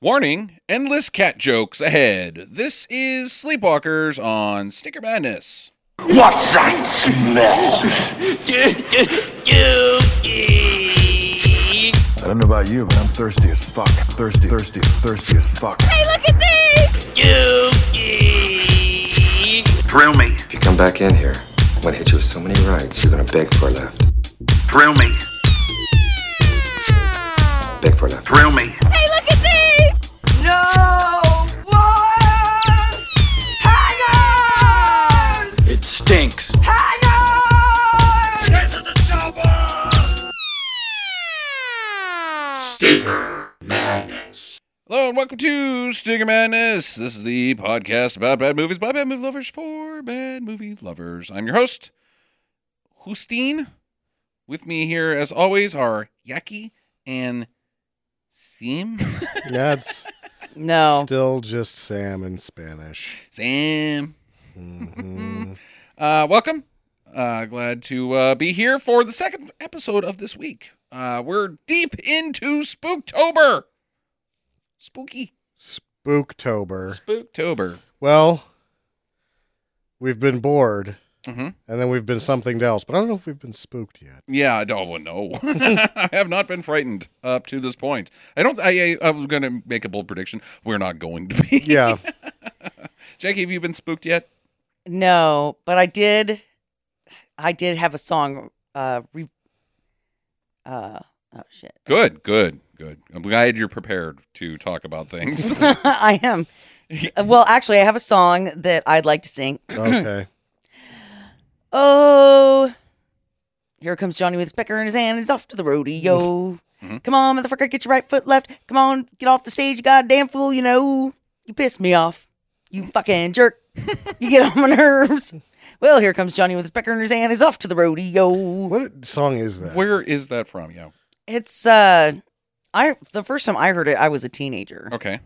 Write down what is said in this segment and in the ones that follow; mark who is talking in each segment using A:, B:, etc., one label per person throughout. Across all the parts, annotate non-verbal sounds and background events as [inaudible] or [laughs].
A: Warning endless cat jokes ahead. This is Sleepwalkers on Sneaker Madness.
B: What's that smell?
C: I don't know about you, but I'm thirsty as fuck. Thirsty, thirsty, thirsty as fuck.
B: Thrill me,
D: If you come back in here, I'm gonna hit you with so many rights, you're gonna beg for a left.
B: thrill me,
D: Beg for a left.
B: thrill me.
E: Hey, look at me!
A: Hello and welcome to Stinger Madness. This is the podcast about bad movies by bad movie lovers for bad movie lovers. I'm your host, Justine. With me here, as always, are Yaki and Sim.
F: Yeah, it's
G: No.
F: still just Sam in Spanish.
A: Sam.
F: Mhm.
A: Uh, welcome. Uh, glad to uh, be here for the second episode of this week. Uh, we're deep into Spooktober. Spooky.
F: Spooktober.
A: Spooktober.
F: Well, we've been bored,
A: Mhm.
F: and then we've been something else, but I don't know if we've been spooked yet.
A: Yeah, I don't well, no. [laughs] I have not been frightened up to this point. I don't. I, I, I was going to make a bold prediction. We're not going to be.
F: Yeah,
A: [laughs] Jackie, have you been spooked yet?
G: No, but I did I did have a song uh re- uh oh shit. [laughs]
A: Good, good, good. I'm glad you're prepared to talk about
G: [laughs]
A: things.
G: I am S- well actually I have a song that I'd like to sing.
F: [laughs] okay.
G: Oh here comes Johnny with his pecker in his hand, he's off to the rodeo. Come on, motherfucker, get your right foot left. Come on, get off the stage, you goddamn fool, you know. You pissed me off. You fucking jerk. you get on my nerves. Well, here comes Johnny with his pecker in his hand, he's off to the rodeo.
F: What song is that?
A: Where is that from? Yeah.
G: It's uh I the first time I heard it I was a teenager.
A: Okay.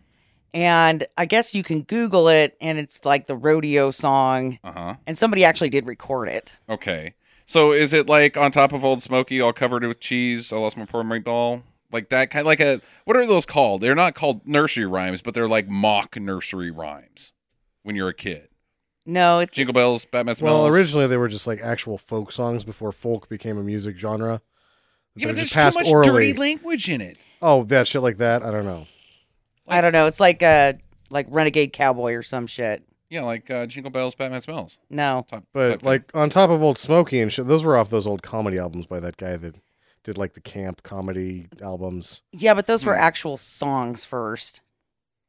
G: And I guess you can google it and it's like the rodeo song
A: Uh huh.
G: and somebody actually did record it.
A: Okay. So is it like on top of Old Smoky, all covered with cheese? I lost my poor meatball. Like that kind of like a what are those called? They're not called nursery rhymes, but they're like mock nursery rhymes when you're a kid.
G: No, it,
A: Jingle bells, Batman smells.
F: Well, originally they were just like actual folk songs before folk became a music genre.
A: yeah,
F: They were
A: but there's
F: just
A: too
F: passed
A: much
F: orally.
A: dirty language in it.
F: Oh, that shit like that. I don't know.
G: I don't know. It's like uh like Renegade Cowboy or some shit.
A: Yeah, like uh, Jingle bells, Batman smells.
G: No.
A: Type- type
F: But
A: thing.
F: like on top of old Smokey and shit, those were off those old comedy albums by that guy that did like the camp comedy albums.
G: Yeah, but those were
A: Hmm.
G: actual songs first.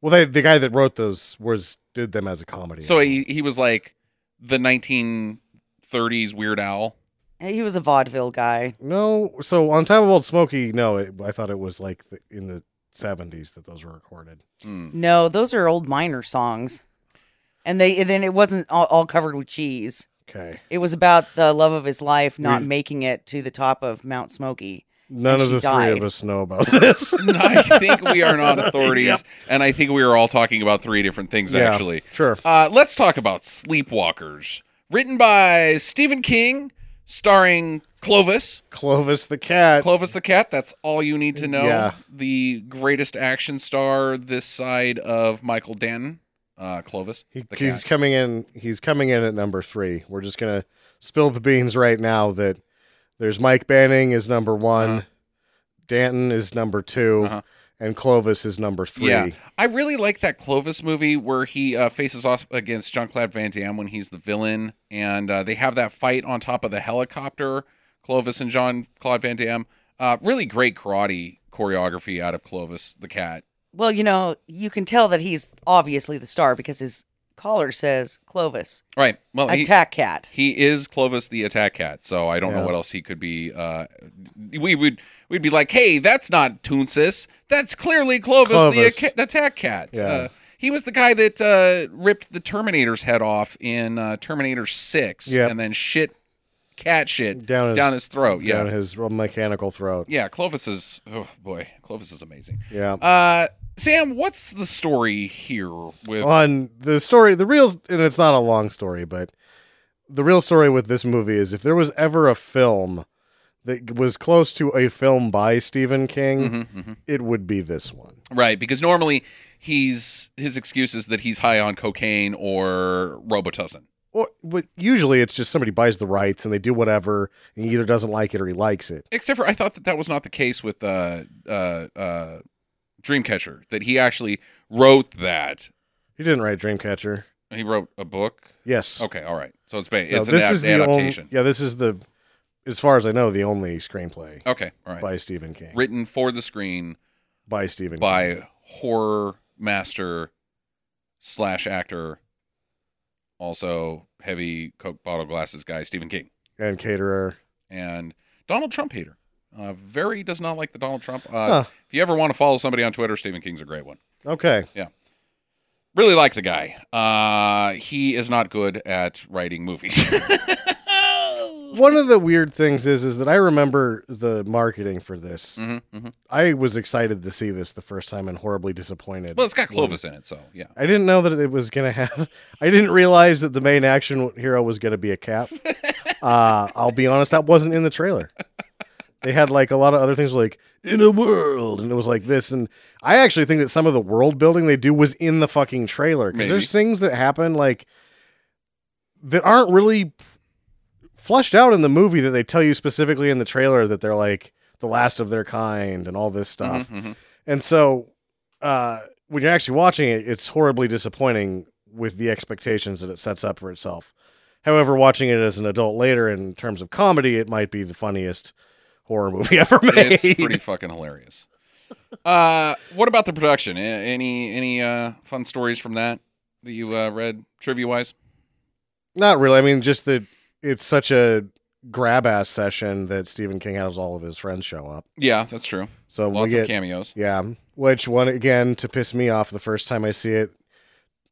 F: Well, they, the guy that wrote those was did them as a comedy.
A: so he he was like the 1930s Weird Owl. [laughs]
G: He was a vaudeville guy.
F: no, so on top of Old Smokey, no, it, I thought it was like the, in the seventies that those were recorded.
A: Hmm.
G: No, those are old minor songs. And they and then it wasn't all, all covered with cheese.
F: Okay,
G: It was about the love of his life not
F: We-
G: making it to the top of Mount Smoky.
F: none
G: And
F: of
G: she
F: the three
G: died.
F: of us know
A: [laughs]
F: about [laughs] this.
A: I think we are not
F: [laughs]
A: authorities, and I think we are all talking about three different things
F: Yeah,
A: actually.
F: sure.
A: Uh, let's talk about Sleepwalkers, written by Stephen King, starring Clovis,
F: Clovis the cat.
A: Clovis the cat. That's all you need to know.
F: Yeah.
A: The greatest action star this side of Michael Danton, uh, Clovis
F: He-
A: the
F: he's
A: cat.
F: coming in. He's coming in at number three. We're just gonna spill the beans right now. That there's Mike Banning is number one, Danton is number 2
A: Uh-huh.
F: and Clovis is number three.
A: Yeah, I really like that Clovis movie where he uh, faces off against Jean Claude Van Damme when he's the villain, and uh, they have that fight on top of the helicopter. Clovis and Jean Claude Van Damme. Uh, really great karate choreography out of Clovis the cat.
G: Well, you know, you can tell that he's obviously the star because his collar says Clovis,
A: Right. Well, Oh, he-
G: attack cat.
A: He is Clovis the attack cat, so I don't know
F: Yeah.
A: what else he could be. Uh, we would we'd be like, hey, that's not Toonsis. That's clearly Clovis,
F: Clovis.
A: The, aca- attack cat.
F: Yeah.
A: Uh, he was the guy that uh, ripped the Terminator's head off in uh, Terminator Six,
F: Yep.
A: and then shit, cat shit
F: Down
A: down
F: his-
A: his, throat. Yeah,
F: down his mechanical throat.
A: yeah. Clovis is oh boy, Clovis is amazing.
F: Yeah.
A: Uh, Sam, what's the story here with?
F: on the story the real and it's not a long story but the real story with this movie is if there was ever a film that was close to a film by Stephen King,
A: Mm-hmm, hmm
F: it would be this one.
A: Right, because normally he's his excuse is that he's high on cocaine or Robitussin.
F: Or but usually it's just somebody buys the rights and they do whatever, and he either doesn't like it or he likes it.
A: Except for I thought that that was not the case with uh, uh, uh, Dreamcatcher. That he actually wrote that.
F: He didn't write Dreamcatcher.
A: He wrote a book.
F: Yes.
A: Okay, all right. So it's ba-
F: No,
A: it's an ad- adaptation.
F: Only, yeah, this is the, as far as I know, the only screenplay
A: Okay, all right.
F: by Stephen King.
A: Written for the screen
F: by Stephen. King.
A: by horror master slash actor, also heavy Coke bottle glasses guy Stephen King.
F: and caterer.
A: and Donald Trump hater. Uh, very does not like the Donald Trump. Uh,
F: Huh.
A: If you ever want to follow somebody on Twitter, Stephen King's a great one.
F: Okay.
A: Really like the guy. Uh, he is not good at writing movies. [laughs]
F: One of the weird things is is that I remember the marketing for this.
A: Mhm, mhm.
F: I was excited to see this the first time and horribly disappointed.
A: Well, it's got Clovis in it, so yeah.
F: I didn't know that it was gonna have. [laughs] I didn't realize that the main action hero was gonna be a cat. uh, I'll be honest, that wasn't in the trailer. They had like a lot of other things, like in a world, and it was like this. And I actually think that some of the world building they do was in the fucking trailer because
A: Maybe.
F: there's things that happen like that aren't really flushed out in the movie that they tell you specifically in the trailer that they're like the last of their kind and all this stuff.
A: Mhm,
F: [laughs]
A: mhm.
F: And so uh, when you're actually watching it, it's horribly disappointing with the expectations that it sets up for itself. However, watching it as an adult later in terms of comedy, it might be the funniest horror movie [laughs] ever made.
A: It's pretty fucking hilarious. Uh, what about the production? A- Any any uh, fun stories from that that you uh, read trivia wise?
F: Not really. I mean, just that it's such a grab ass session that Stephen King has all of his friends show up.
A: Yeah, that's true.
F: So
A: Lots
F: we
A: of
F: get
A: cameos.
F: Yeah. Which one again to piss me off the first time I see it.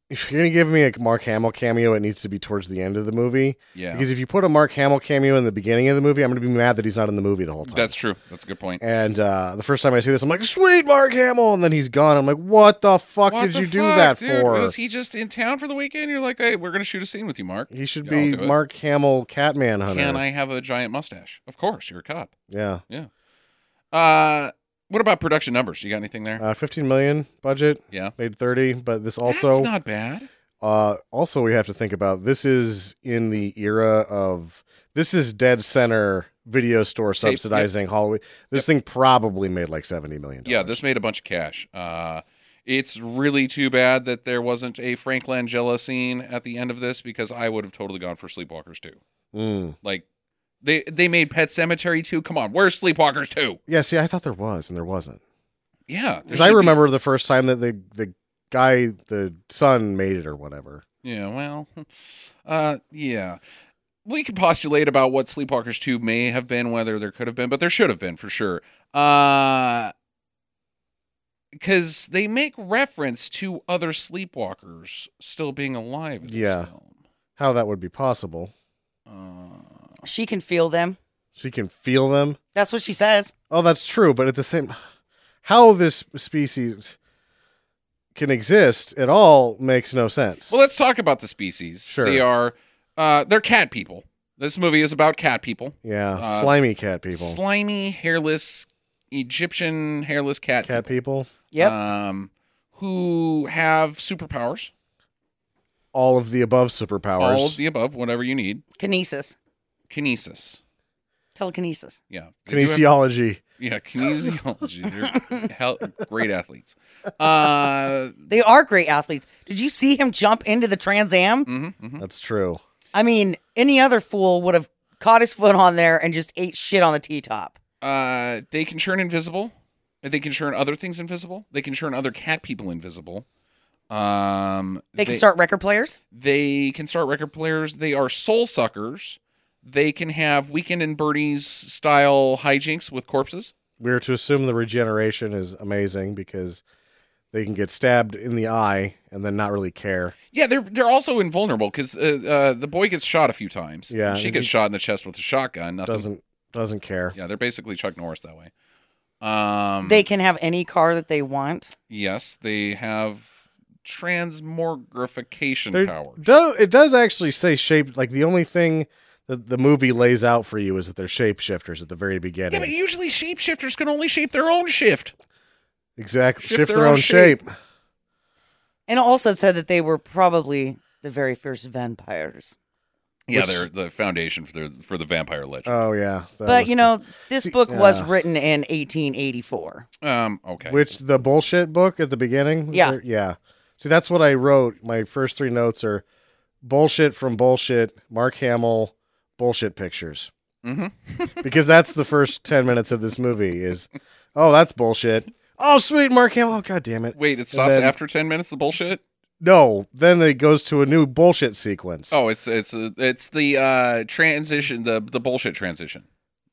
F: If you're gonna give me a Mark Hamill cameo, it needs to be towards the end of the movie.
A: Yeah.
F: Because if you put a Mark Hamill cameo in the beginning of the movie, I'm gonna be mad that he's not in the movie the whole time.
A: That's true. That's a good point.
F: and uh, the first time I see this, I'm like, sweet Mark Hamill, and then he's gone. I'm like, what the fuck
A: What
F: did
A: the
F: you do
A: fuck,
F: that
A: dude?
F: for?
A: Was he just in town for the weekend? You're like, hey, we're gonna shoot a scene with you, Mark.
F: He should
A: Yeah, I'll
F: be
A: do it.
F: Mark Hamill Catman Hunter.
A: Can I have a giant mustache? Of course, you're a cop.
F: Yeah.
A: Uh, what about production numbers? You got anything there?
F: Uh, 15 million budget.
A: Yeah.
F: Made 30, but this also
A: That's not bad.
F: Uh, also, we have to think about this is in the era of this is dead center video store
A: Tape, yep.
F: subsidizing Halloween. This thing probably made like seventy million.
A: Yeah, this made a bunch of cash. Uh, it's really too bad that there wasn't a Frank Langella scene at the end of this because I would have totally gone for Sleepwalkers too.
F: Mm.
A: Like, they they made Pet Cemetery too. Come on, where's Sleepwalkers too?
F: Yeah. See, I thought there was, and there wasn't.
A: Yeah, there
F: Because I
A: should be-
F: remember the first time that the the guy, the son, made it or whatever.
A: Yeah, well, [laughs] uh, yeah. We could postulate about what Sleepwalkers 2 may have been, whether there could have been, but there should have been for sure. Uh, because they make reference to other Sleepwalkers still being alive. In this
F: Yeah.
A: Film.
F: How that would be possible?
A: Uh,
G: She can feel them.
F: She can feel them.
G: That's what she says.
F: Oh, that's true. But at the same, how this species can exist at all makes no sense.
A: well, let's talk about the species.
F: Sure.
A: They are, uh, they're cat people. This movie is about cat people.
F: yeah,
A: uh,
F: slimy cat people.
A: Slimy, hairless, Egyptian hairless cat.
F: cat people.
G: Yep.
A: Um, who have superpowers.
F: all of the above superpowers.
A: All of the above, whatever you need.
G: Kinesis.
A: Kinesis.
G: Telekinesis.
A: Yeah. They do have-
F: Kinesiology.
G: [laughs]
A: yeah, kinesiology. They're hell, great athletes. Uh,
G: They are great athletes. Did you see him jump into the Trans Am?
A: mhm, mhm.
F: That's true.
G: I mean, any other fool would have caught his foot on there and just ate shit on the T top.
A: Uh, they can turn invisible. and They can turn other things invisible. They can turn other cat people invisible. Um,
G: They can start record players.
A: They can start record players. They are soul suckers. They can have Weekend and Birdies style hijinks with corpses.
F: We are to assume the regeneration is amazing because they can get stabbed in the eye and then not really care.
A: Yeah, they're they're also invulnerable because uh, uh, the boy gets shot a few times.
F: Yeah,
A: she
F: and
A: gets
F: he-
A: shot in the chest with a shotgun. Nothing.
F: Doesn't doesn't care.
A: Yeah, they're basically Chuck Norris that way. Um,
G: They can have any car that they want.
A: yes, they have transmogrification
F: They're-
A: powers.
F: Do, it does actually say shape like the only thing the, the movie lays out for you is that they're shapeshifters at the very beginning.
A: Yeah, but usually shapeshifters can only shape their own shift.
F: exactly. Shift, their, own, shape.
G: And also it said that they were probably the very first vampires.
A: Yeah,
F: Which-
A: they're the foundation for the for the vampire legend.
F: Oh yeah. that
G: but
F: was
G: you know, this
F: See,
G: book was
F: yeah.
G: written in 1884.
A: um, okay.
F: the- which the bullshit book at the beginning.
G: Yeah.
F: there- yeah. See, that's what I wrote. My first three notes are bullshit from bullshit. Mark Hamill bullshit pictures.
A: Mhm.
F: [laughs] because that's the first ten minutes of this movie. Is oh that's bullshit. Oh sweet Mark Hamill. Oh god damn it.
A: Wait, it
F: And
A: stops
F: then-
A: after ten minutes. The bullshit.
F: No, then it goes to a new bullshit sequence.
A: Oh, it's it's uh, it's the uh transition, the the bullshit transition.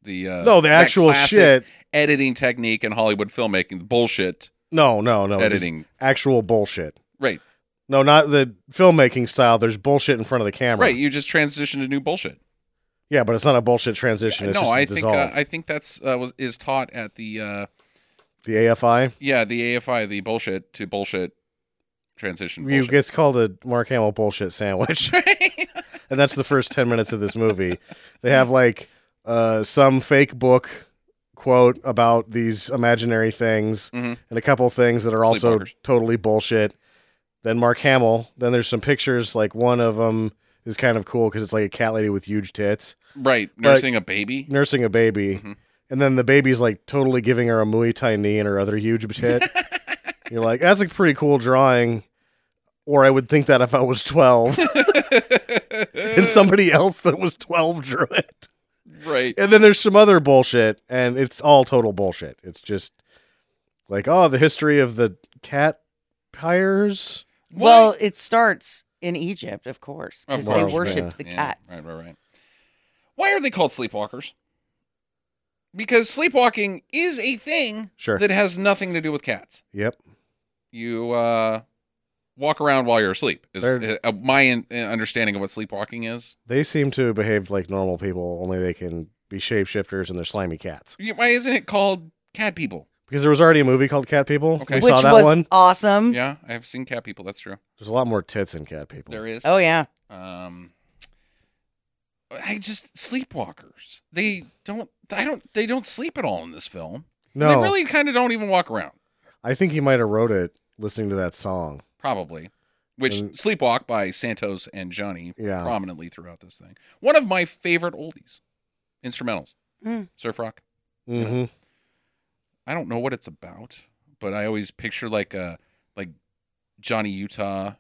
A: The uh,
F: no, the
A: that
F: actual
A: classic
F: shit.
A: editing technique in Hollywood filmmaking. The bullshit
F: No, no, no. Oh, just
A: editing.
F: Actual bullshit.
A: Right,
F: No, not the filmmaking style. There's bullshit in front of the camera.
A: right. You just transition to new bullshit.
F: Yeah, but it's not a bullshit transition. It's
A: No,
F: just a
A: I think uh,
F: dissolve.
A: I think that's uh, was is taught at the uh
F: the AFI.
A: yeah the AFI the bullshit to bullshit transition.
F: You
A: bullshit.
F: gets called a Mark Hamill bullshit
A: [laughs]
F: sandwich, and that's the first ten minutes of this movie. They have like uh, some fake book quote about these imaginary things,
A: Mhm.
F: and a couple things that are also
A: Sleepwalkers.
F: totally bullshit. Then Mark Hamill. Then there's some pictures. Like one of them is kind of cool because it's like a cat lady with huge tits
A: [laughs] right nursing a
F: [laughs]
A: baby.
F: nursing a baby, and then the baby's like totally giving her a Muay Thai knee and her other huge tit. You're like, that's a pretty cool drawing. Or I would think that if I was 12 and somebody else that was 12 drew it.
A: [laughs] Right.
F: And then there's some other bullshit, and it's all total bullshit. It's just like, oh, the history of the cat hires.
G: Well, it starts in Egypt, of course,
A: Of
G: because they
F: course,
G: worshipped the
A: Yeah,
G: cats.
A: Right, right, right. Why are they called sleepwalkers? Because sleepwalking is a thing
F: Sure.
A: that has nothing to do with cats.
F: Yep.
A: You uh, walk around while you're asleep. Is
F: They're-
A: uh, my in- uh, understanding of what sleepwalking is.
F: They seem to behave like normal people, only they can be shapeshifters and they're slimy cats.
A: You- Why isn't it called cat people?
F: Because there was already a movie called Cat People.
A: Okay.
F: We
G: Which
F: saw that
G: was
F: one.
G: awesome.
A: Yeah, I've seen cat people. That's true.
F: There's a lot more tits in cat people.
A: There is.
G: Oh yeah.
A: Um, I just sleepwalkers. They don't. I don't. They don't sleep at all in this film. And
F: no,
A: They really kind of don't even walk around.
F: I think he might have wrote it listening to that song.
A: probably. Which
F: And-
A: Sleepwalk by Santos and Johnny
F: Yeah.
A: prominently throughout this thing. One of my favorite oldies, instrumentals,
G: Mm.
A: surf rock.
F: hmm
A: I don't know what it's about, but I always picture like a like Johnny Utah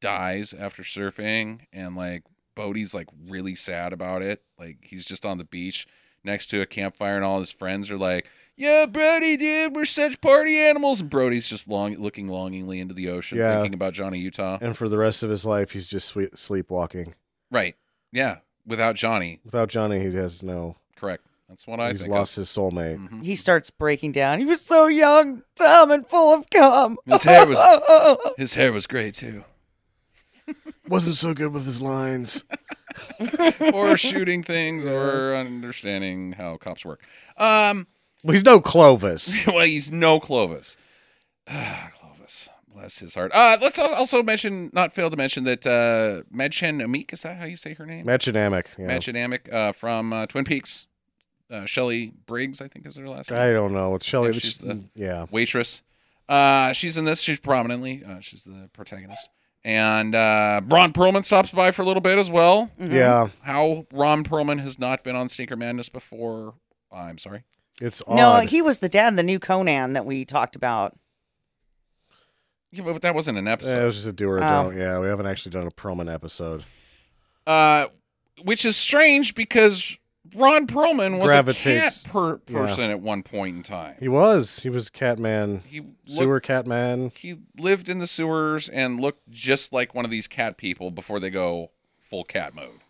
A: dies after surfing, and like Bodie's like really sad about it. Like he's just on the beach next to a campfire, and all his friends are like, "Yeah, Brody, dude, we're such party animals." And Brody's just long looking longingly into the ocean,
F: Yeah.
A: thinking about Johnny Utah.
F: And for the rest of his life, he's just sweet, sleepwalking.
A: Right. Yeah. Without Johnny,
F: Without Johnny, he has no.
A: correct. That's what I
F: he's
A: think. Mm-hmm.
F: lost
A: Lost.
F: his soulmate.
A: Mm.
G: He starts breaking down. He was so young, dumb, and full of cum.
A: His hair
G: [laughs]
A: was his hair was gray too.
F: Wasn't so good with his lines. [laughs]
A: or shooting things, or understanding how cops work. Um. [laughs]
F: well, he's no Clovis.
A: Well, he's no Clovis. [sighs] Ah, Clovis, bless his heart. Uh, let's al- also mention, not fail to mention that uh, Madchen Amik is that how you say her name?
F: Metronamic. Yeah.
A: Madchen Amik uh, from uh, Twin Peaks. Uh, Shelly Briggs, I think, is her last name.
F: I don't know. It's Shelley.
A: Yeah, she's the-
F: yeah.
A: waitress. Uh, she's in this. She's prominently. Uh, she's the protagonist. And uh, Ron Perlman stops by for a little bit as well.
F: Yeah.
A: How Ron Perlman has not been on Stinker Madness before? I'm sorry.
F: It's odd.
G: No, he was the dad in the new Conan that we talked about.
A: Yeah, but that wasn't an
F: Eh, it
A: episode.
F: was just a do or a
G: Oh.
F: don't. Yeah, we haven't actually done a Perlman episode.
A: Uh, which is strange because Ron Perlman was
F: Gravitates-
A: a cat per-
F: yeah.
A: person at one point in time.
F: He was. He was Catman.
A: He looked,
F: Sewer Catman.
A: He lived in the sewers and looked just like one of these cat people before they go full cat mode.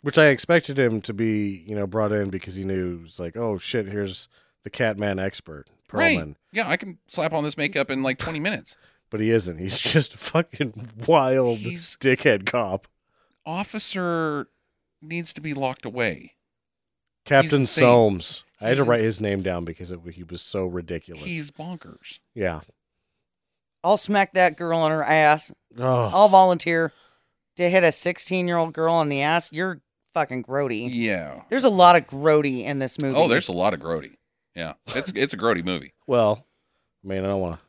F: which I expected him to be, you know, brought in because he knew it's like, oh shit, here's the Catman expert Perlman,
A: Right. Yeah, I can slap on this makeup in like 20 minutes.
F: but he isn't. He's [laughs] just a fucking wild
A: He's-
F: dickhead cop,
A: Officer needs to be locked away.
F: Captain
A: insane.
F: Soames. I had to
A: He's-
F: write his name down because it, he was so ridiculous.
A: He's bonkers.
F: yeah.
G: I'll smack that girl on her ass.
F: Oh,
G: I'll volunteer to hit a 16 year old girl on the ass. You're fucking grody.
A: Yeah.
G: There's a lot of grody in this movie.
A: Oh, there's a lot of grody. Yeah, it's it's a grody
F: [laughs]
A: movie.
F: Well, I mean, I don't want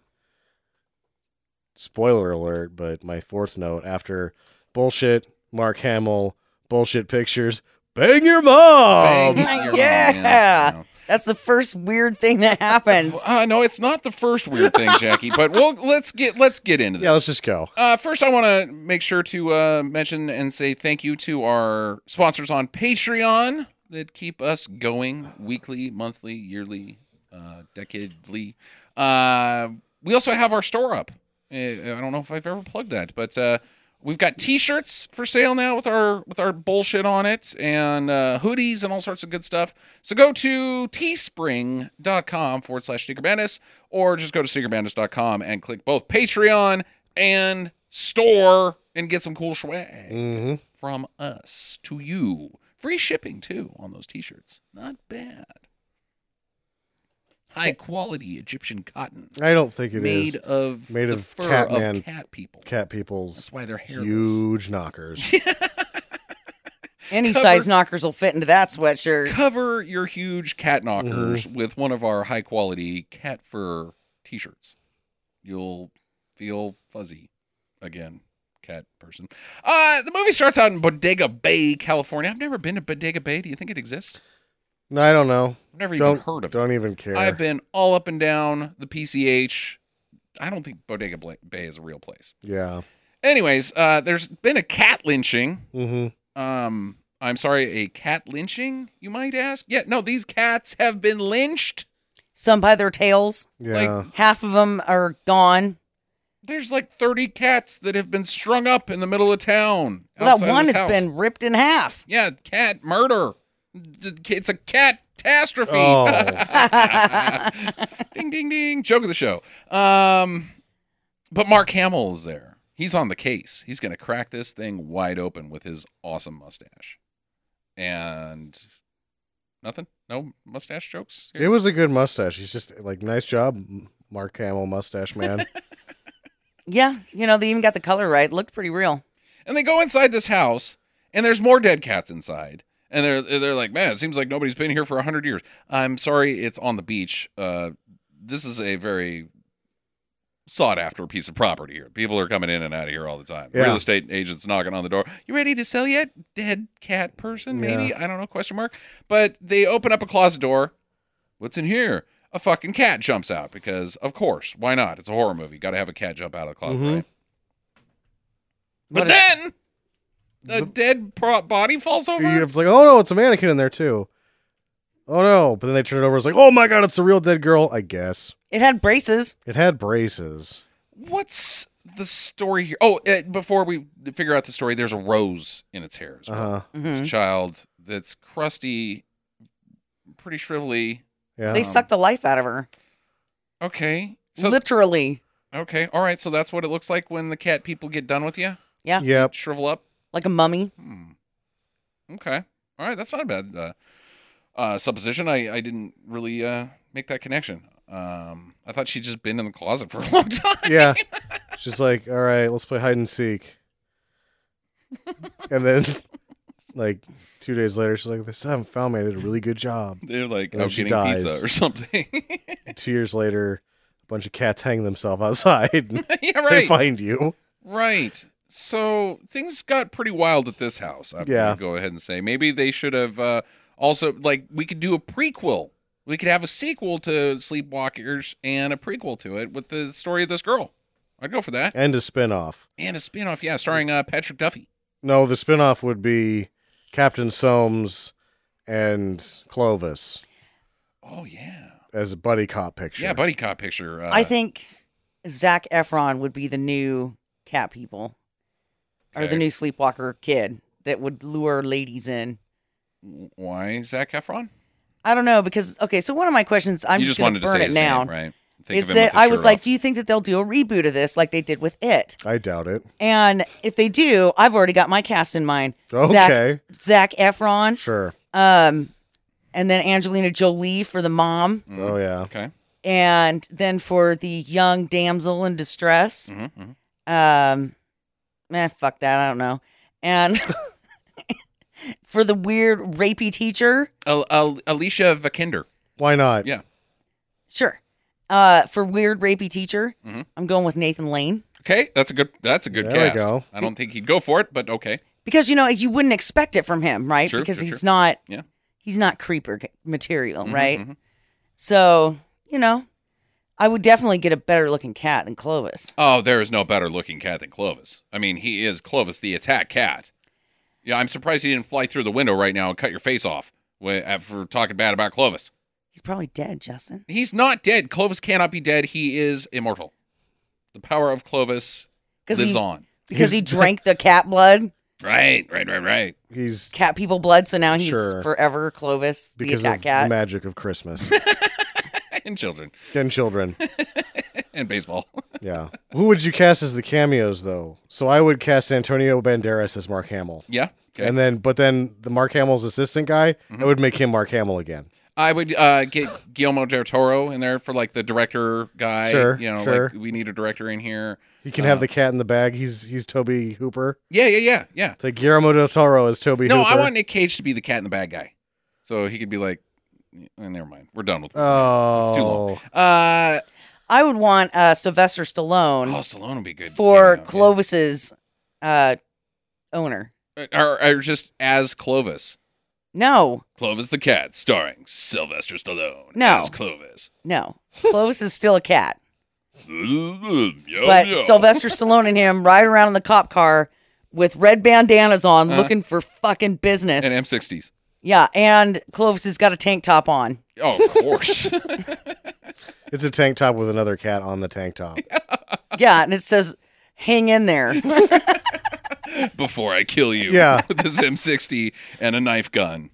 F: to. Spoiler alert, but my fourth note after bullshit, Mark Hamill, bullshit pictures, bang your mom.
A: Bang, your mom,
G: yeah. That's the first weird thing
A: [laughs]
G: that happens.
A: Uh, no, it's not the first weird thing, Jackie. but we'll let's get let's get into this.
F: Yeah, let's just go.
A: Uh, first, I want to make sure to uh, mention and say thank you to our sponsors on Patreon that keep us going weekly, monthly, yearly, uh, decadely. Uh, we also have our store up. Uh, I don't know if I've ever plugged that, but uh, we've got T-shirts for sale now with our with our bullshit on it, and uh, hoodies and all sorts of good stuff. So go to teespring.com forward slash sneaker madness, or just go to sneakerbandits.com and click both Patreon and store and get some cool swag
F: hmm
A: from us to you. Free shipping too on those t-shirts. Not bad. High quality Egyptian cotton
F: I don't think it is.
A: made of
F: Made
A: the
F: of
A: fur
F: cat
A: of
F: man.
A: cat people.
F: Cat people's
A: That's why they're hairless.
F: huge knockers.
G: Any
A: cover-
G: size knockers will fit into that sweatshirt.
A: Cover your huge cat knockers
F: Mm-hmm.
A: with one of our high quality cat fur t-shirts. You'll feel fuzzy again. Cat person. Uh, the movie starts out in Bodega Bay, California. I've never been to Bodega Bay. Do you think it exists?
F: no, I don't know.
A: I've never
F: Don't
A: even heard of it.
F: don't even care.
A: I've been all up and down the PCH. I don't think Bodega Bla- Bay is a real place.
F: yeah.
A: Anyways, uh, there's been a cat lynching.
F: hmm
A: Um, I'm sorry, a cat lynching, you might ask? Yeah, no, these cats have been lynched.
G: Some by their tails.
F: Yeah.
A: Uh.
G: Half of them are gone.
A: There's like 30 cats that have been strung up in the middle of town.
G: Well,
A: outside
G: that
A: of
G: one
A: this
G: has
A: house.
G: been ripped
A: [laughs]
G: in half. [laughs]
A: Yeah, cat murder. It's a cat catastrophe.
F: oh.
G: Oh.
A: [laughs]
G: [laughs]
A: ding ding ding joke of the show um but mark hamill is there he's on the case he's gonna crack this thing wide open with his awesome mustache and nothing no mustache jokes here?
F: it was a good mustache. He's just like, nice job, Mark Hamill,
A: [laughs]
F: mustache man.
G: Yeah, you know, they even got the color right. It looked pretty real.
A: and they go inside this house and there's more dead cats inside and they're they're like man it seems like nobody's been here for 100 years i'm sorry it's on the beach uh this is a very sought after piece of property here people are coming in and out of here all the time
F: Yeah.
A: real estate agents knocking on the door you ready to sell yet dead cat person maybe i don't know question mark but they open up a closet door what's in here a fucking cat jumps out because of course why not it's a horror movie got to have a cat jump out of the closet
F: Mhm.
A: right but
G: What is-
A: then the, dead pro- body falls over.
F: You- It's like, oh no, it's a mannequin in there too. Oh no! But then they turn it over. It's like, oh my god, it's a real dead girl. I guess
G: it had braces.
F: it had braces.
A: What's the story here? Oh, uh, before we figure out the story, there's a rose in its hair. as
F: Uh
A: well.
F: huh.
A: It's a
G: Mhm.
A: child that's crusty, pretty shrivelly.
F: Yeah.
G: They sucked the life out of her.
A: Okay. Um, So
G: Literally.
A: okay, all right. So that's what it looks like when the cat people get done with you.
F: Yep.
A: Shrivel up.
G: Like a mummy.
A: Hmm. Okay. All right. That's not a bad uh, uh, supposition. I, I didn't really uh, make that connection. Um, I thought she'd just been in the closet for a long time.
F: Yeah. She's like, all right, let's play hide and seek. And then, like two days later, she's like, they still haven't found me. I did a really good job.
A: They're like
F: And
A: out
F: she
A: getting
F: dies.
A: pizza or [laughs] something.
F: And two years later, a bunch of cats hang themselves outside. And
A: yeah,
F: They
A: right.
F: find you.
A: Right. So things got pretty wild at this house. I'm
F: Yeah.
A: gonna go ahead and say maybe they should have uh, also like we could do a prequel. We could have a sequel to Sleepwalkers and a prequel to it with the story of this girl. I'd go for that.
F: And a spinoff.
A: And a spin-off, yeah, starring uh, Patrick Duffy.
F: No, the spinoff would be Captain Soames and Clovis
A: Oh yeah.
F: as a buddy cop picture.
A: Yeah, buddy cop picture. Uh,
G: I think Zach Efron would be the new cat people or
A: Okay.
G: the new sleepwalker kid that would lure ladies in.
A: why Zach Efron?
G: I don't know because okay, so one of my questions I'm
A: you
G: just,
A: just
G: going
A: wanted
G: to
A: to say
G: burn it
A: his
G: now
A: name, right? Think
G: is
A: of him with
G: that
A: his
G: I was
A: shirt
G: like,
A: off.
G: do you think that they'll do a reboot of this like they did with it?
F: I doubt it.
G: And if they do, I've already got my cast in mind. Zach,
F: Okay.
G: Zach Efron,
F: Sure.
G: um, and then Angelina Jolie for the mom,
A: Mhm.
F: Oh yeah.
A: Okay.
G: and then for the young damsel in distress.
A: Mhm, mhm.
G: Um, eh, fuck that. I don't know. And [laughs] for the weird rapey teacher.
A: Al- Al- Alicia Vikander.
F: Why not?
A: Yeah.
G: Sure. Uh, for weird rapey teacher,
A: Mhm.
G: I'm going with Nathan Lane
A: Okay, that's a good. That's a good
F: There we
A: cast.
F: go.
A: I don't think he'd go for it, but okay.
G: because you know you wouldn't expect it from him, right?
A: Sure,
G: because
A: sure,
G: he's
A: sure.
G: not.
A: Yeah.
G: He's not creeper g- material,
A: Mhm,
G: right?
A: mhm.
G: So you know, I would definitely get a better looking cat than Clovis.
A: Oh, there is no better looking cat than Clovis. I mean, he is Clovis, the attack cat. Yeah, I'm surprised he didn't fly through the window right now and cut your face off wi- uh, for talking bad about Clovis.
G: He's probably dead, Justin.
A: He's not dead. Clovis cannot be dead. He is immortal. The power of Clovis
G: Because
A: lives
G: he
A: on.
G: because
A: [laughs]
G: he drank the cat blood,
A: Right, right, right, right. [laughs]
F: He's
G: cat people blood. So now he's
F: Sure.
G: forever Clovis,
F: because
G: the
F: of
G: attack cat.
F: the magic of Christmas
A: And children
F: and children.
A: and baseball. [laughs]
F: Yeah. Who would you cast as the cameos though? So I would cast Antonio Banderas as Mark Hamill.
A: yeah. Okay. Mm-hmm.
F: And then but then the Mark Hamill's assistant guy, I would make him Mark Hamill again.
A: I would uh, get Guillermo del Toro in there for like the director guy.
F: Sure,
A: you know,
F: sure.
A: like we need a director in here.
F: He can
A: Uh-huh.
F: have the cat in the bag. He's he's Toby Hooper.
A: Yeah, yeah, yeah, yeah.
F: It's like Guillermo del Toro as Toby
A: No,
F: Hooper.
A: I want Nick Cage to be the cat and the bad guy, so he could be like, eh, never mind, we're done with.
F: Oh,
A: It's too long. Uh,
G: I would want uh, Sylvester
A: oh,
G: Stallone
A: Stallone would be good
G: for
A: cameo, yeah.
G: Clovis's uh, owner.
A: Uh, or, or just as Clovis.
G: No,
A: Clovis the cat, starring Sylvester Stallone.
G: No.
A: as Clovis.
G: no, Clovis is still
A: [laughs]
G: a cat,
A: Mm-hmm. Yum,
G: but
A: yum. [laughs]
G: Sylvester Stallone and him ride around in the cop car with red bandanas on, looking for fucking business.
A: Uh-huh. and M60s.
G: yeah, and Clovis has got a tank top on.
A: Oh, of
G: [laughs]
A: course.
F: it's a tank top with another cat on the
A: [laughs]
F: tank top.
G: Yeah, and it says, "Hang in there."
A: Before I kill you,
F: Yeah.
A: with [laughs] this M60 and a knife gun.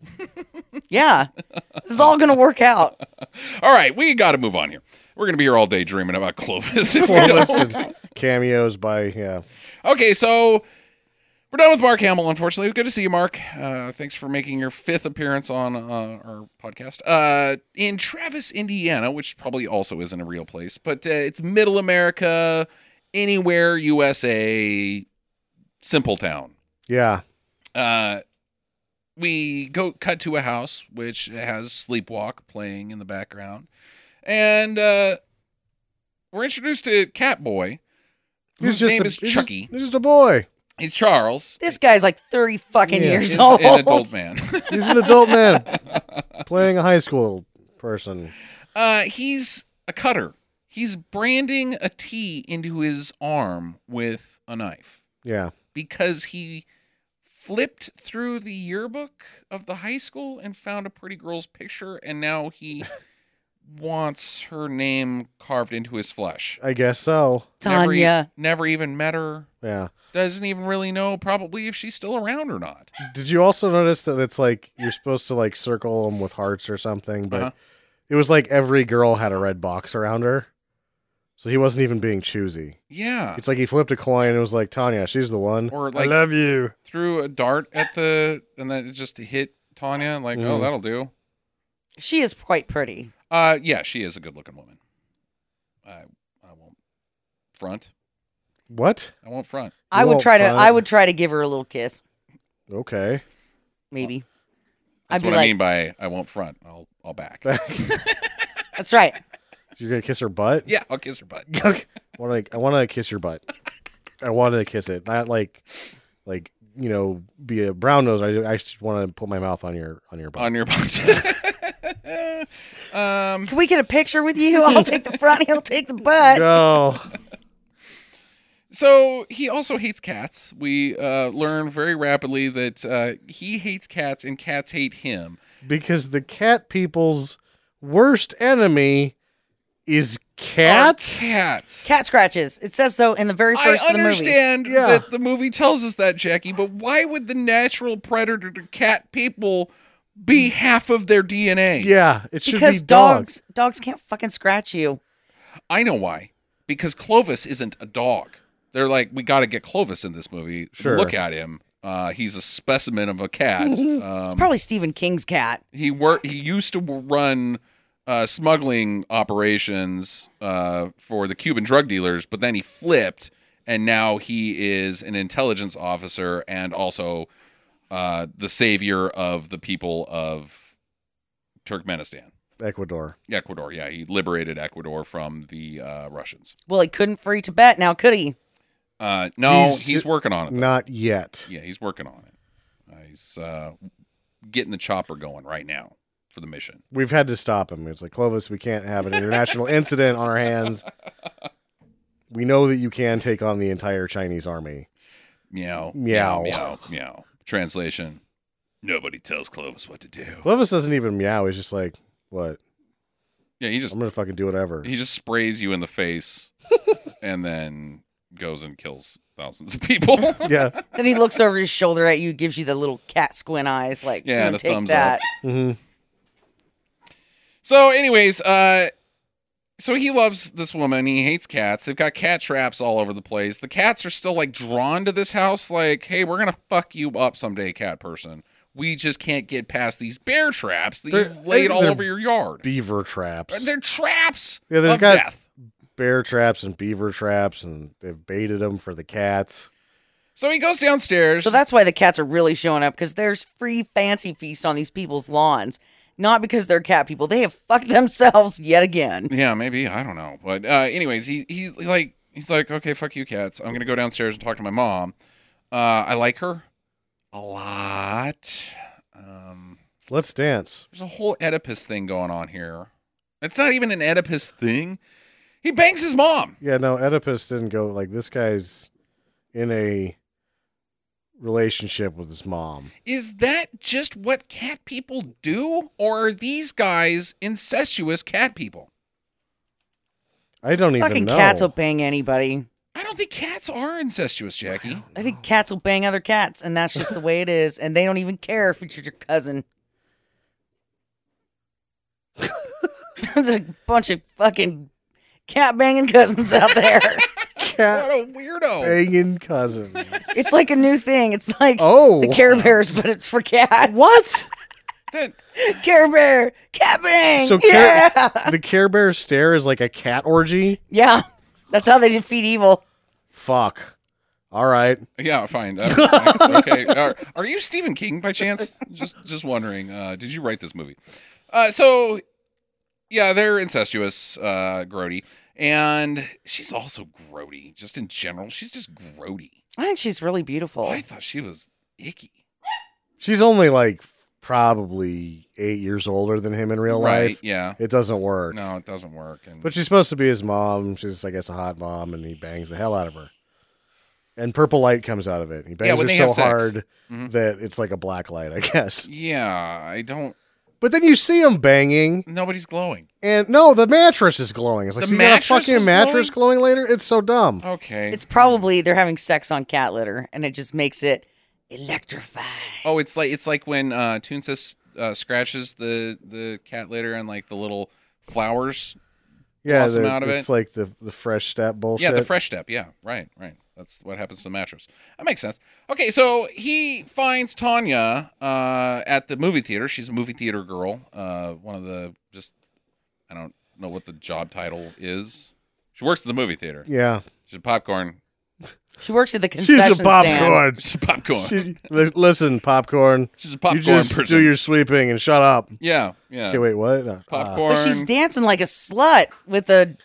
G: yeah, this is all gonna work out.
A: All right, we got to move on here. We're gonna be here all day dreaming about Clovis. if we don't.
F: Clovis and cameos by yeah.
A: Okay, so we're done with Mark Hamill. Unfortunately, it was good to see you, Mark. Uh, thanks for making your fifth appearance on uh, our podcast uh, in Travis, Indiana, which probably also isn't a real place, but uh, it's Middle America, anywhere USA, simple town.
F: Yeah.
A: Uh, we go cut to a house which has Sleepwalk playing in the background, and uh, we're introduced to Catboy. Whose name
F: a-
A: is
F: he's
A: Chucky.
F: Just, he's just a boy.
A: He's Charles.
F: [laughs]
G: This guy's like thirty fucking
F: Yeah,
G: years
A: is
G: old.
A: an adult man. [laughs]
F: He's an adult man playing a high school person.
A: Uh, he's a cutter. He's branding a T into his arm with a knife
F: Yeah.
A: because he flipped through the yearbook of the high school and found a pretty girl's picture, and now
G: [laughs]
A: he wants her name carved into his flesh.
F: I guess so.
A: Never, e-
G: Tanya.
A: never even met her.
F: Yeah.
A: Doesn't even really know probably if she's still around or not.
F: Did you also notice that it's like you're supposed to like circle them with hearts or something, but
A: Uh-huh.
F: it was like every girl had a red box around her. So he wasn't even being choosy.
A: Yeah.
F: It's like he flipped a coin and it was like Tanya, she's the one.
A: Ah. Or,
F: I
A: like-
F: love you.
A: Threw a dart at the, and then it just hit Tanya, like, oh,
F: Mhm.
A: that'll do.
G: She is quite pretty.
A: Uh, yeah, she is a good-looking woman. I I won't front.
F: What?
A: I won't front.
G: I would
F: won't
G: try to.
F: find-
G: I would try to give her a little kiss,
F: Okay.
G: maybe.
A: That's
G: I'd be
A: what
G: like,
A: I mean by I won't front. I'll I'll back.
G: that's right.
F: You're gonna kiss her butt?
A: yeah, I'll kiss her butt. [laughs]
F: I want to. I want to kiss your butt. I want to kiss it, not like, like you know, be a brown nose. I, I just want to put my mouth on your on your butt.
A: On your butt. um.
G: Can we get a picture with you? I'll take the front. He'll take the
F: [laughs]
G: butt.
F: no.
A: So he also hates cats. We uh, learn very rapidly that uh, he hates cats and cats hate him.
F: because the cat people's worst enemy is cats.
A: Are Cats.
G: Cat scratches. It says so in the very
A: I
G: first of the movie.
A: understand
F: Yeah.
A: that the movie tells us that, Jackie, but why would the natural predator to cat people be half of their DNA?
F: Yeah, it should
G: Because
F: be dogs.
G: dogs, dogs, can't fucking scratch you.
A: I know why. Because Clovis isn't a dog. They're like, we got to get Clovis in this movie.
F: Sure.
A: Look at him. Uh, he's a specimen of a cat.
G: It's
A: um,
G: probably Stephen King's cat.
A: he worked. He used to run uh, smuggling operations uh, for the Cuban drug dealers, but then he flipped, and now he is an intelligence officer and also uh, the savior of the people of Turkmenistan,
F: Ecuador.
A: Ecuador. Yeah, he liberated Ecuador from the uh, Russians.
G: Well, he couldn't free Tibet now, could he?
A: Uh, no, he's,
F: He's ju-
A: working on it. though.
F: Not yet.
A: Yeah, he's working on it. Uh, he's uh, getting the chopper going right now for the mission.
F: We've had to stop him. It's like Clovis, we can't have an international incident on our hands. We know that you can take on the entire Chinese army.
A: Meow.
F: Meow.
A: Meow. meow. Translation: Nobody tells Clovis what to do.
F: Clovis doesn't even meow. He's just like, "What?
A: Yeah, he just
F: I'm gonna fucking do whatever."
A: he just sprays you in the
F: [laughs]
A: face, and then goes and kills thousands of people. [laughs]
F: yeah.
G: Then he looks over his shoulder at you, gives you the little cat squint eyes, like,
A: Yeah,
G: "Mm,
A: and a
G: take
A: thumbs
G: that.
A: up.
F: hmm
A: So, anyways, uh, so he loves this woman. He hates cats. They've got cat traps all over the place. The cats are still like drawn to this house. Like, hey, we're gonna fuck you up someday, cat person. We just can't get past these bear traps that
F: They're-
A: you've laid all
F: they're-
A: over your yard.
F: Beaver traps,
A: They're traps.
F: Yeah, they've
A: of
F: got-
A: death.
F: bear traps, and beaver traps, and they've baited them for the cats.
A: So he goes downstairs.
G: So that's why the cats are really showing up because there's free fancy feast on these people's lawns, not because they're cat people. They have fucked [laughs] themselves yet again.
A: Yeah, maybe I don't know, but uh, anyways, he he like he's like, okay, fuck you, cats. I'm gonna go downstairs and talk to my mom. Uh, I like her a lot. Um,
F: Let's dance.
A: there's a whole Oedipus thing going on here. It's not even an Oedipus thing. He bangs his mom.
F: Yeah, no, Oedipus didn't go like this. Guy's in a relationship with his mom.
A: Is that just what cat people do, or are these guys incestuous cat people?
F: I don't
G: Fucking
F: even know.
G: cats will bang anybody.
A: I don't think cats are incestuous, Jackie.
G: I
F: [sighs]
G: think cats will bang other cats, and that's just the way it is. And they don't even care if it's your
F: [laughs]
G: cousin. [laughs] There's a bunch of fucking cat banging cousins out there.
F: [laughs]
G: [laughs]
F: cat
A: What a weirdo.
F: banging cousins.
G: it's like a new thing. It's like
F: Oh.
G: the Care Bears, but it's for cats.
F: what?
A: That-
G: [laughs] Care Bear, cat bang.
F: So
G: yeah,
F: Care- the Care Bear stare is like a cat orgy.
G: yeah. That's how they defeat evil.
F: Fuck. All right.
A: Yeah, fine.
F: [laughs]
A: Uh, okay. Are, are you Stephen King by chance? Just just wondering. Uh, did you write this movie? Uh, so, yeah, they're incestuous, uh, grody, and she's also grody. Just in general, she's just grody.
G: I think she's really
F: Oh.
G: beautiful.
A: I thought she was icky.
F: She's only like probably eight years older than him in real
A: right?
F: life.
A: Yeah.
F: It doesn't work.
A: No, it doesn't work. And
F: But she's supposed to be his mom. She's, I guess, a hot mom, and he bangs the hell out of her. And purple light comes out of it. He bangs
A: when they
F: her
A: have
F: so
A: sex.
F: hard
A: Mhm.
F: that it's like a black light, I guess.
A: yeah, I don't.
F: But then you see him banging,
A: Nobody's glowing.
F: and no, the mattress is glowing. It's like
A: The
F: so you got a
A: mattress
F: fucking
A: was
F: mattress glowing? later. It's so dumb.
A: Okay.
G: It's probably they're having sex on cat litter, and it just makes it electrified.
A: Oh, it's like it's like when uh, Toonsis uh, scratches the the cat litter and like the little flowers
F: Yeah,
A: blossom
F: the-
A: out of
F: it's
A: it.
F: like the the fresh step bullshit.
A: Yeah, the fresh step. Yeah, right, right. That's what happens to the mattress. That makes sense. Okay, so he finds Tanya uh, at the movie theater. She's a movie theater girl. Uh, one of the just, I don't know what the job title is. She works at the movie theater.
F: Yeah,
A: She's a popcorn. [laughs]
G: She works at the concession stand.
A: She's a popcorn.
F: She- li- listen, popcorn.
A: She's a popcorn
F: You just
A: person.
F: do your sweeping and shut up.
A: yeah, yeah.
F: Okay, wait, what? Uh,
A: popcorn.
G: But she's dancing like a slut with a.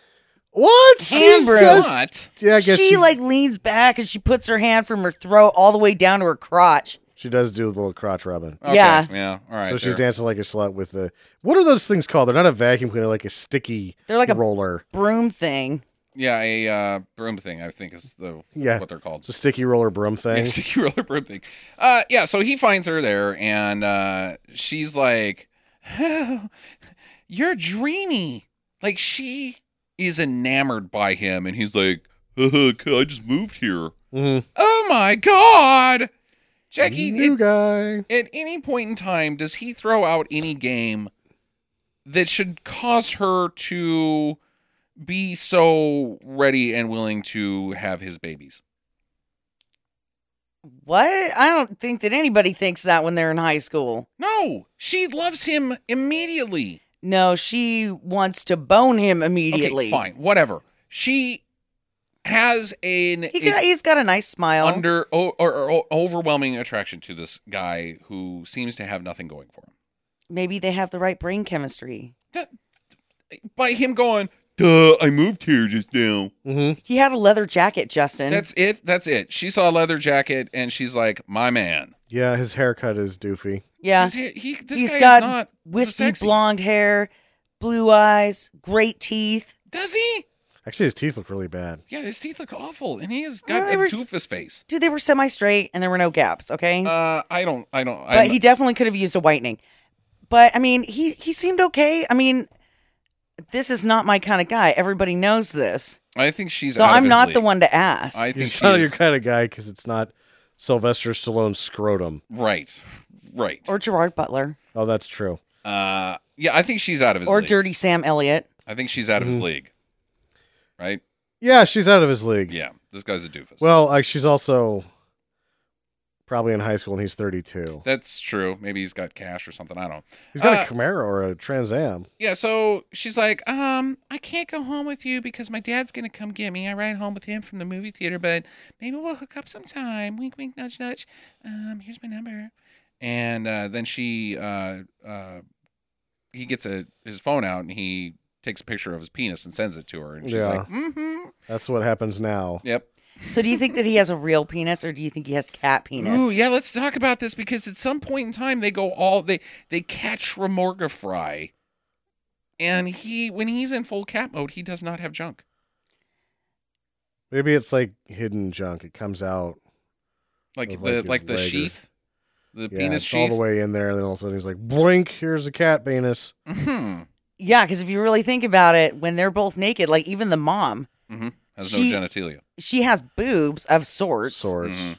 F: what?
A: She's
G: Ambrose.
F: just-
A: not.
F: yeah, I guess
G: she
F: she,
G: like leans back and she puts her hand from her throat all the way down to her crotch.
F: she does do the little crotch rubbing.
A: Okay,
G: Yeah.
A: Yeah. All right.
F: so she's
A: there.
F: dancing like a slut with the. What are those things called? They're not a vacuum cleaner, like a sticky.
G: They're like a-
F: roller.
G: Broom thing.
A: Yeah, a uh, broom thing. I think is the
F: Yeah.
A: what they're called.
F: It's a sticky roller broom thing.
A: Yeah, [laughs] sticky roller broom thing. Uh, yeah, so he finds her there, and uh, she's like, [laughs] oh, "You're dreamy." Like she is enamored by him, and he's like, [laughs] "Uh, "I just moved here."
F: Mhm.
A: Oh my god, Jackie!
F: New
A: at-
F: guy.
A: at any point in time, does he throw out any game that should cause her to be so ready and willing to have his babies?
G: What? I don't think that anybody thinks that when they're in high school.
A: No, she loves him immediately.
G: No, she wants to bone him immediately.
A: Okay, fine, whatever. She has an,
G: He
A: a
G: got, he's got a nice smile.
A: under o- or, or, or overwhelming attraction to this guy who seems to have nothing going for him.
G: Maybe they have the right brain chemistry.
A: By him going, duh, I moved here just now.
F: Mm-hmm.
G: He had a leather jacket, Justin.
A: That's it. That's it. She saw a leather jacket and she's like, my man.
F: Yeah, his haircut is doofy.
G: yeah.
A: He's, he, he, this
G: He's
A: guy
G: got
A: is not
G: wispy
A: sexy.
G: blonde hair, blue eyes, great teeth.
A: Does he?
F: Actually, his teeth look really bad.
A: Yeah, his teeth look awful, and he has
G: Well,
A: got
G: they
A: a
G: were
A: tooth
G: s-
A: his face.
G: Dude, they were semi straight and there were no gaps, okay?
A: Uh, I don't. I don't.
G: but
A: I'm-
G: he definitely could have used a whitening. But I mean, he he seemed okay. I mean, this is not my kind of guy. Everybody knows this.
A: I think she's.
G: so
A: out of
G: I'm
A: his
G: not the
A: league.
G: one to ask.
A: I
F: You're
A: think she's
F: not your kind of guy because it's not Sylvester Stallone's scrotum.
A: right. Right.
G: or Gerard Butler
F: Oh, that's true.
A: uh, yeah, I think she's out of his
G: or
A: league.
G: Dirty Sam Elliott.
A: I think she's out of
F: Mm-hmm.
A: his league. Right.
F: Yeah, she's out of his league.
A: Yeah. This guy's a doofus.
F: Well, uh, she's also probably in high school and he's 32.
A: That's true. Maybe he's got cash or something. I don't.
F: He's got
A: Uh,
F: a Camaro or a Trans Am.
A: Yeah. So she's like, um, I can't go home with you because my dad's gonna come get me. I ride home with him from the movie theater, but maybe we'll hook up sometime. Wink, wink, nudge, nudge. Um, here's my number. And uh, then she, uh, uh, he gets a his phone out and he takes a picture of his penis and sends it to her, and she's
F: Yeah.
A: like, mm-hmm.
F: That's what happens now.
A: Yep.
G: So do you think that he has a real penis or do you think he has cat penis?
A: Ooh, yeah. Let's talk about this because at some point in time they go all they they catch Remorgifry, and he when he's in full cat mode he does not have junk.
F: Maybe it's like hidden junk. It comes out.
A: like
F: Of,
A: the
F: like,
A: like
F: his
A: the
F: leg or-
A: sheath, the
F: yeah,
A: penis
F: it's all
A: sheath.
F: the way in there. And then all of a sudden he's like, blink, here's a cat penis.
A: Mhm.
G: Yeah, because if you really think about it, when they're both naked, like even the mom,
A: Has
G: She-
A: no genitalia.
G: she has boobs of sorts,
F: Swords.
A: Mhm.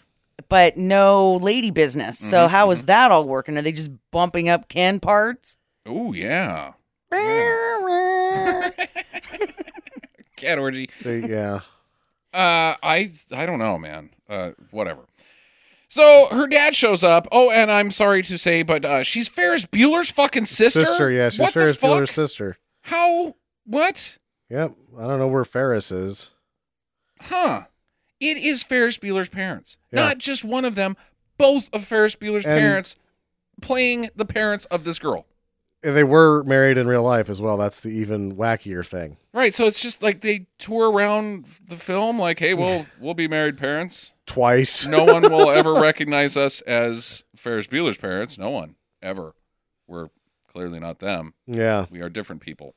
G: but no lady business.
A: Mm-hmm,
G: So how is that all working? Are they just bumping up Ken parts?
A: Oh yeah, Mm-hmm.
G: I
A: cat orgy.
F: [laughs] They- yeah.
A: Uh, I I don't know, man. Uh, whatever. So her dad shows up. Oh, and I'm sorry to say, but uh, she's Ferris Bueller's fucking [laughs] sister.
F: yeah. She's
A: What the
F: Ferris
A: fuck?
F: Bueller's sister.
A: How? What?
F: Yep. I don't know where Ferris is.
A: Huh? It is Ferris Bueller's parents,
F: Yeah.
A: not just one of them. Both of Ferris Bueller's
F: And-
A: parents playing the parents of this girl.
F: And they were married in real life as well. That's the even wackier thing.
A: Right, so it's just like they tour around the film, like, "Hey, we'll we'll be married parents.
F: Twice.
A: No one will
F: [laughs]
A: ever recognize us as Ferris Bueller's parents. No one ever. We're clearly not them.
F: Yeah.
A: We are different people."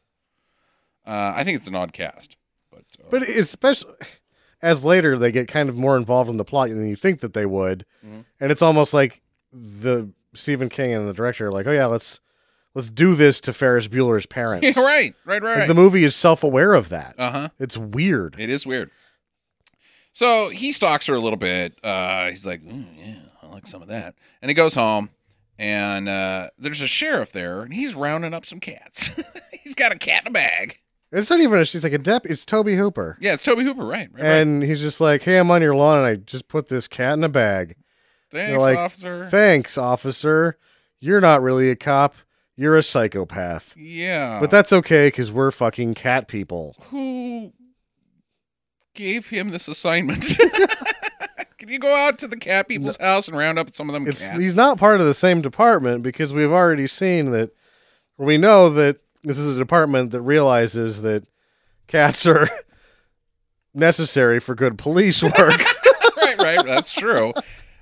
A: Uh, I think it's an odd cast, but, uh,
F: But especially as later they get kind of more involved in the plot than you think that they would,
A: Mm-hmm.
F: and it's almost like the Stephen King and the director are like, "Oh yeah, let's let's do this to
A: [laughs]
F: Ferris Bueller's parents."
A: Yeah, right, right, right,
F: Like,
A: right.
F: The movie is self-aware of that.
A: uh huh.
F: It's weird.
A: It is weird. So he stalks her a little bit. Uh, he's like, "Ooh, yeah, I like some of that. And he goes home, and uh, there's a sheriff there, and he's rounding up some cats. [laughs] he's got a cat in a bag.
F: It's not even. She's like a dep. It's Toby Hooper,
A: Yeah, it's Toby Hooper, right? right right.
F: and he's just like, "Hey, I'm on your lawn, and I just put this cat in a bag." And
A: Thanks,
F: they're like,
A: officer.
F: "Thanks, officer. You're not really a cop. You're a psychopath."
A: yeah.
F: But that's okay because we're fucking cat people.
A: who gave him this
F: [laughs]
A: assignment? [laughs] Can you go out to the cat people's house and round up some of them
F: it's
A: cats?
F: he's not part of the same department because we've already seen that or we know that this is a department that realizes that cats are [laughs] necessary for good police work.
A: [laughs] right, right. That's
F: [laughs]
A: true.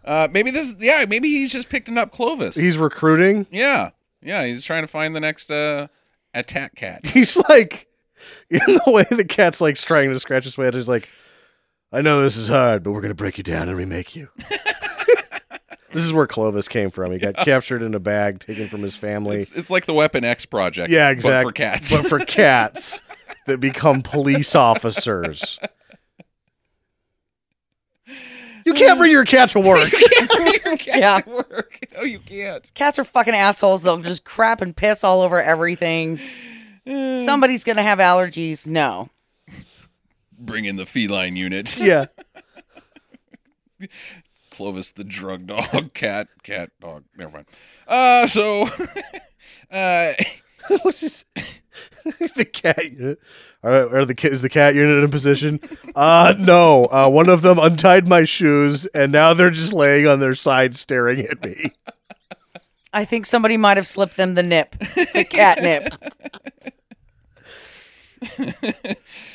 A: Uh, maybe this. Yeah, maybe he's just picking up Clovis.
F: he's recruiting.
A: Yeah. Yeah, he's trying to find the next uh attack
F: [laughs]
A: cat.
F: He's like in the way the cat's like trying to scratch his way out, he's like, I know this is hard, but we're gonna break you down and remake you. this is where Clovis came from. He got captured in a bag, taken from his family.
A: It's, it's like the Weapon X [laughs] project.
F: Yeah,
A: But
F: exactly.
A: for cats. [laughs]
F: [laughs] But for cats that become police officers. You can't bring your cat
A: [laughs]
F: to work.
G: Yeah.
A: work. No, you can't.
G: Cats are fucking assholes. They'll just crap and piss all
A: [sighs]
G: over everything. Somebody's gonna have allergies. No.
A: Bring in the feline unit.
F: yeah. [laughs]
A: Clovis the drug dog. [laughs] Cat. [laughs] Cat dog. Never mind. Uh so uh
F: the cat unit. All right, are the ki- is the cat unit in position? Uh no. Uh, one of them untied my shoes, and now they're just laying on their side, staring at me. [laughs]
G: I think somebody might have slipped them the nip, the catnip.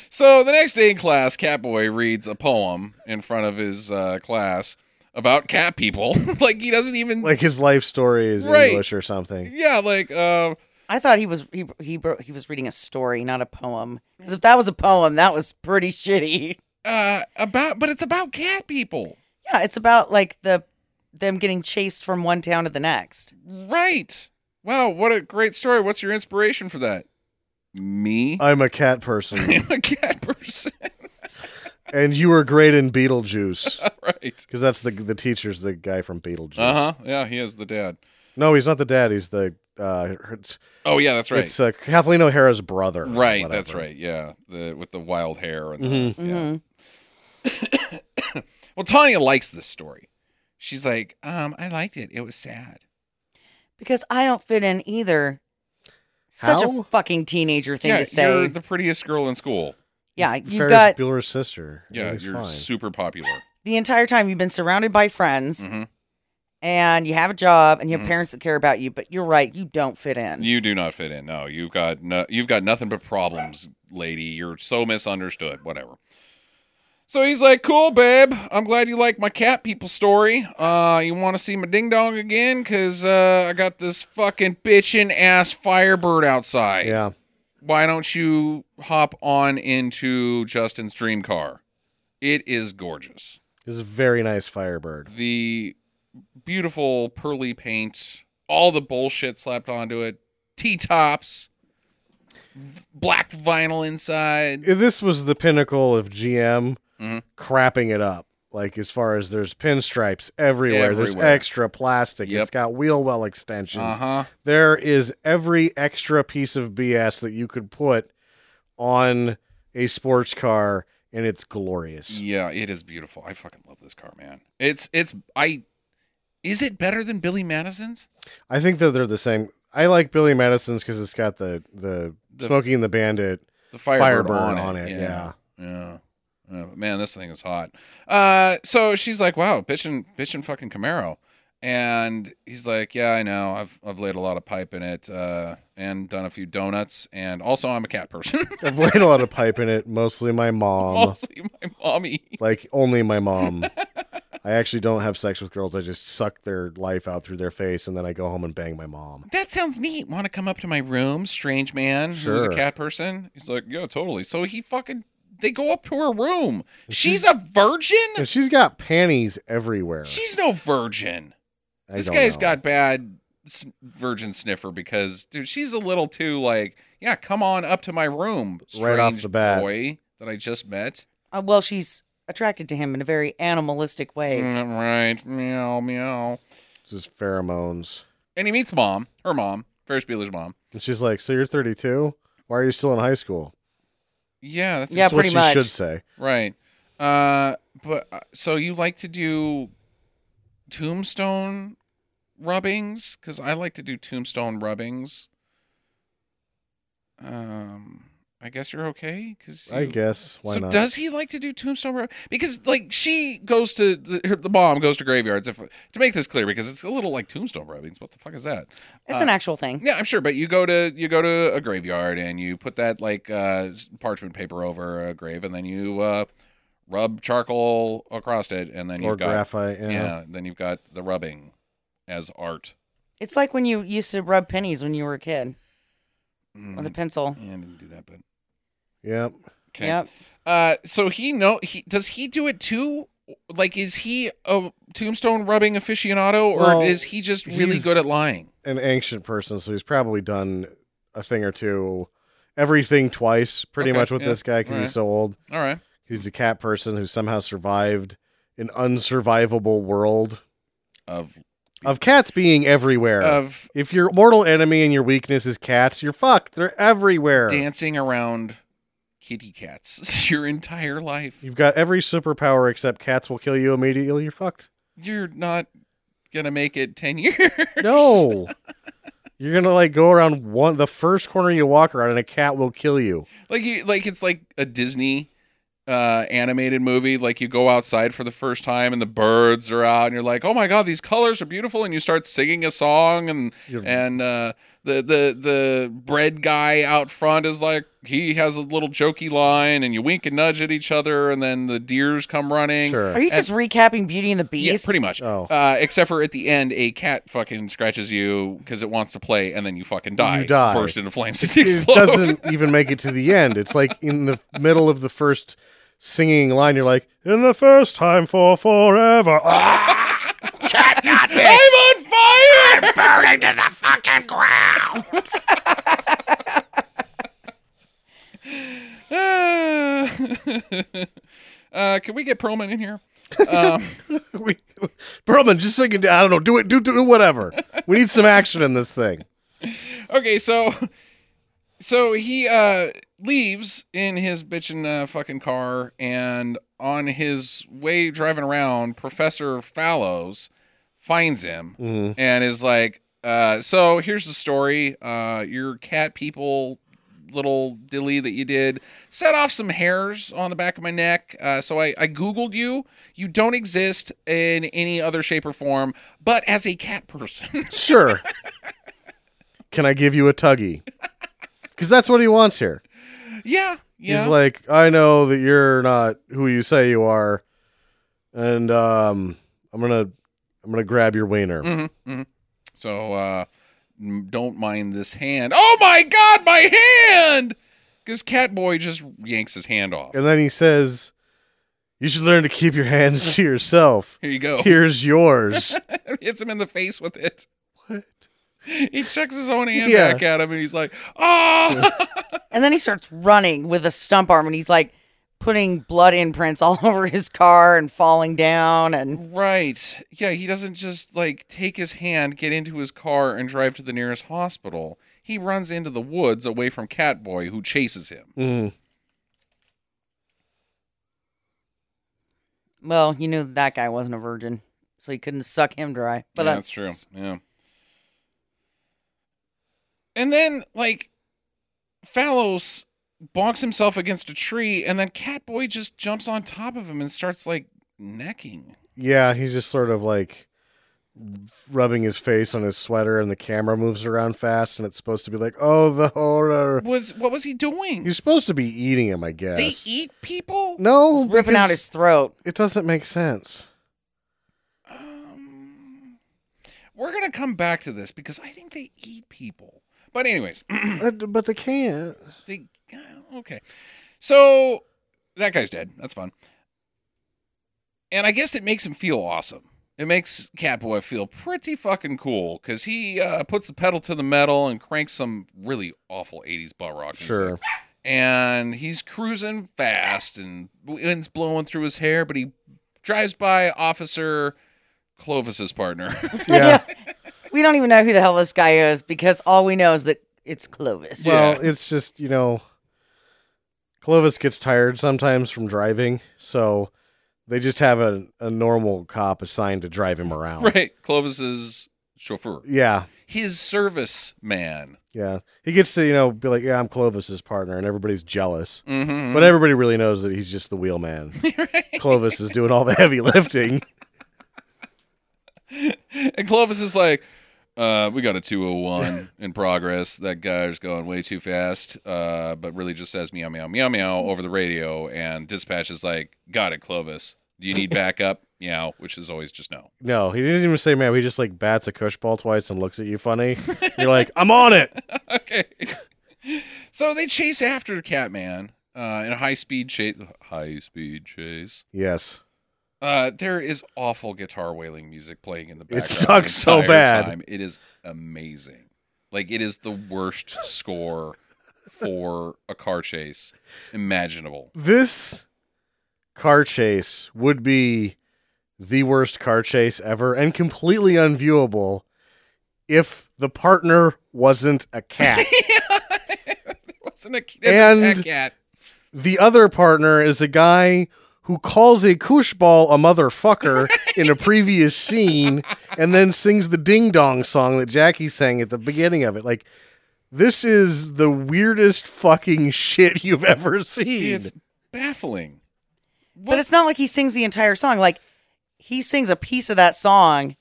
A: So the next day in class, Catboy reads a poem in front of his uh, class about cat people. [laughs] like he doesn't even
F: Like his life story is
A: Right.
F: English or something.
A: yeah, like uh,
G: I thought he was he he, bro- he was reading a story, not a poem. Because if that was a poem, that was pretty [laughs] shitty.
A: uh about but it's about cat people.
G: Yeah, it's about like the them getting chased from one town to the next.
A: Right. Wow, what a great story. What's your inspiration for that? Me?
F: I'm a cat person,
A: [laughs] I'm a cat person. [laughs]
F: and you were great in Beetlejuice
A: right.
F: because that's the the teacher's the guy from Beetlejuice.
A: Uh-huh. Yeah, he is the dad.
F: No, he's not the dad. He's the uh, it's,
A: Oh yeah, that's right.
F: it's uh, Kathleen O'Hara's brother. or
A: Right, that's
F: whatever.
A: right. Yeah, the with the wild hair and
F: Mhm.
A: the, yeah.
G: Mm-hmm.
A: well, Tanya likes this story. She's like, um, I liked it. It was sad.
G: Because I don't fit in either. Such
F: How?
G: a fucking teenager thing
A: yeah,
G: to say.
A: you're the prettiest girl in school.
G: yeah, you've
F: Ferris
G: got
F: Bueller's sister.
A: Yeah,
F: Everything's
A: you're
F: fine.
A: super popular.
G: the entire time you've been surrounded by friends
A: Mhm.
G: and you have a job and you have
A: Mhm.
G: parents that care about you, but you're right, you don't fit in.
A: You do not fit in. No, you've got no, you've got nothing but problems, lady. You're so misunderstood. Whatever. So he's like, "Cool, babe. I'm glad you like my cat people story. Uh, you want to see my ding dong again? Cause uh, I got this fucking bitchin' ass Firebird outside.
F: Yeah,
A: why don't you hop on into Justin's dream car? It is gorgeous.
F: this is a very nice Firebird.
A: The beautiful pearly paint, all the bullshit slapped onto it, T tops, black vinyl inside.
F: If Eh, This was the pinnacle of GM
A: Mhm.
F: crapping it up. Like as far as there's pinstripes everywhere, there's
A: Everywhere.
F: extra plastic.
A: Yep.
F: It's got wheel well extensions.
A: Uh huh.
F: There is every extra piece of BS that you could put on a sports car, and it's glorious.
A: Yeah, it is beautiful. I fucking love this car, man. It's it's I. Is it better than Billy Madison's?
F: I think that they're the same. I like Billy Madison's because it's got the the,
A: The-
F: Smokey and the Bandit
A: The
F: Firebird,
A: Firebird,
F: on, it. Yeah.
A: Yeah. Yeah, but man, this thing is hot. Uh, so she's like, "Wow, bitchin', bitchin' fucking Camaro," and he's like, "Yeah, I know. I've I've laid a lot of pipe in it, uh, and done a few donuts, and also I'm a cat person, [laughs]
F: I've laid a lot of pipe in it. Mostly my mom.
A: mostly my mommy."
F: like only my mom. I actually don't have sex with girls. I just suck their life out through their face, and then I go home and bang my mom.
A: That sounds neat. Want to come up to my room, strange man who's
F: Sure.
A: a cat person? He's like, "Yeah, totally." So he fucking they go up to her room. She's a virgin.
F: And she's got panties everywhere.
A: She's no virgin.
F: I
A: this
F: don't
A: guy's
F: know.
A: got bad s- virgin sniffer because dude she's a little too like yeah come on up to my room
F: Right off
A: strange
F: the bat.
A: boy that i just met
G: Uh, well, she's attracted to him in a very animalistic way.
A: Mm, right meow meow
F: just pheromones.
A: and he meets mom her mom ferris bueller's mom
F: And she's like, "So you're 32? Why are you still in high school?"
A: yeah that's
G: Yeah,
F: That's what
G: pretty
F: she
G: much.
F: should say.
A: right uh but uh, so you like to do tombstone rubbings because i like to do tombstone rubbings um i guess you're okay because
F: I guess why
A: so
F: not?
A: does he like to do tombstone Road? Because like she goes to the, her, the mom goes to graveyards. If to make this clear, because it's a little like tombstone rubbings. What the fuck is that?
G: It's
A: Uh,
G: an actual thing.
A: Yeah, I'm sure. But you go to you go to a graveyard and you put that like uh, parchment paper over a grave, and then you uh, rub charcoal across it, and then
F: or
A: you've got
F: graphite? Yeah.
A: yeah, then you've got the rubbing as art.
G: It's like when you used to rub pennies when you were a kid
A: Mm,
G: with a pencil.
A: yeah, I didn't do that, but
F: Yep.
A: okay.
G: Yep.
A: Uh, so he know he does he do it too? Like, is he a tombstone rubbing aficionado, or
F: Well,
A: is he just really
F: he's-
A: good at lying?
F: An ancient person, so he's probably done a thing or two, everything twice, pretty
A: Okay,
F: much with
A: yeah,
F: this guy because
A: alright.
F: he's so old.
A: All right,
F: He's a cat person who somehow survived an unsurvivable world
A: of
F: of cats being everywhere.
A: of
F: if your mortal enemy and your weakness is cats, you're fucked. They're everywhere.
A: dancing around kitty cats [laughs] your entire life.
F: You've got every superpower except cats will kill you immediately.
A: [laughs]
F: You're fucked.
A: You're not gonna make it ten years.
F: No. You're gonna like go around one the first corner you walk around, and a cat will kill you.
A: Like you like it's like a Disney uh animated movie like you go outside for the first time and the birds are out and you're like oh my god these colors are beautiful and you start singing a song and
F: You're-
A: and uh the the the bread guy out front is like he has a little jokey line and you wink and nudge at each other and then the deers come running
F: Sure.
G: Are you just recapping Beauty and the Beast?
A: yeah pretty much
F: Oh.
A: uh except for at the end a cat fucking scratches you because it wants to play and then you fucking die,
F: You die.
A: burst into flames and [laughs]
F: it
A: explode
F: doesn't even make it to the end. It's like in the middle of the first singing line, you're like, "In the first time for forever." [laughs] Ah!
A: I'm on fire!
B: Burning to the fucking ground!
A: uh, can we get Perlman in here?
F: we, Perlman, just sing it. I don't know. Do it. Do do whatever. We need some action in this thing.
A: Okay, so [laughs] so he uh leaves in his bitchin' uh, fucking car, and on his way driving around, Professor Fallows finds him
F: Mm-hmm.
A: and is like, uh, "So here's the story. Uh, your cat people." little dilly that you did set off some hairs on the back of my neck uh, so I, I googled you you don't exist in any other shape or form but as a cat person [laughs]
F: Sure. Can I give you a tuggy? Because that's what he wants here.
A: yeah yeah
F: He's like, I know that you're not who you say you are, and um, I'm gonna, I'm gonna grab your
A: Mm.
F: wiener.
A: Mm-hmm, So uh m- don't mind this hand. Oh my god, my hand! Because Catboy just yanks his hand off.
F: And then he says, "You should learn to keep your hands
A: [laughs]
F: to yourself.
A: Here you go.
F: Here's yours."
A: Hits him in the face with it.
F: what?
A: [laughs] He checks his own hand
F: Yeah.
A: back at him and he's like, ah! [laughs]
G: And then he starts running with a stump arm and he's like putting blood imprints all [laughs] over his car and falling down and
A: right. Yeah, he doesn't just like take his hand, get into his car, and drive to the nearest hospital. He runs into the woods away from Catboy, who chases him.
F: Mm.
G: well, you knew that guy wasn't a virgin, so you couldn't suck him dry. But
A: Yeah,
G: uh,
A: that's true. Yeah. And then like Fallos bonks himself against a tree, and then Catboy just jumps on top of him and starts like necking.
F: Yeah, he's just sort of like rubbing his face on his sweater, and the camera moves around fast, and it's supposed to be like, "Oh, the horror."
A: Was what was he doing?
F: He's supposed to be eating him, I guess.
A: They eat people.
F: no,
G: ripping out
F: because
G: his throat.
F: It doesn't make sense.
A: Um, we're gonna come back to this because I think they eat people. But anyways, [clears throat]
F: Uh, but they can't.
A: they okay. So that guy's dead. That's fun. And I guess it makes him feel awesome. It makes Catboy feel pretty fucking cool because he uh, puts the pedal to the metal and cranks some really awful '80s butt rock. music.
F: Sure.
A: And he's cruising fast and wind's blowing through his hair, but he drives by Officer Clovis's partner. [laughs]
F: Yeah.
G: [laughs] We don't even know who the hell this guy is because all we know is that it's Clovis.
A: Yeah.
F: Well, it's just, you know, Clovis gets tired sometimes from driving, so they just have a, a normal cop assigned to drive him around.
A: right, Clovis's chauffeur,
F: Yeah.
A: his service man.
F: Yeah. He gets to, you know, be like, yeah, I'm Clovis's partner, and everybody's jealous.
A: Mm-hmm.
F: But everybody really knows that he's just the
A: [laughs]
F: wheel man. Clovis is doing all the heavy lifting.
A: [laughs] And Clovis is like, uh, we got a 201 in progress. That guy's going way too fast, uh, but really just says meow, meow, meow, meow over the radio. And dispatch is like, got it, Clovis. Do you need backup? meow, which is always just no. [laughs]
F: No, he didn't even say, man. He just like bats a cush ball twice and looks at
A: [laughs]
F: you funny. You're like, I'm on it.
A: okay. so they chase after Catman uh, in a high speed chase. High speed chase.
F: Yes.
A: Uh, there is awful guitar wailing music playing in the background. the
F: sucks so
A: entire
F: bad.
A: time. It is amazing. Like it is the worst score for a car chase imaginable. [laughs]
F: this car chase would be the worst car chase ever and completely unviewable if the partner wasn't a cat.
A: It wasn't a, it was a
F: And-
A: cat.
F: the other partner is a guy who calls a koosh ball a motherfucker in a previous scene and then sings the ding dong song that Jackie sang at the beginning of it. Like, this is the weirdest fucking shit you've ever seen.
A: It's baffling.
G: But it's not like he sings the entire song. Like he sings a piece of that song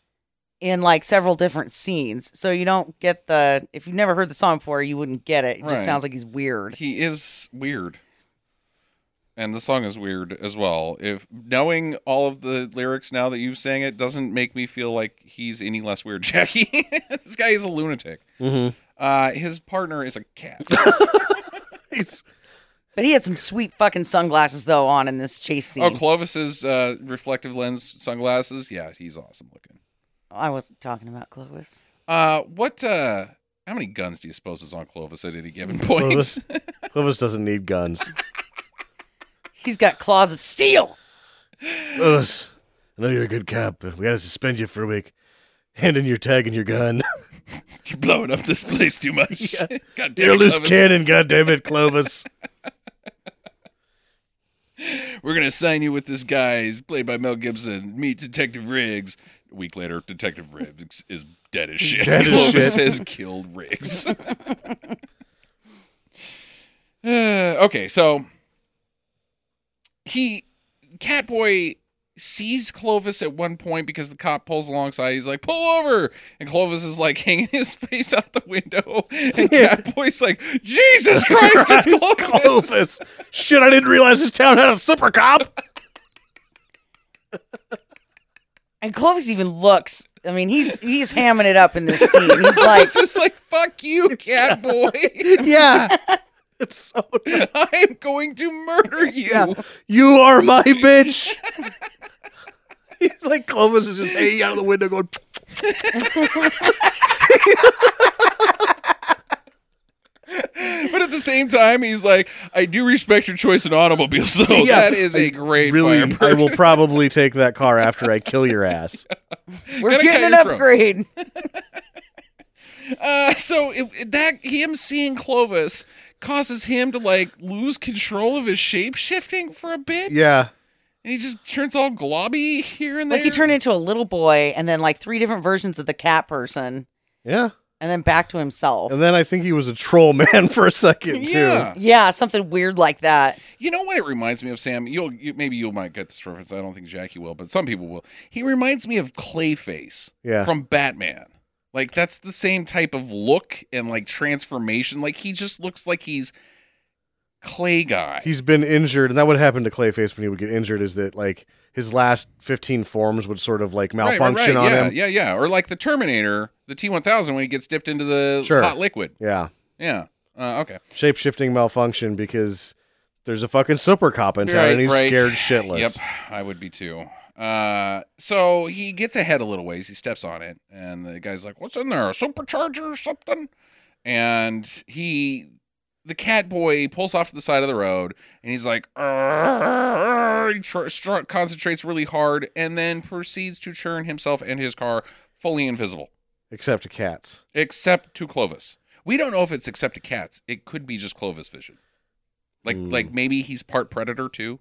G: in like several different scenes. So you don't get the if you've never heard the song before, you wouldn't get it. It
A: Right.
G: just sounds like he's weird.
A: He is weird. And the song is weird as well. If knowing all of the lyrics now that you sang it doesn't make me feel like he's any less weird, [laughs] Jackie. this guy is a lunatic.
F: Mhm.
A: Uh, his partner is a cat. [laughs]
F: It's-
G: But he had some sweet fucking sunglasses though on in this chase scene.
A: oh, Clovis's uh, reflective lens sunglasses. Yeah, he's awesome looking.
G: I wasn't talking about Clovis.
A: Uh, what? Uh, how many guns do you suppose is on Clovis at any given point? [laughs]
F: Clovis, Clovis doesn't need guns.
G: He's got claws of steel.
F: Clovis, I know you're a good cop, but we gotta suspend you for a week. Hand in your tag and
A: [laughs]
F: your gun.
A: You're blowing up this place too much. [laughs] God damn
F: You're a
A: it,
F: loose
A: Clovis.
F: cannon, goddammit, Clovis.
A: We're gonna sign you with this guy. He's played by Mel Gibson. Meet Detective Riggs. A week later, Detective Riggs is dead as shit.
F: Dead as
A: Clovis
F: shit.
A: has killed Riggs. Uh, okay, so he Catboy sees Clovis at one point because the cop pulls alongside. He's like, "Pull over!" And Clovis is like [laughs] hanging his face out the window, and
F: Yeah.
A: Catboy's like, "Jesus [laughs] Christ,
F: [laughs]
A: it's Clovis!"
F: Clovis. Shit, I didn't realize this town had a super cop.
A: [laughs]
G: And Clovis even looks. I mean, he's he's hamming it up in
A: [laughs]
G: this scene. He's like,
A: This is like, fuck
F: [laughs]
A: you, [laughs] Catboy.
F: yeah. [laughs] It's so
A: I am going to murder you.
F: yeah. You are my bitch. [laughs] He's like Clovis is just hanging out of the window going
A: But at the same time, he's like, I do respect your choice in automobile, [laughs] so
F: Yeah.
A: that is a great
F: really
A: Firebird.
F: I will
A: [laughs]
F: probably take that car after I kill your ass.
G: we're
A: Gotta
G: getting
A: cut
G: an
A: your throat.
G: upgrade.
A: Uh, so it, it- that him seeing Clovis causes him to like lose control of his shape shifting for a bit.
F: Yeah.
A: and he just turns all globby here and there.
G: Like he turned into a little boy, and then like three different versions of the cat person,
F: Yeah.
G: and then back to himself.
F: And then I think he was a troll man [laughs] for a second too.
A: Yeah,
G: Yeah, something weird like that.
A: you know what it reminds me of, Sam. You'll you, maybe you might get this reference. I don't think Jackie will, but some people will. He reminds me of Clayface.
F: Yeah.
A: from Batman. Like that's the same type of look and like transformation. Like he just looks like he's clay guy.
F: He's been injured, and that would happen to Clayface when he would get injured. Is that like his last fifteen forms would sort of like
A: Right, right,
F: malfunction
A: right.
F: on
A: yeah,
F: him?
A: Yeah, yeah, Or like the Terminator, the T one thousand when he gets dipped into the
F: Sure.
A: hot liquid.
F: Yeah,
A: Yeah. Uh, okay.
F: shape shifting malfunction because there's a fucking super cop in town,
A: Right,
F: and he's
A: right.
F: scared shitless.
A: Yep. I would be too. Uh, so he gets ahead a little ways. He steps on it, and the guy's like, "What's in there? A supercharger or something?" And he, the cat boy, pulls off to the side of the road, and he's like, "Arr!" he tr- str- concentrates really hard, and then proceeds to churn himself and his car fully invisible,
F: Except to cats.
A: except to Clovis. We don't know if it's except to cats. It could be just Clovis vision. Like,
F: Hmm.
A: like maybe he's part predator too.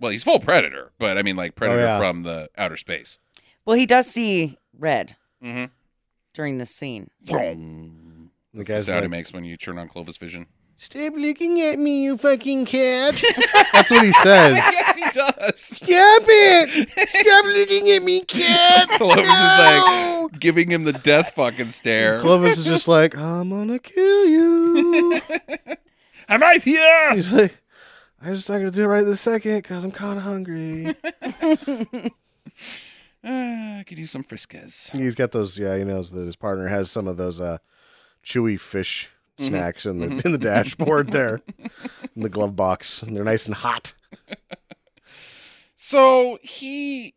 A: Well, he's full predator, but I mean, like predator
F: Oh, yeah.
A: from the outer space.
G: Well, he does see red
A: Mm-hmm.
G: during this scene.
F: Hmm. The
A: That's the
F: guy's
A: sound it
F: like,
A: makes when you turn on Clovis
F: [laughs]
A: Vision.
F: "Stop looking at me, you
A: [laughs]
F: fucking cat." That's what he says.
A: yes, he does.
F: Stop it! Stop looking at me,
A: [laughs]
F: cat.
A: Clovis is like giving him the death fucking stare.
F: Clovis is just like, "I'm gonna
A: [laughs]
F: kill you."
A: I'm right here. [sighs]
F: He's like, I'm just not gonna do it right this second because I'm kind of hungry.
A: Uh, I could use some friskas.
F: [laughs] He's got those. Yeah, he knows that his partner has some of those uh, chewy fish snacks in the in the dashboard [laughs] there, in the glove box, and they're nice and hot.
A: So he,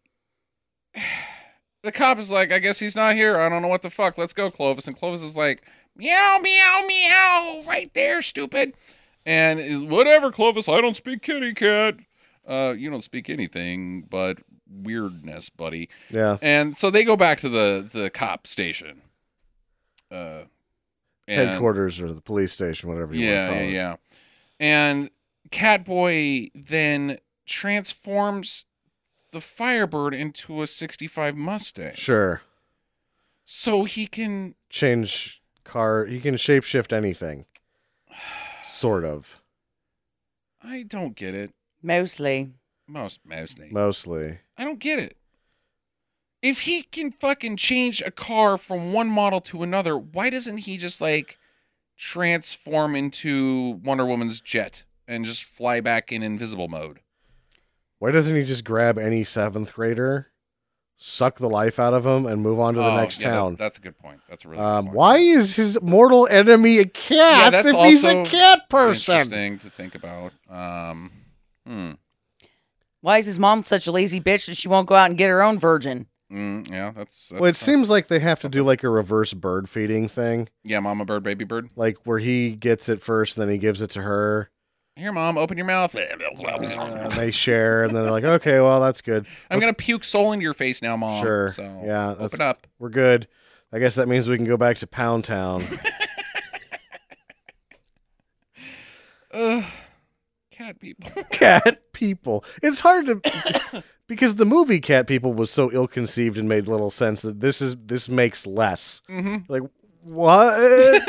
A: [sighs] the cop is like, I guess he's not here. I don't know what the fuck. Let's go, Clovis. And Clovis is like, meow, meow, meow, right there, stupid. And is- whatever, Clovis, I don't speak kitty cat. Uh, you don't speak anything but weirdness, buddy.
F: Yeah,
A: And so they go back to the the cop station. Uh and-
F: headquarters or the police station, whatever you
A: Yeah,
F: want
A: yeah,
F: to call it.
A: yeah. And Catboy then transforms the Firebird into a 65 Mustang.
F: Sure.
A: So he can
F: Change car. He can shapeshift anything. Sort of.
A: I don't get it.
G: Mostly.
A: Most mostly.
F: Mostly.
A: I don't get it. If he can fucking change a car from one model to another, why doesn't he just like transform into Wonder Woman's jet and just fly back in invisible mode?
F: Why doesn't he just grab any seventh grader, suck the life out of him, and move on to the
A: Oh,
F: next
A: yeah, that-
F: town?
A: that's a good point. That's a really good
F: um,
A: point.
F: why is his mortal enemy a cat
A: that's
F: if he's a
A: also
F: cat person?
A: Interesting to think about. Um, hmm.
G: Why is his mom such a lazy bitch that she won't go out and get her own virgin?
A: Mm, yeah, that's, that's
F: Well, it
A: some-
F: seems like they have to do like a reverse bird feeding thing,
A: Yeah, mama bird, baby bird.
F: like where he gets it first, and then he gives it to her.
A: Here, mom, open your mouth.
F: and they share, and then they're like, "Okay, well, that's good.
A: I'm gonna puke soul into your face now, mom.
F: Sure.
A: So
F: Yeah, that's-
A: Open up.
F: We're good. I guess that means we can go back to Pound Town." [laughs]
A: Ugh. Cat people.
F: cat people. It's hard to [coughs] because the movie Cat People was so ill-conceived and made little sense that this is this makes less.
A: Mhm.
F: Like what?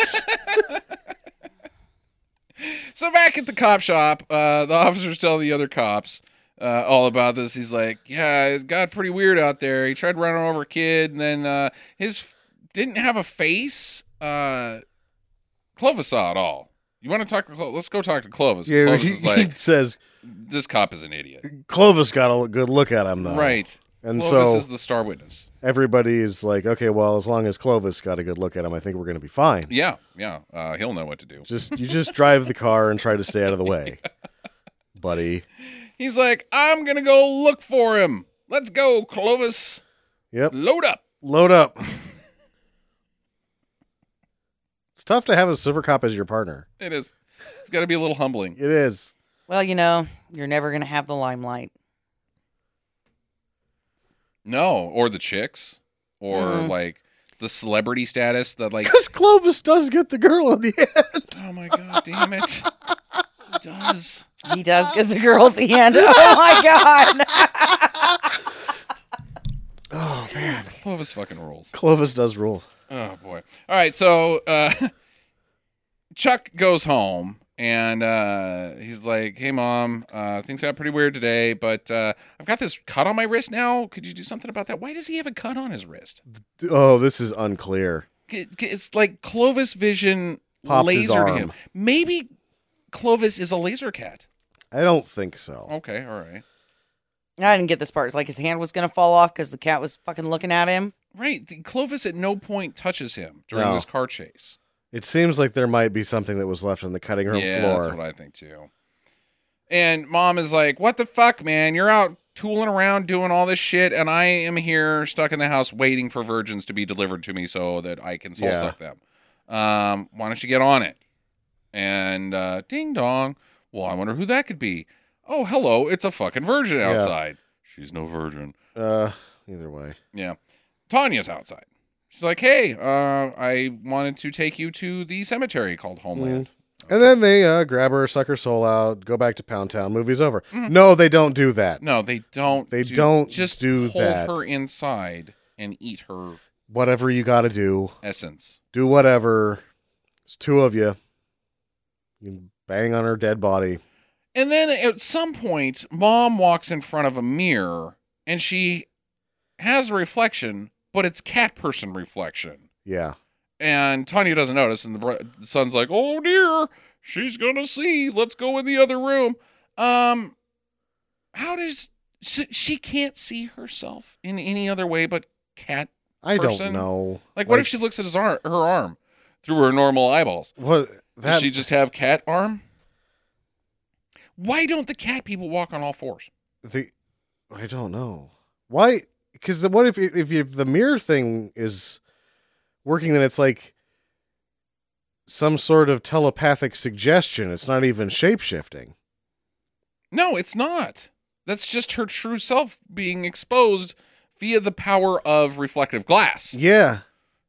A: So back at the cop shop, uh, the [laughs] officers tell the other cops uh, all about this. He's like, "Yeah, it got pretty weird out there. He tried running over a kid, and then uh, his f- didn't have a face." Uh, Clovis saw it all. You want to talk to Clovis? Let's go talk to Clovis.
F: yeah,
A: Clovis
F: he,
A: is
F: he [laughs]
A: like,
F: says
A: "This cop is an idiot."
F: Clovis got a good look at him though.
A: Right.
F: And
A: Clovis is
F: so
A: the star witness.
F: everybody is like, okay, well, as long as Clovis got a good look at him, I think we're gonna be fine.
A: Yeah, yeah. Uh, he'll know what to do.
F: Just
A: [laughs]
F: you just drive the car and try to stay out of the way, buddy.
A: He's like, I'm gonna go look for him. Let's go, Clovis.
F: Yep.
A: Load up.
F: Load up. It's tough to have a silver cop as your partner.
A: It is. It's got to be a little humbling.
F: It is.
G: Well, you know, you're never going to have the limelight.
A: No, or the chicks, or
F: Mm-hmm.
G: Mhm.
A: like the celebrity status that like.
F: Because Clovis does get the girl in the [laughs] end.
A: oh my god, damn it! It does.
G: He does get the girl at the end. Oh my God. [laughs]
A: Clovis fucking rules.
F: Clovis does rule.
A: Oh boy. All right, so uh, [laughs] Chuck goes home and uh, he's like, "Hey mom, uh, things got pretty weird today, but uh, I've got this cut on my wrist now. Could you do something about that? Why does he have a cut on his wrist?
F: Oh, this is unclear.
A: It- It's like Clovis Vision
F: Popped his
A: lasered
F: arm.
A: him. Maybe Clovis is a laser cat.
F: I don't think so.
A: Okay, all right,
G: I didn't get this part. It's like his hand was going to fall off because the cat was fucking looking at him.
A: right. the- Clovis at no point touches him during
F: No.
A: this car chase.
F: It seems like there might be something that was left on the cutting room
A: yeah,
F: floor.
A: That's what I think too. And mom is like, What the fuck, man? You're out tooling around doing all this shit, and I am here stuck in the house waiting for virgins to be delivered to me so that I can soul
F: Yeah.
A: suck them. Um, why don't you get on it? And uh, ding dong. Well, I wonder who that could be. Oh, hello, it's a fucking virgin
F: Yeah.
A: outside. She's no virgin.
F: uh, either way.
A: Yeah. Tanya's outside. She's like, Hey, uh, I wanted to take you to the cemetery called Homeland.
F: And then they uh, grab her, suck her soul out, go back to Pound Town. Movie's over.
A: Mm-hmm.
F: No, they don't do that.
A: No, they don't.
F: They don't
A: just
F: do
A: hold
F: that.
A: her inside and eat her
F: Whatever you got to do,
A: essence.
F: do whatever. It's two of you. You can bang on her dead body.
A: And then at some point, mom walks in front of a mirror and she has a reflection, but it's cat person reflection.
F: Yeah.
A: And Tanya doesn't notice, and the, bro- the son's like, "Oh dear, she's gonna see. Let's go in the other room." Um, how does so she can't see herself in any other way but cat?
F: I
A: Person?
F: don't know.
A: Like, what if she looks at his arm, her arm, through her normal eyeballs?
F: What
A: Does
F: that?
A: she just have cat arm? Why don't the cat people walk on all fours?
F: the I don't know why because what if if, if the mirror thing is working then it's like some sort of telepathic suggestion it's not even shape shifting
A: No, it's not. That's just her true self being exposed via the power of reflective glass.
F: yeah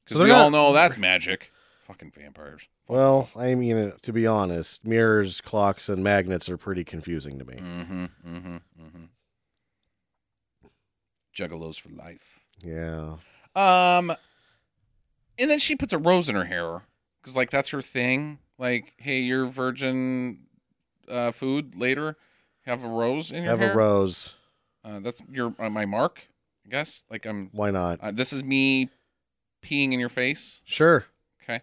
A: Because
F: So they're
A: we all
F: not-
A: know that's magic. Fucking vampires.
F: Well, I mean, uh, to be honest, mirrors, clocks, and magnets are pretty confusing to me.
A: Mm-hmm. Mm-hmm. Mm-hmm. Juggalos for life.
F: Yeah.
A: Um, and then she puts a rose in her hair because, like, that's her thing. Like, hey, your virgin uh, food later. Have a rose in your
F: Have
A: hair.
F: a rose.
A: Uh, that's your uh, my mark, I guess. Like, I'm.
F: Why not?
A: Uh, this is me peeing in your face.
F: Sure.
A: Okay,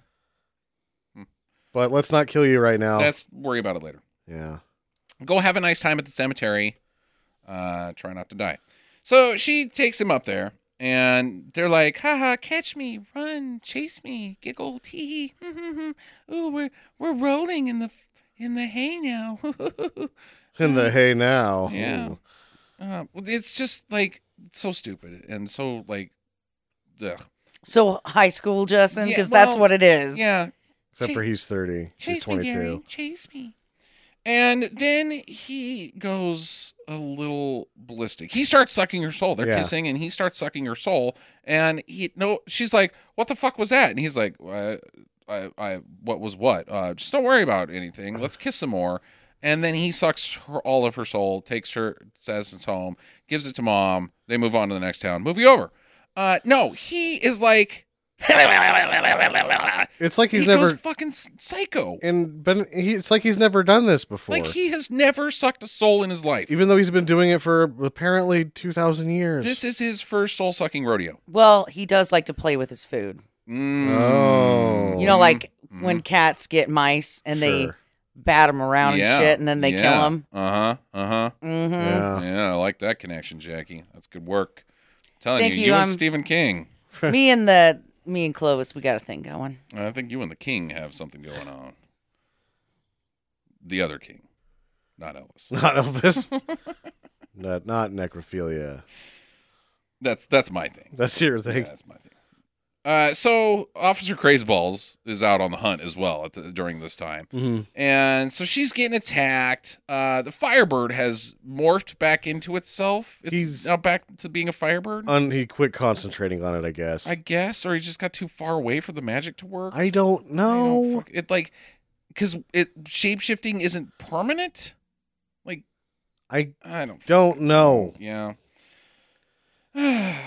A: Hmm.
F: But let's not kill you right now.
A: let's worry about it later.
F: yeah.
A: go have a nice time at the cemetery. Uh, try not to die. So she takes him up there, and they're like, haha, catch me, run, chase me, giggle, tee hee. Ooh, we're we're rolling in the in the hay now. [laughs]
F: In the hay now.
A: Mm. Yeah.
F: Ooh.
A: uh, it's just like so stupid and so like, ugh.
G: So high school, Justin,
A: Yeah,
G: because that's
A: well,
G: what it is.
A: yeah.
F: Except for he's 30. She's 22.
A: Chase me. And then he goes a little ballistic. He starts sucking her soul. They're
F: Yeah.
A: kissing, and he starts sucking her soul. And he no, she's like, "What the fuck was that?" And he's like, "I, I, I what was what? Uh, just don't worry about anything. Let's kiss some more." And then he sucks her, all of her soul, takes her, says it's home, gives it to mom. They move on to the next town. Movie over. Uh, no, he is like [laughs]
F: It's like he's
A: he
F: never.
A: goes fucking s- psycho.
F: and but he, it's like he's never done this before.
A: Like he has never sucked a soul in his life.
F: even though he's been doing it for apparently 2,000 years.
A: this is his first soul sucking rodeo.
G: Well, he does like to play with his food.
A: Mm.
F: oh.
G: You know, like
A: Mhm.
G: when cats get mice and they
F: Sure.
G: bat them around
A: Yeah.
G: and shit, and then they kill
A: Yeah.
G: them.
A: Uh huh. Uh huh.
G: Mm-hmm.
F: Yeah. [laughs]
A: Yeah, I like that connection, Jackie. That's good work. I'm telling
G: Thank
A: you,
G: you,
A: you and
G: um,
A: Stephen King.
G: me and the me and Clovis, we got a thing going.
A: I think you and the King have something going on. The other King, not Ellis.
F: [laughs] Not
A: [laughs]
F: Elvis. not, not necrophilia.
A: That's that's my thing.
F: That's your thing.
A: Yeah, that's my thing. Uh, so Officer Crazeballs is out on the hunt as well at the, during this time,
F: Mhm.
A: and so she's getting attacked. Uh, the Firebird has morphed back into itself. It's
F: He's- Uh,
A: now back to being a Firebird,
F: Un- he quit concentrating on it, I guess.
A: I guess, or he just got too far away for the magic to work.
F: I don't
A: I
F: know.
A: don't fuck- it like because it shapeshifting isn't permanent. Like
F: I
A: I don't
F: don't know.
A: Yeah. [sighs]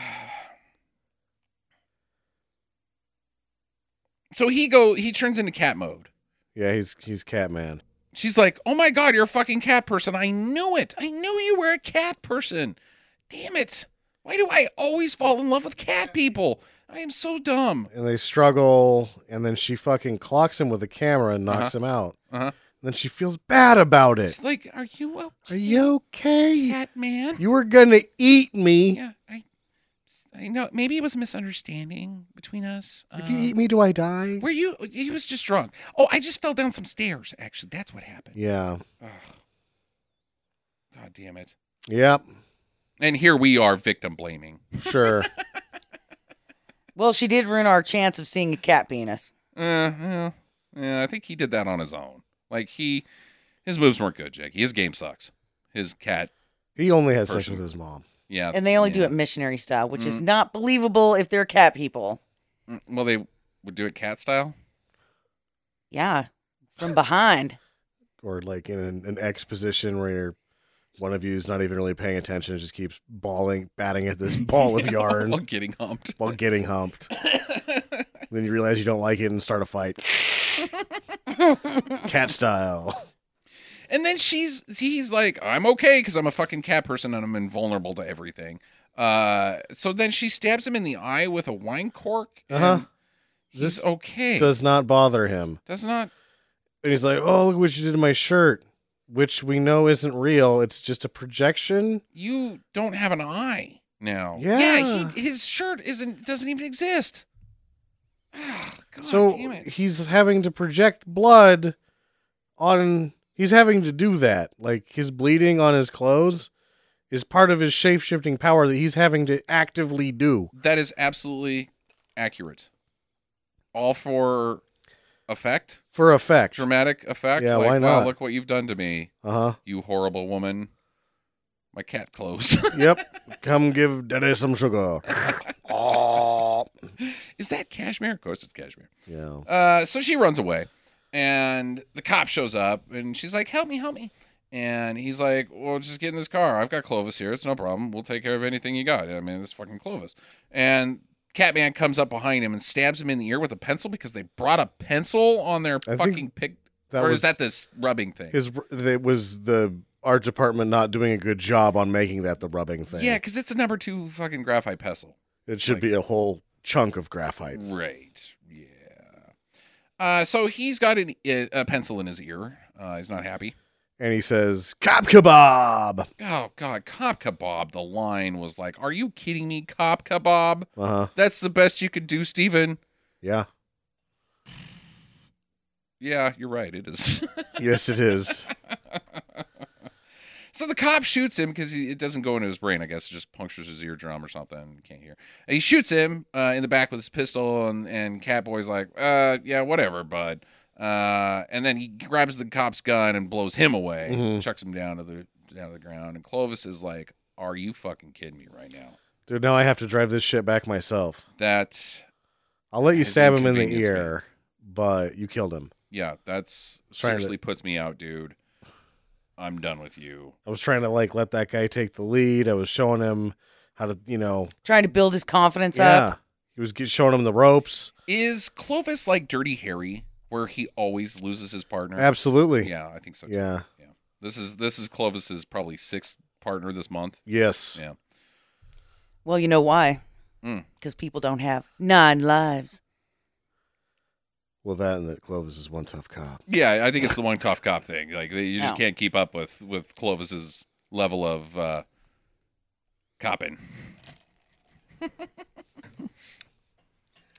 A: so he go he turns into cat mode.
F: Yeah, he's he's Catman.
A: She's like, "Oh my god, you're a fucking cat person. I knew it. I knew you were a cat person. Damn it. Why do I always fall in love with cat people? I am so dumb."
F: And they struggle, and then she fucking clocks him with a camera and knocks him out.
A: Uh-huh.
F: And then she feels bad about it.
A: She's like, "Are you a
F: Are you okay?
A: cat man?"
F: You were gonna eat me.
A: Yeah, I I know maybe it was a misunderstanding between us.
F: If you
A: Um,
F: eat me, do I die?
A: Were you? He was just drunk. Oh, I just fell down some stairs. Actually, that's what happened.
F: Yeah.
A: Ugh. God damn it!
F: Yep.
A: And here we are, victim blaming. [laughs]
F: Sure.
G: Well, she did ruin our chance of seeing a cat penis.
A: Uh, yeah, yeah. I think he did that on his own. Like he, his moves weren't good, Jackie. His game sucks. His cat.
F: he only has sex
A: Person.
F: with his mom.
A: Yeah.
G: And they only do
A: yeah.
G: it missionary style, which is
A: Mm.
G: not believable if they're cat people.
A: Mm, Well, they would do it cat
F: [laughs]
A: style.
G: Yeah. From behind.
F: Or like in an, an exposition where you're, one of you is not even really paying attention, just keeps bawling, batting at this ball of
A: While [laughs]
F: yarn
A: getting humped.
F: while getting humped. then you realize you don't like it and start a fight. Cat style.
A: And then she's he's like, I'm okay because I'm a fucking cat person and I'm invulnerable to everything. Uh, so then she stabs him in the eye with a wine cork. and
F: Uh-huh.
A: He's
F: This
A: okay. Does,
F: Does not bother him.
A: not.
F: And he's like, Oh, look what you did to my shirt, which we know isn't real. It's just a projection.
A: You don't have an eye now.
F: Yeah.
A: he, his shirt isn't doesn't even exist. Ah, God
F: so
A: damn it.
F: he's having to project blood on he's having to do that like his bleeding on his clothes is part of his shape-shifting power that he's having to actively do
A: That is absolutely accurate. All for effect,
F: for effect
A: dramatic effect.
F: Yeah,
A: like,
F: why
A: wow,
F: not?
A: look what you've done to me.
F: uh-huh
A: you horrible woman. My cat clothes. [laughs]
F: yep come give daddy some sugar
A: Is that cashmere? Of course it's cashmere.
F: yeah
A: Uh, so she runs away. And the cop shows up and she's like, Help me, help me. And he's like, Well, just get in this car. I've got Clovis here. It's no problem. We'll take care of anything you got. I mean, it's fucking Clovis. And Catman comes up behind him and stabs him in the ear with a pencil because they brought a pencil on their
F: I think
A: fucking pick.
F: That
A: or
F: was
A: is that this rubbing thing?
F: his. That was the art department not doing a good job on making that the rubbing thing.
A: Yeah, because it's a number two fucking graphite pencil.
F: it should be a whole chunk of
A: Mm.
F: graphite.
A: Right. Yeah. Uh, so he's got an, a a pencil in his ear. Uh, he's not happy.
F: And he says, "Cop kebab."
A: Oh God, cop kebab. The line was like, "Are you kidding me, cop kebab?
F: Uh huh.
A: That's the best you could do, Steven.
F: Yeah.
A: Yeah, you're right. It is. [laughs]
F: Yes, it is.
A: so the cop shoots him because it doesn't go into his brain. I guess it just punctures his eardrum or something. Can't hear. And he shoots him uh, in the back with his pistol, and and Catboy's like, "Uh, yeah, whatever, bud." Uh, and then he grabs the cop's gun and blows him away,
F: Mhm.
A: chucks him down to the down to the ground. And Clovis is like, "Are you fucking kidding me right now?"
F: Dude, now I have to drive this shit back myself.
A: That
F: I'll let you
A: It's
F: stab him in the
A: inconvenienced me.
F: ear, but you killed him.
A: yeah, that's
F: Trying to-
A: seriously puts me out, dude. I'm done with you.
F: I was trying to like let that guy take the lead. I was showing him how to, you know,
G: Trying to build his confidence up.
F: yeah. He was g- showing him the ropes.
A: Is Clovis like Dirty Harry, where he always loses his partner?
F: Absolutely.
A: Yeah, I think so. Too.
F: Yeah.
A: This is this is Clovis's probably sixth partner this month.
F: Yes.
A: Yeah.
G: Well, you know why?
A: Mm.
G: Because people don't have nine lives.
F: Well, that and that Clovis is one tough cop. [laughs]
A: Yeah, I think it's the one tough cop thing. Like they- you just
G: No.
A: can't keep up with with Clovis's level of uh copping. [laughs]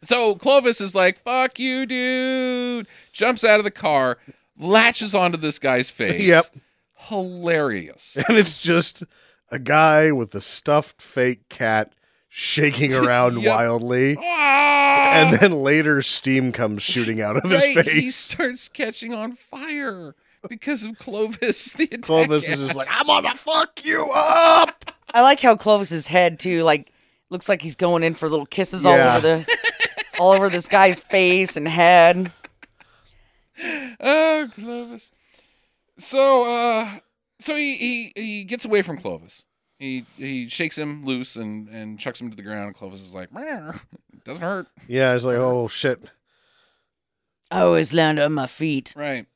A: so Clovis is like, "Fuck you, dude!" Jumps out of the car, latches onto this guy's face.
F: Yep. [laughs]
A: Hilarious.
F: And it's just a guy with a stuffed fake cat
A: [laughs]
F: shaking around
A: Yep.
F: wildly.
A: Ah!
F: And then later, steam comes shooting out of
A: right,
F: his
A: he
F: face.
A: starts catching on fire because of Clovis. [laughs] The attack
F: Clovis
A: cat.
F: is just like, I'm gonna fuck you up.
G: I like how Clovis's head too, like looks like he's going in for little kisses
F: Yeah.
G: all over the all over this guy's face and head.
A: Oh, Clovis. So, uh, so he, he he gets away from Clovis. He he shakes him loose and and chucks him to the ground. And Clovis is like, "Meh, [laughs] doesn't hurt,
F: Yeah, it's like, oh shit.
G: I always land on my feet. [laughs]
A: right?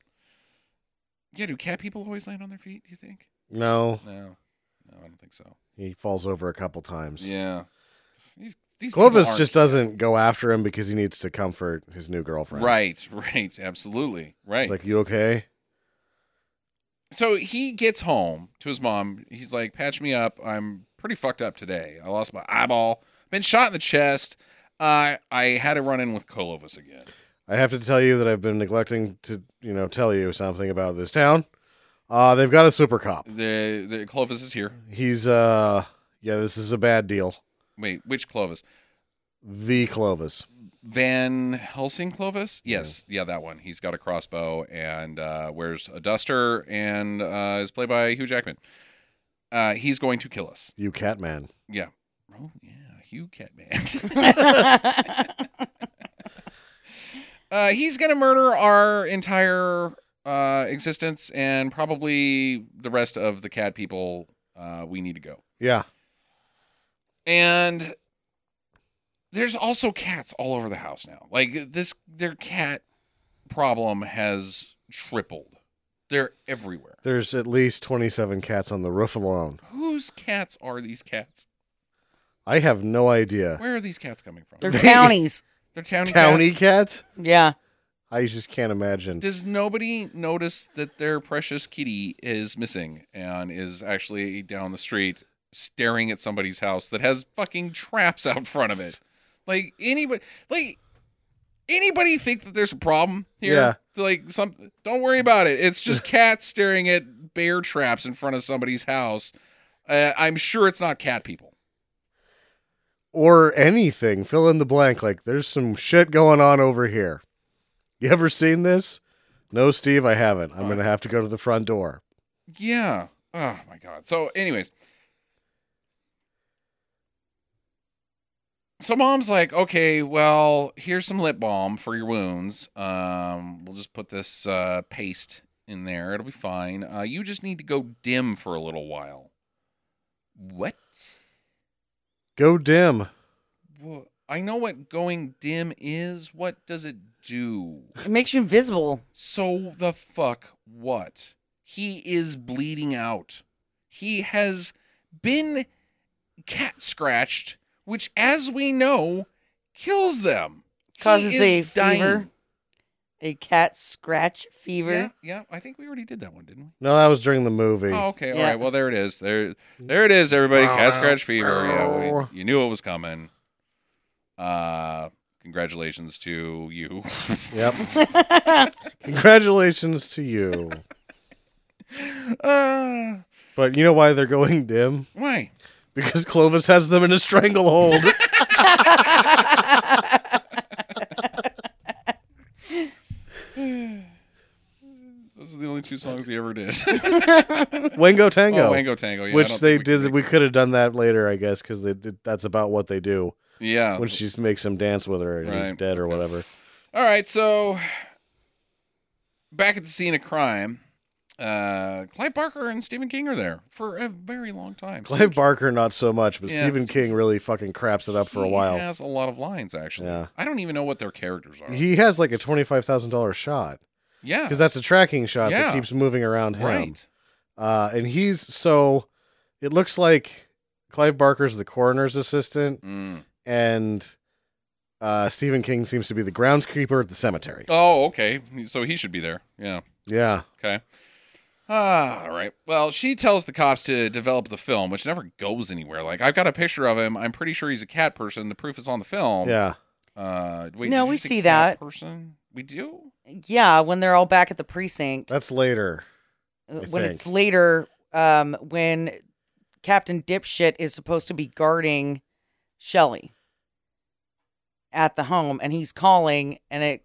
A: Yeah, do cat people always land on their feet? Do you think?
F: No,
A: No, no, I don't think so.
F: he falls over a couple times.
A: Yeah, these these people
F: Clovis
A: aren't-
F: just doesn't go after him because he needs to comfort his new girlfriend.
A: right, right, absolutely, right.
F: It's like, you okay?
A: so he gets home to his mom. He's like, "Patch me up. I'm pretty fucked up today. I lost my eyeball. Been shot in the chest. Uh, I had a run in with Clovis again.
F: I have to tell you that I've been neglecting to, you know, tell you something about this town. Uh, they've got a super cop.
A: The, the Clovis is here.
F: He's uh yeah, this is a bad deal.
A: Wait, which Clovis?
F: The Clovis.
A: Van Helsing Clovis? Yes, yeah, that one. He's got a crossbow and uh, wears a duster and uh, is played by Hugh Jackman. Uh, he's going to kill us.
F: You cat man.
A: Yeah. Oh yeah, Hugh Catman. [laughs] Uh, he's gonna murder our entire uh, existence and probably the rest of the cat people. Uh, we need to go.
F: Yeah.
A: And there's also cats all over the house now. Like this, their cat problem has tripled. They're everywhere.
F: There's at least twenty seven cats on the roof alone.
A: Whose cats are these cats?
F: I have no idea.
A: Where are these cats coming from?
G: They're townies.
A: They're townie,
F: Towny
A: cats.
F: cats?
G: Yeah.
F: I just can't imagine.
A: Does nobody notice that their precious kitty is missing and is actually down the street staring at somebody's house that has fucking traps out front of it? Like anybody, like anybody think that there's a problem here?
F: Yeah.
A: Like some, don't worry about it. It's just cats staring at bear traps in front of somebody's house. Uh, I'm sure it's not cat people.
F: or anything. Fill in the blank. Like there's some shit going on over here. You ever seen this? No, Steve, I haven't. I'm gonna have to go to the front door.
A: Yeah. Oh my god. So, anyways, so mom's like, okay, well, here's some lip balm for your wounds. Um, we'll just put this uh, paste in there. It'll be fine. Uh, you just need to go dim for a little while. What?
F: Go dim.
A: Wha- I know what going dim is. What does it do?
G: It makes you invisible.
A: So the fuck what? He is bleeding out. He has been cat scratched, which, as we know, kills them. He
G: Causes
A: is
G: a
A: dying.
G: fever. A cat scratch fever.
A: Yeah, yeah, I think we already did that one, didn't
F: No, that was during the movie.
A: we? Oh, okay. All
G: Yeah.
A: right. Well, there it is. There, there it is. Everybody, cat scratch fever. Yeah,
F: Wow.
A: we, you knew it was coming. Uh, congratulations to you.
F: Yep.
A: [laughs]
F: Congratulations to you.
A: uh,
F: But you know why they're going dim?
A: why?
F: Because Clovis has them in
A: [laughs]
F: a stranglehold.
A: Those are the only two songs he ever did.
F: Wengo Tango.
A: Oh, Wango Tango. Yeah, I
F: which
A: don't
F: they
A: think we
F: did.
A: can
F: We could have done that later, I guess, because that's about what they do
A: make- Yeah.
F: when she makes him dance with her and he's
A: Uh-huh. Right.
F: dead or whatever.
A: All right, so back at the scene of crime, uh, Clive Barker and Stephen King are there for a very long time.
F: Clive Barker, not so much, but
A: Yeah.
F: Stephen King really fucking craps it up for a
A: He
F: while.
A: has a lot of lines actually.
F: Yeah.
A: I don't even know what their characters are.
F: He has like a twenty-five thousand dollars shot
A: yeah,
F: because that's a tracking shot
A: Yeah.
F: that keeps moving around him.
A: right.
F: Uh, and he's so it looks like Clive Barker's the coroner's assistant,
A: Mm.
F: and uh, Stephen King seems to be the groundskeeper at the cemetery.
A: Oh, okay. So he should be there. Yeah.
F: Yeah,
A: Okay. Ah, all right. Well, she tells the cops to develop the film, which never goes anywhere. Like I've got a picture of him. I'm pretty sure he's a cat person. The proof is on the film.
F: yeah.
A: Uh, wait,
G: No,
A: did you
G: we
A: say
G: see
A: cat
G: that.
A: person. We do.
G: Yeah, when they're all back at the precinct.
F: That's later.
G: Uh,
F: I
G: when it's
F: think.
G: later, um, when Captain Dipshit is supposed to be guarding Shelly at the home, and he's calling, and it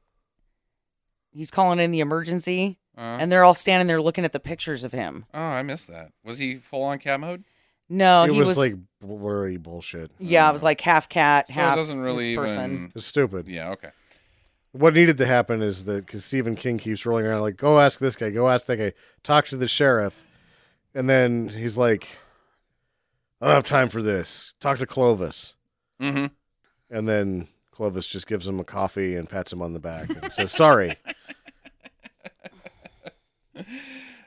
G: he's calling in the emergency,
A: Uh,
G: and they're all standing there looking at the pictures of him.
A: Oh, I missed that. Was he full on cat mode?
G: No,
F: it
G: he
F: was,
G: was,
F: like uh, blurry bullshit.
G: yeah, it was like half cat,
A: So
G: half
A: it doesn't really
G: his person.
A: even.
F: It's stupid.
A: Yeah. Okay.
F: What needed to happen is that because Stephen King keeps rolling around like, go ask this guy, go ask that guy, talk to the sheriff, and then he's like, I don't have time for this. Talk to Clovis,
A: Mm-hmm.
F: and then Clovis just gives him a coffee and pats him on the back and
A: [laughs]
F: says, "Sorry." [laughs]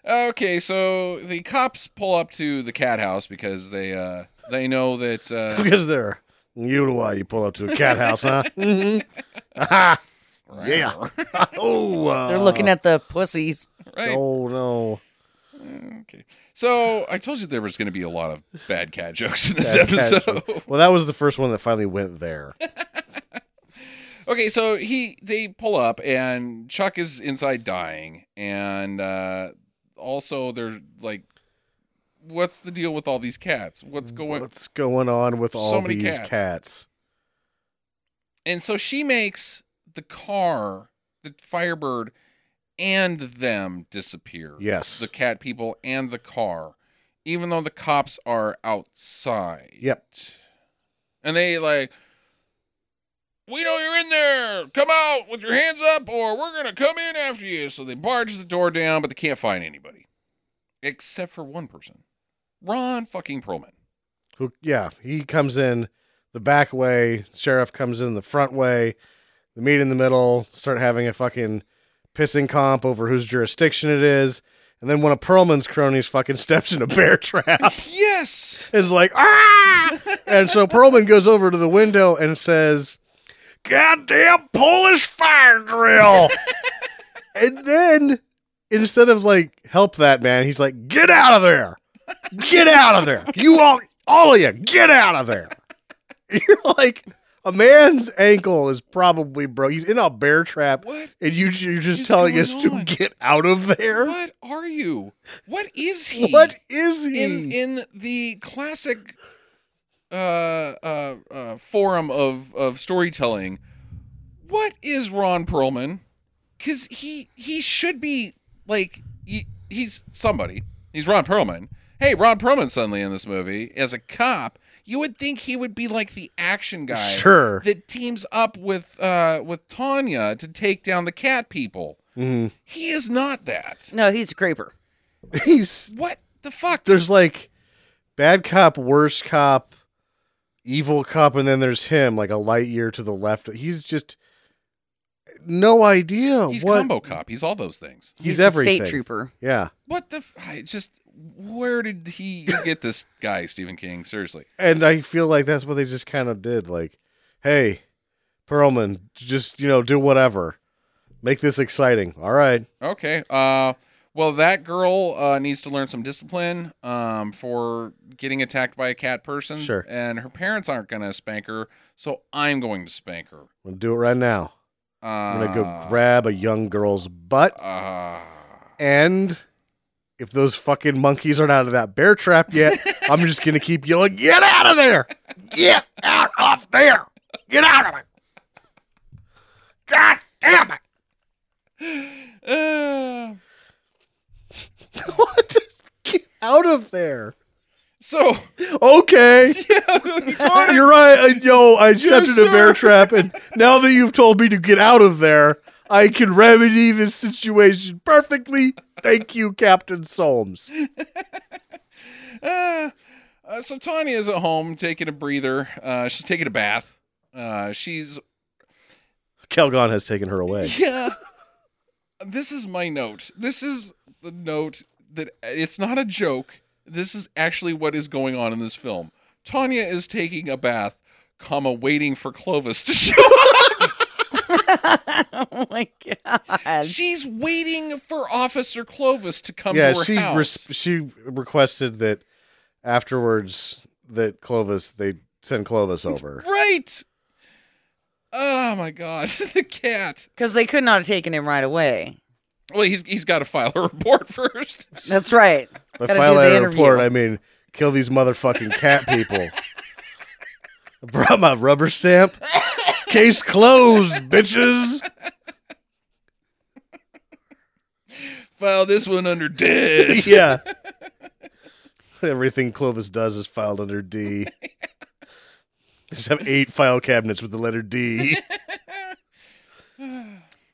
A: Okay, so the cops pull up to the cat house because they uh they know that
G: [laughs]
A: uh
F: because they're you know why you pull up to a cat
A: [laughs]
F: house, huh? hmm Aha. [laughs] Yeah. [laughs] oh, uh,
G: They're looking at the pussies.
A: right.
F: Oh no.
A: Okay. So I told you there was going to be a lot of bad cat jokes in this
F: Bad cat
A: episode. [laughs]
F: joke. Well, that was the first one that finally went there.
A: okay, so he they pull up and Chuck is inside dying and uh also they're like what's the deal with all these cats? What's
F: Mm,
A: going
F: What's going on with
A: So
F: all
A: many
F: these
A: cats.
F: cats?
A: And so she makes the car, the Firebird, and them disappear.
F: Yes.
A: The cat people and the car, even though the cops are outside.
F: Yep.
A: And they like, we know you're in there. Come out with your hands up, or we're going to come in after you. So they barge the door down, but they can't find anybody except for one person Ron fucking Perlman.
F: Who? Yeah, he comes in the back way. Sheriff comes in the front way. They meet in the middle. Start having a fucking pissing comp over whose jurisdiction it is. And then one of Perlman's cronies fucking [laughs] steps in a bear trap.
A: Yes.
F: is like, ah! and so Perlman goes over to the window and says, Goddamn Polish
A: [laughs]
F: fire drill! and then instead of like, help that man, he's like, get out of there! Get out of there! You all, all of you, get out of there! You're like, a man's ankle is probably broke. He's in a bear trap.
A: What?
F: And you, you're just
A: What's
F: telling
A: going
F: us
A: on?
F: to get out of there?
A: What are you? What is he?
F: What is he?
A: in in the classic uh, uh, uh, forum of of storytelling, what is Ron Perlman? Because he he should be like he, he's somebody. He's Ron Perlman. Hey, Ron Perlman suddenly in this movie as a cop. You would think he would be like the action guy
F: Sure.
A: that teams up with uh with Tanya to take down the cat people.
F: Mhm.
A: He is not that.
G: No, he's a creeper.
F: [laughs] He's
A: What the fuck?
F: there's like bad cop, worse cop, evil cop, and then there's him, like a light year to the left. He's just no idea
A: He's
F: what
A: combo cop. He's all those things.
F: he's,
G: the
F: everything.
G: state trooper.
F: Yeah,
A: What the? F- I just where did he you get this guy Stephen King? Seriously,
F: and I feel like that's what they just kind of did. Like, hey, Perlman, just you know, do whatever, make this exciting. All right,
A: okay. Uh, well, that girl uh, needs to learn some discipline um, for getting attacked by a cat person.
F: Sure.
A: And her parents aren't going to spank her, so I'm going to spank her.
F: I'm gonna do it right now.
A: Uh,
F: I'm gonna go grab a young girl's butt,
A: Uh,
F: and if those fucking monkeys aren't out of that bear trap yet, I'm just gonna keep yelling, "Get out of there!"
B: Get out of there! Get out of it! God damn it!
A: uh,
F: what? Get out of there.
A: so [laughs] uh,
F: Okay.
A: yeah,
F: You're right. I, yo, I stepped in a
A: sir.
F: bear trap, and now that you've told me to get out of there, I can remedy this situation perfectly. Thank you, Captain Solmes.
A: uh, uh, so Tanya is at home taking a breather. Uh, she's taking a bath. Uh, she's
F: Kelgon has taken her away.
A: Yeah. This is my note. This is the note that it's not a joke. This is actually what is going on in this film. Tanya is taking a bath, comma, waiting for Clovis to [laughs] show up.
G: [laughs] oh my god.
A: She's waiting for Officer Clovis to come
F: Yeah,
A: to her
F: she
A: house.
F: res- she requested that afterwards that Clovis they
G: [laughs]
F: send Clovis over.
A: right. Oh my god, [laughs] the cat.
G: Because they could not have taken him right away.
A: Well, he's he's got to file a report [laughs] first.
G: That's right.
F: By
G: Gotta do
F: file
G: the
F: a
G: interview.
F: report, I mean kill these motherfucking cat people. [laughs] I brought my
G: [laughs]
F: rubber stamp. Case closed, bitches.
A: File this one under dead.
F: [laughs] yeah. Everything Clovis does is filed under D. Just have eight file cabinets with the
G: [laughs]
F: letter D.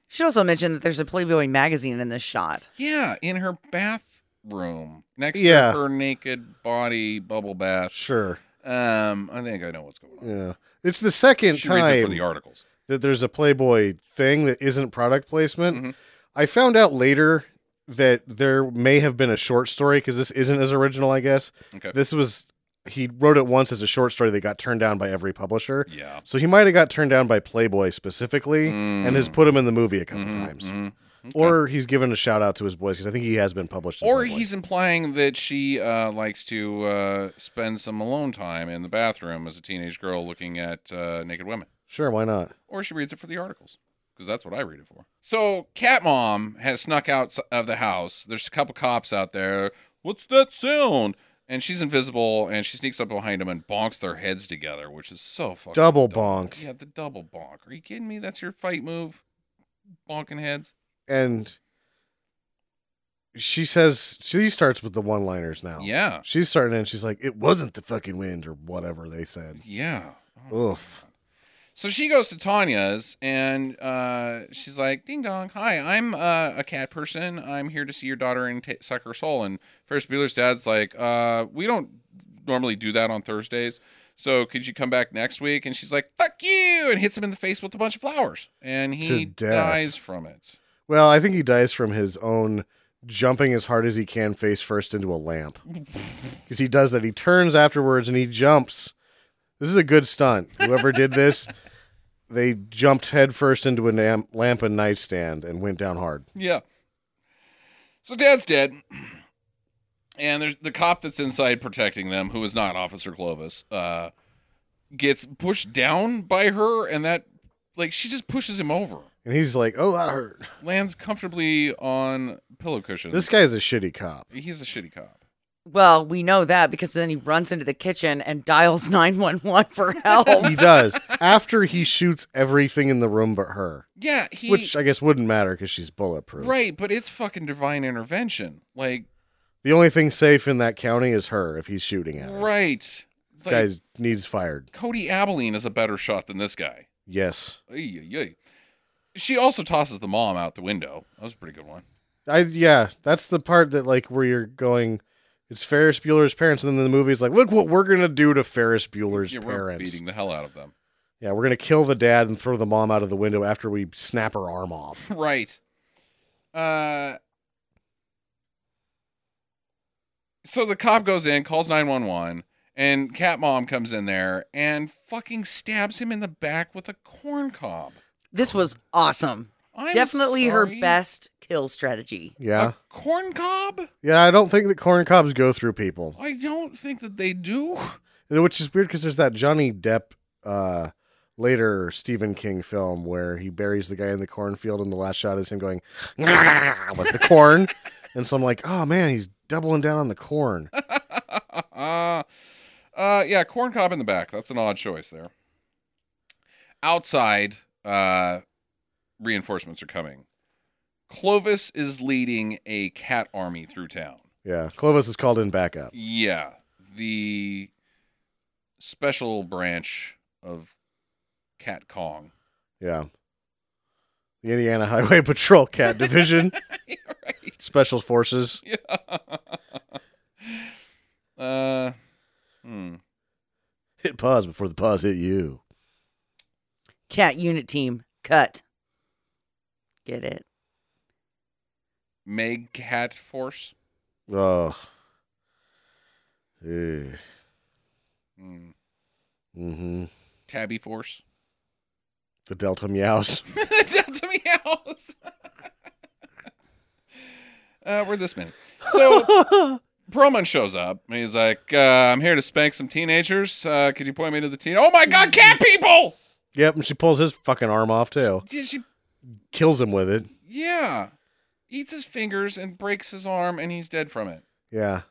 G: Should also mention that there's a Playboy magazine in this shot.
A: Yeah, in her bathroom next
F: Yeah.
A: to her naked body bubble bath.
F: Sure.
A: Um, I think I know what's going on.
F: Yeah. It's the second
A: She reads it
F: time
A: for the articles.
F: that there's a Playboy thing that isn't product placement.
A: Mhm.
F: I found out later that there may have been a short story because this isn't as original, I guess.
A: Okay.
F: This was, he wrote it once as a short story that got turned down by every publisher.
A: yeah.
F: So he might have got turned down by Playboy specifically
A: Mm-hmm.
F: and has put him in the movie a couple times.
A: Mhm.
F: Or he's given a shout out to his boys because I think he has been published. in
A: Or
F: Playboy.
A: he's implying that she uh, likes to uh, spend some alone time in the bathroom as a teenage girl looking at uh, naked women.
F: sure, why not?
A: Or she reads it for the articles because that's what I read it for. So, Cat Mom has snuck out s- of the house. There's a couple cops out there. What's that sound? And she's invisible and she sneaks up behind them and bonks their heads together, which is so fucking
F: Double
A: dumb.
F: bonk.
A: Yeah, the double bonk. Are you kidding me? That's your fight move? Bonking heads.
F: And she says she starts with the one liners now.
A: Yeah.
F: she's starting and she's like, "It wasn't the fucking wind or whatever they said."
A: Yeah.
F: Oof.
A: So she goes to Tanya's and uh, she's like, "Ding dong, hi, I'm uh, a cat person. I'm here to see your daughter and t- suck her soul." And Ferris Bueller's dad's like, uh, "We don't normally do that on Thursdays, so could you come back next week?" And she's like, "Fuck you!" and hits him in the face with a bunch of flowers, and he
F: To death.
A: dies from it.
F: Well, I think he dies from his own jumping as hard as he can face first into a lamp because he does that. He turns afterwards and he jumps. This is a good stunt. Whoever did this, they jumped headfirst into a nam- lamp and nightstand and went down hard.
A: Yeah. So dad's dead. And there's the cop that's inside protecting them, who is not Officer Clovis, uh, gets pushed down by her, and that, like, she just pushes him over.
F: And he's like, "Oh, that hurt."
A: Lands comfortably on pillow cushions.
F: This guy's a shitty cop.
A: He's a shitty cop.
G: Well, we know that because then he runs into the kitchen and dials [laughs] 911 for help.
A: [laughs]
F: He does after he shoots everything in the room but her,
A: Yeah, he.
F: which I guess wouldn't matter because she's bulletproof.
A: right, but it's fucking divine intervention. Like,
F: The only thing safe in that county is her if he's shooting at her.
A: right.
F: This
A: So-
F: guy needs fired.
A: Cody Abilene is a better shot than this guy.
F: Yes.
A: Ay, ay, ay. She also tosses the mom out the window. That was a pretty good one.
F: I yeah, that's the part that like where you're going. It's Ferris Bueller's parents, and then the movie's like, look what we're gonna do to Ferris Bueller's
A: Yeah, we're
F: parents.
A: beating the hell out of them.
F: Yeah, we're gonna kill the dad and throw the mom out of the window after we snap her
A: [laughs]
F: arm
A: [laughs]
F: off.
A: Right. Uh So the cop goes in, calls 911, and cat mom comes in there and fucking stabs him in the back with a corn cob.
G: This was awesome.
A: I'm
G: Definitely
A: sorry,
G: her best kill strategy.
F: Yeah,
A: A corn cob?
F: yeah. I don't think that corn cobs go through people,
A: I don't think that they do. [laughs]
F: which is weird because there's that Johnny Depp, uh, later Stephen King film where he buries the guy in the cornfield, and the last shot is him going [laughs] "Grrr," with the corn, and so I'm like, oh man, he's doubling down on the corn.
A: [laughs] uh, yeah, corn cob in the back. That's an odd choice there. Outside, uh, reinforcements are coming. Clovis is leading a cat army through town.
F: Yeah, Clovis is called in backup.
A: Yeah, the special branch of Cat Kong. [laughs]
F: Yeah. The Indiana Highway [laughs] Patrol Cat Division,
A: right.
F: Special Forces.
A: Uh, hmm.
F: Hit pause before the pause hit you.
G: Cat unit team, cut. Get it?
A: Meg Cat Force.
F: Oh. Mm
A: Hmm.
F: hmm.
A: Tabby Force.
F: The Delta Meows.
A: Delta Meows. [laughs] uh, we're this minute. So Perlman shows up and he's like, uh, I'm here to spank some teenagers. Uh, could you point me to the teen? Oh my God, cat people!
F: Yep, and she pulls his fucking arm off too.
A: Yeah, she,
F: Kills him with it.
A: yeah. Eats his fingers and breaks his arm and he's dead from it.
F: Yeah.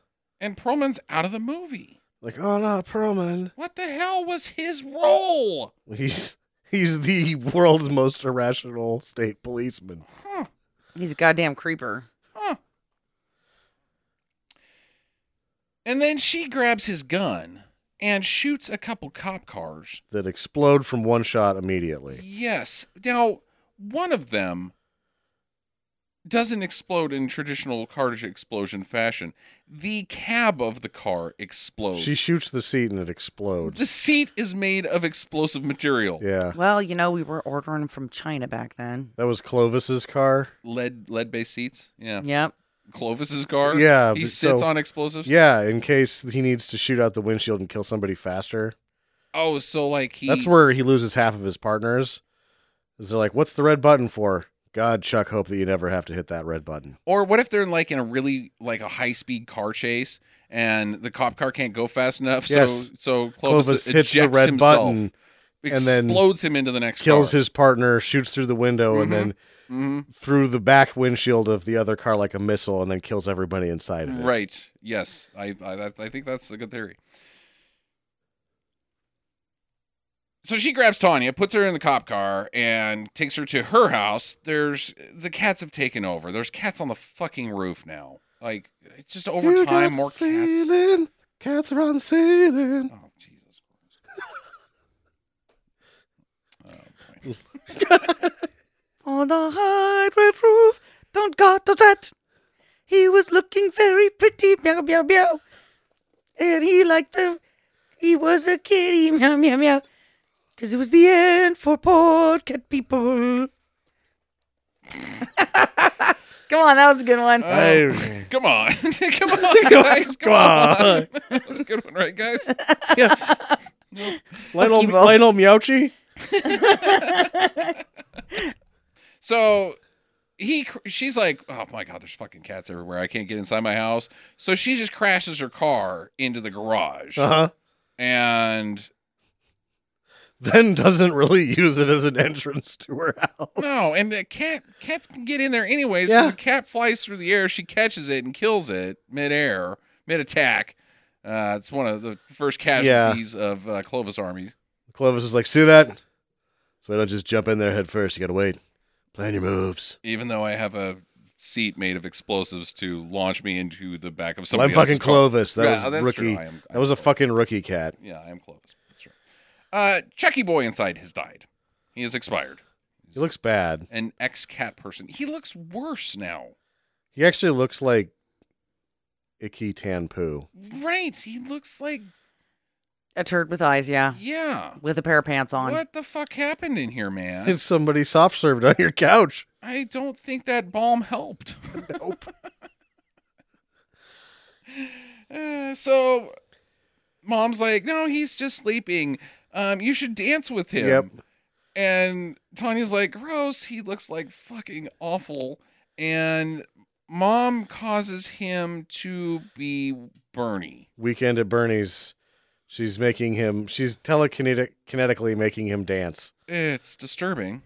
A: And Perlman's out of the movie.
F: Like, oh no, Perlman.
A: What the hell was his role?
F: He's he's the world's most irrational state policeman.
A: Huh.
G: He's a goddamn creeper.
A: Huh. And then she grabs his gun and shoots a couple cop cars
F: That explode from one shot immediately.
A: Yes. Now, one of them doesn't explode in traditional cartridge explosion fashion. The cab of the car explodes.
F: She shoots the seat and it explodes.
A: the seat is made of explosive material.
F: Yeah.
G: Well, you know, we were ordering from China back then.
F: That was Clovis's car.
A: Lead lead based seats. Yeah.
G: Yep.
A: Clovis's car.
F: Yeah,
A: He
F: but
A: sits
F: so-
A: on explosives.
F: Yeah, in case he needs to shoot out the windshield and kill somebody faster.
A: Oh, so like he
F: That's where he loses half of his partners. Is they're like, "What's the red button for?" God, Chuck, hope that you never have to hit that red button.
A: Or what if they're like in a really like a high speed car chase and the cop car can't go fast enough?
F: Yes.
A: So so Clovis,
F: Clovis, hits the
A: ejects
F: red
A: himself,
F: button, and then
A: explodes him into the next
F: kills
A: car.
F: his partner, shoots through the window, and then
A: Mhm.
F: through the back windshield of the other car like a missile, and then kills everybody inside of it.
A: Right. Yes. I, I that- I think that's a good theory. So she grabs Tanya, puts her in the cop car, and takes her to her house. There's the cats have taken over. There's cats on the fucking roof now. Like it's just over
F: You got
A: time
F: the
A: more cats.
F: feeling, Cats are on the ceiling.
A: Oh Jesus Christ. Oh, boy.
G: On the high red roof, Don Gatos at. He was looking very pretty, meow, meow, meow. And he liked the, he was a kitty, meow, meow, meow. Because it was the end for poor cat people. [laughs] Come on, that was a good one.
F: I-
A: Um, Come on. [laughs]
F: [laughs]
A: Come on, guys. Come on. [laughs] That's a good one, right, guys?
F: Lionel,
G: you both.
F: Lionel Miauchi.
A: So he, cr- she's like, oh my god, there's fucking cats everywhere. I can't get inside my house. So she just crashes her car into the garage,
F: Uh huh.
A: and
F: Then doesn't really [laughs] use it as an entrance to her house. [laughs]
A: no, and the cat, cats can get in there anyways.
F: Yeah.
A: The cat flies through the air. She catches it and kills it midair, mid attack. Uh, it's one of the first casualties of uh, Clovis Army.
F: Clovis is like, see that? So I don't just jump in there head first. You gotta wait. Plan your moves.
A: Even though I have a seat made of explosives to launch me into the back of
F: I'm
A: somebody
F: fucking
A: else's car.
F: Clovis. That
A: Yeah,
F: was
A: oh, that's true.
F: rookie.
A: I am- I
F: that was
A: am
F: a
A: Clovis.
F: fucking rookie cat.
A: Yeah, I am Clovis. That's true. Uh, Chucky boy inside has died. He has expired.
F: He looks bad.
A: An ex cat person. He looks worse now.
F: He actually looks like Icky Tan Poo.
A: Right. He looks like
G: A turd with eyes, yeah.
A: yeah.
G: With a pair of pants on.
A: What the fuck happened in here, man?
F: It's somebody soft served on
A: [laughs]
F: your couch.
A: I don't think that balm helped.
F: Nope.
A: Uh, so mom's like, no, he's just sleeping. Um, you should dance with him.
F: Yep.
A: And Tanya's like, gross. He looks like fucking awful. And mom causes him to be Bernie.
F: Weekend at Bernie's. She's making him. She's telekinetic, kinetically making him dance.
A: It's disturbing.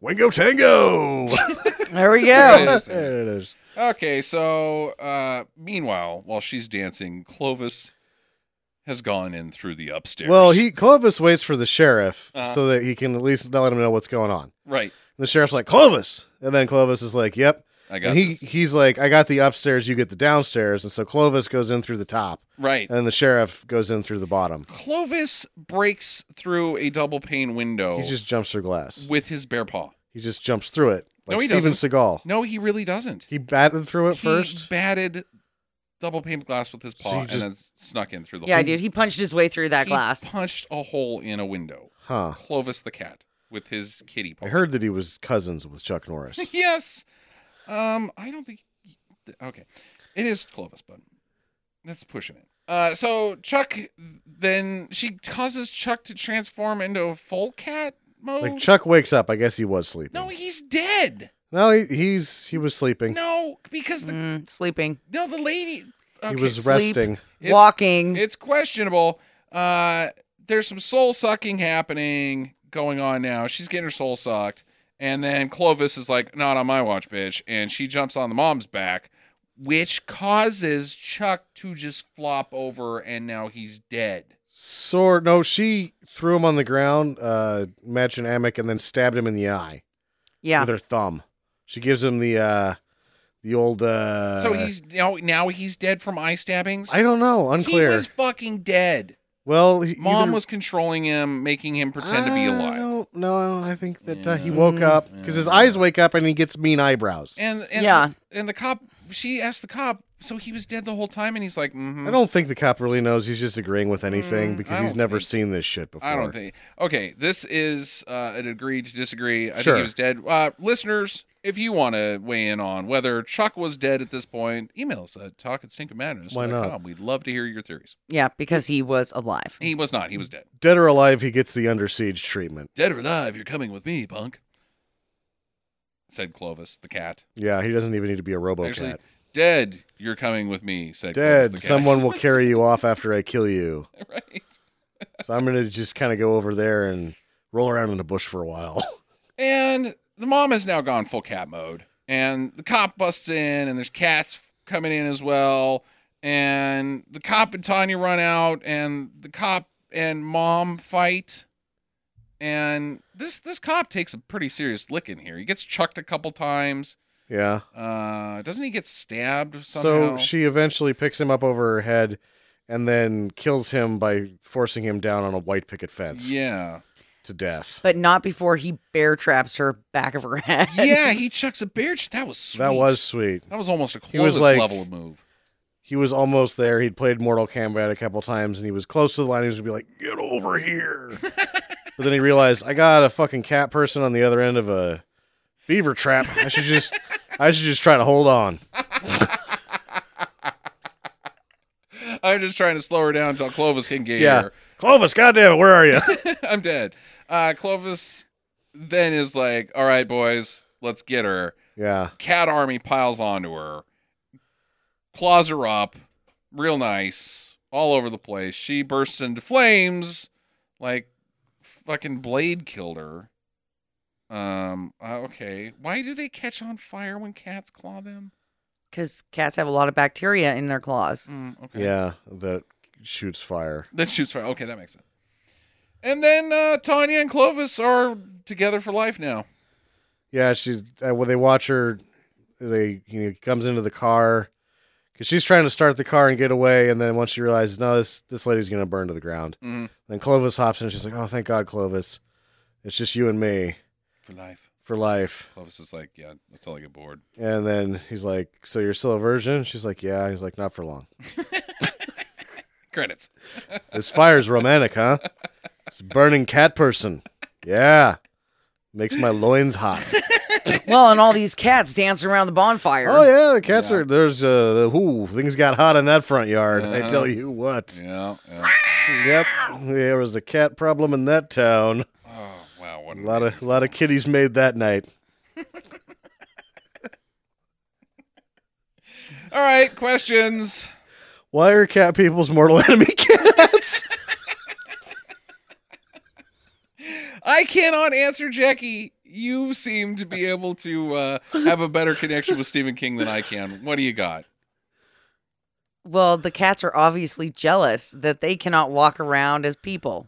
F: Wingo Tango.
A: [laughs]
F: [laughs]
G: There we
A: It
G: go.
A: is.
F: there it is.
A: Okay, so uh, meanwhile, while she's dancing, Clovis has gone in through the upstairs.
F: Well, he Clovis waits for the sheriff
A: Uh-huh.
F: so that he can at least let him know what's going on.
A: right.
F: And the sheriff's like Clovis, and then Clovis is like, "Yep."
A: I got
F: And he
A: this.
F: he's like, "I got the upstairs, you get the downstairs." And so Clovis goes in through the top,
A: Right.
F: and the sheriff goes in through the bottom.
A: Clovis breaks through a double pane window
F: He just jumps through glass.
A: with his bare paw.
F: He just jumps through it. Like
A: No, he
F: Steven
A: doesn't.
F: Seagal.
A: No, he really doesn't.
F: He batted through it
A: he
F: first.
A: batted double pane glass with his
F: So
A: paw
F: you just-
A: and then snuck in through the
G: yeah,
A: hole.
G: dude, he punched his way through that
A: He
G: glass.
A: punched a hole in a window.
F: Huh.
A: Clovis the cat with his kitty paw.
F: I heard that he was cousins with
A: [laughs]
F: Chuck Norris.
A: yes. Um, I don't think. Okay, it is Clovis, but that's pushing it. Uh, so Chuck then she causes Chuck to transform into a full cat mode.
F: like Chuck wakes up. I guess he was sleeping.
A: no, he's dead.
F: No, he, he's he was sleeping.
A: No, because the
G: Mm, sleeping,
A: no the lady. Okay,
F: he was
G: sleep.
F: resting.
A: it's-
G: walking.
A: It's questionable. Uh, there's some soul sucking happening going on now. She's getting her soul sucked, and then Clovis is like, "Not on my watch, bitch!" And she jumps on the mom's back, which causes Chuck to just flop over, and now he's dead.
F: Sword. No, she threw him on the ground, uh, Madge and Amick, and then stabbed him in the eye
G: yeah.
F: with her thumb. She gives him the uh, the old. Uh,
A: so he's now now he's dead from eye stabbings.
F: I don't know. Unclear.
A: He was fucking dead.
F: well, he,
A: Mom
F: either-
A: was controlling him, making him pretend to be
F: I
A: alive.
F: don't know. I think that uh, he
A: Yeah.
F: woke up because his
A: Yeah.
F: eyes wake up and he gets mean eyebrows.
A: And, and
G: Yeah.
A: and the cop she asked the cop, so he was dead the whole time, and he's like, mm-hmm.
F: I don't think the cop really knows. He's just agreeing with anything
A: Mm,
F: because
A: I
F: he's
A: don't
F: never
A: think-
F: seen this shit before.
A: I don't think. Okay, this is uh, an agree to disagree. I
F: Sure.
A: think he was dead. Uh, listeners, if you want to weigh in on whether Chuck was dead at this point, email us at talk at
F: Why not?
A: We'd love to hear your theories.
G: Yeah, because he was alive.
A: He was not. He was dead.
F: Dead or alive, he gets the under siege treatment.
A: Dead or alive, you're coming with me, punk. Said Clovis the cat.
F: Yeah, he doesn't even need to be a RoboCat.
A: Actually, dead, you're coming with me. Said Clovis the
F: Dead.
A: cat. [laughs]
F: Someone will carry you off after I kill you.
A: right.
F: So I'm gonna just kind of go over there and roll around in the bush for a while. [laughs]
A: And the mom has now gone full cat mode. And the cop busts in, and there's cats coming in as well. And the cop and Tanya run out, and the cop and mom fight. And this this cop takes a pretty serious licking here. He gets chucked a couple times.
F: yeah.
A: Uh, doesn't he get stabbed somehow?
F: So she eventually picks him up over her head and then kills him by forcing him down on a white picket fence
A: yeah,
F: to death.
G: But not before he bear traps her back of her [laughs] head.
A: yeah. He chucks a bear. ch- That was sweet.
F: That was sweet.
A: that was almost a
F: He was
A: Clovis
F: like-
A: level of move.
F: He was almost there. He'd played Mortal Kombat a couple times and he was close to the line. He was gonna be like, get over here. but then he realized I got a fucking cat person on the other end of a beaver trap. I should just I should just try to hold on.
A: I'm just trying to slow her down until Clovis can get
F: Yeah.
A: her.
F: Clovis, goddamn it, where are you?
A: [laughs] I'm dead. Uh, Clovis then is like, all right, boys, let's get her.
F: yeah.
A: Cat army piles onto her, claws her up, real nice, all over the place. She bursts into flames, like fucking Blade killed her. Um, uh, okay. Why do they catch on fire when cats claw them?
G: Because cats have a lot of bacteria in their claws.
A: Mm, okay.
F: Yeah. That shoots fire.
A: That shoots fire. Okay, that makes sense. And then uh, Tanya and Clovis are together for life now.
F: Yeah, she's uh, when they watch her, they you know comes into the car because she's trying to start the car and get away, and then once she realizes no, this this lady's gonna burn to the ground.
A: Mhm.
F: Then Clovis hops in, and she's like, "Oh, thank God, Clovis, it's just you and me
A: for life.
F: for life."
A: Clovis is like, yeah, until I get bored.
F: And then he's like, "So you're still a virgin?" She's like, "Yeah." He's like, "Not for long."
A: Credits.
F: This fire's romantic, huh? It's burning cat person. Yeah, makes my loins hot.
G: Well, and all these cats dancing around the bonfire.
F: Oh yeah, the cats
A: Yeah.
F: are there's uh whoo things got hot in that front yard. I tell you what.
A: Yeah. Uh-huh. [laughs] yeah.
F: Yep, there was a cat problem in that town.
A: Oh wow, what
F: A lot of a lot of kitties made that night.
A: All right, questions.
F: Why are cat people's mortal [laughs] enemy cats?
A: I cannot answer Jackie. You seem to be able to uh, have a better connection with Stephen King than I can. What do you got?
G: Well, the cats are obviously jealous that they cannot walk around as people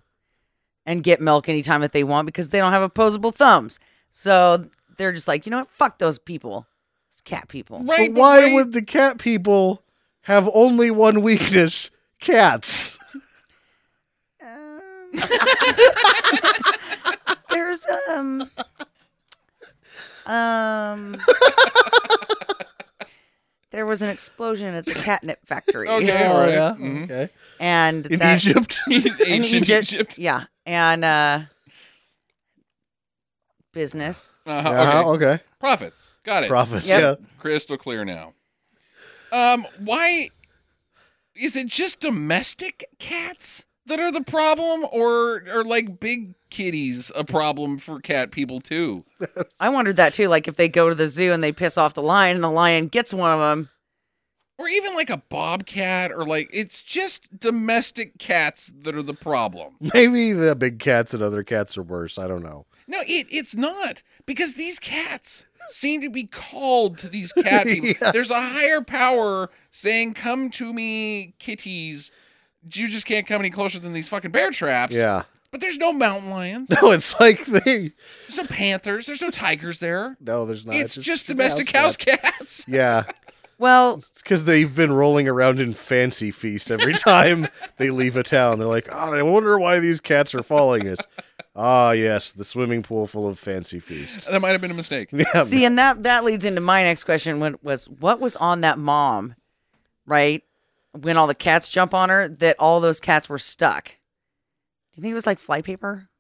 G: and get milk anytime that they want because they don't have opposable thumbs. So they're just like, you know what? Fuck those people. It's cat people.
A: [laughs] Right. [laughs]
F: but
A: but
F: why
A: wait.
F: would the cat people have only one weakness? Cats.
G: Um, there's um um
A: [laughs]
G: there was an explosion at the catnip factory [laughs]
A: Okay, all right.
F: yeah.
A: Mhm.
F: Okay.
G: and
F: In
A: [laughs]
G: that,
F: Egypt.
G: in
A: Ancient
G: Egypt,
A: Egypt.
G: yeah and uh business
A: Uh-huh,
F: Uh-huh,
A: okay.
F: okay.
A: Profits. Got it.
F: Profits.
G: Yep.
F: Yeah.
A: Crystal clear now. Um, why is it just domestic cats that are the problem, or or like big kitties a problem for cat people too?
G: i wondered that too like if they go to the zoo and they piss off the lion and the lion gets one of them
A: Or even like a bobcat, or like it's just domestic cats that are the problem.
F: Maybe the big cats and other cats are worse. I don't know.
A: No, it, it's not because these cats seem to be called to these cat people.
F: Yeah.
A: There's a higher power saying, "Come to me, kitties." You just can't come any closer than these fucking bear traps.
F: Yeah. [laughs]
A: But there's no mountain lions.
F: No, it's like they
A: There's no panthers. There's no tigers there.
F: No, there's not.
A: it's just domestic house cats.
F: Yeah.
G: well
F: It's because they've been rolling around in Fancy
A: [laughs]
F: Feast every time they leave a town. They're like, oh, I wonder why these cats are following us. Ah, yes, the swimming pool full of Fancy Feast.
A: [laughs] That might have been a mistake.
F: [laughs] Yeah,
G: See, and that that leads into my next question, when, was what was on that mom, right? When all the cats jump on her, that all those cats were stuck. Do you think it was like flypaper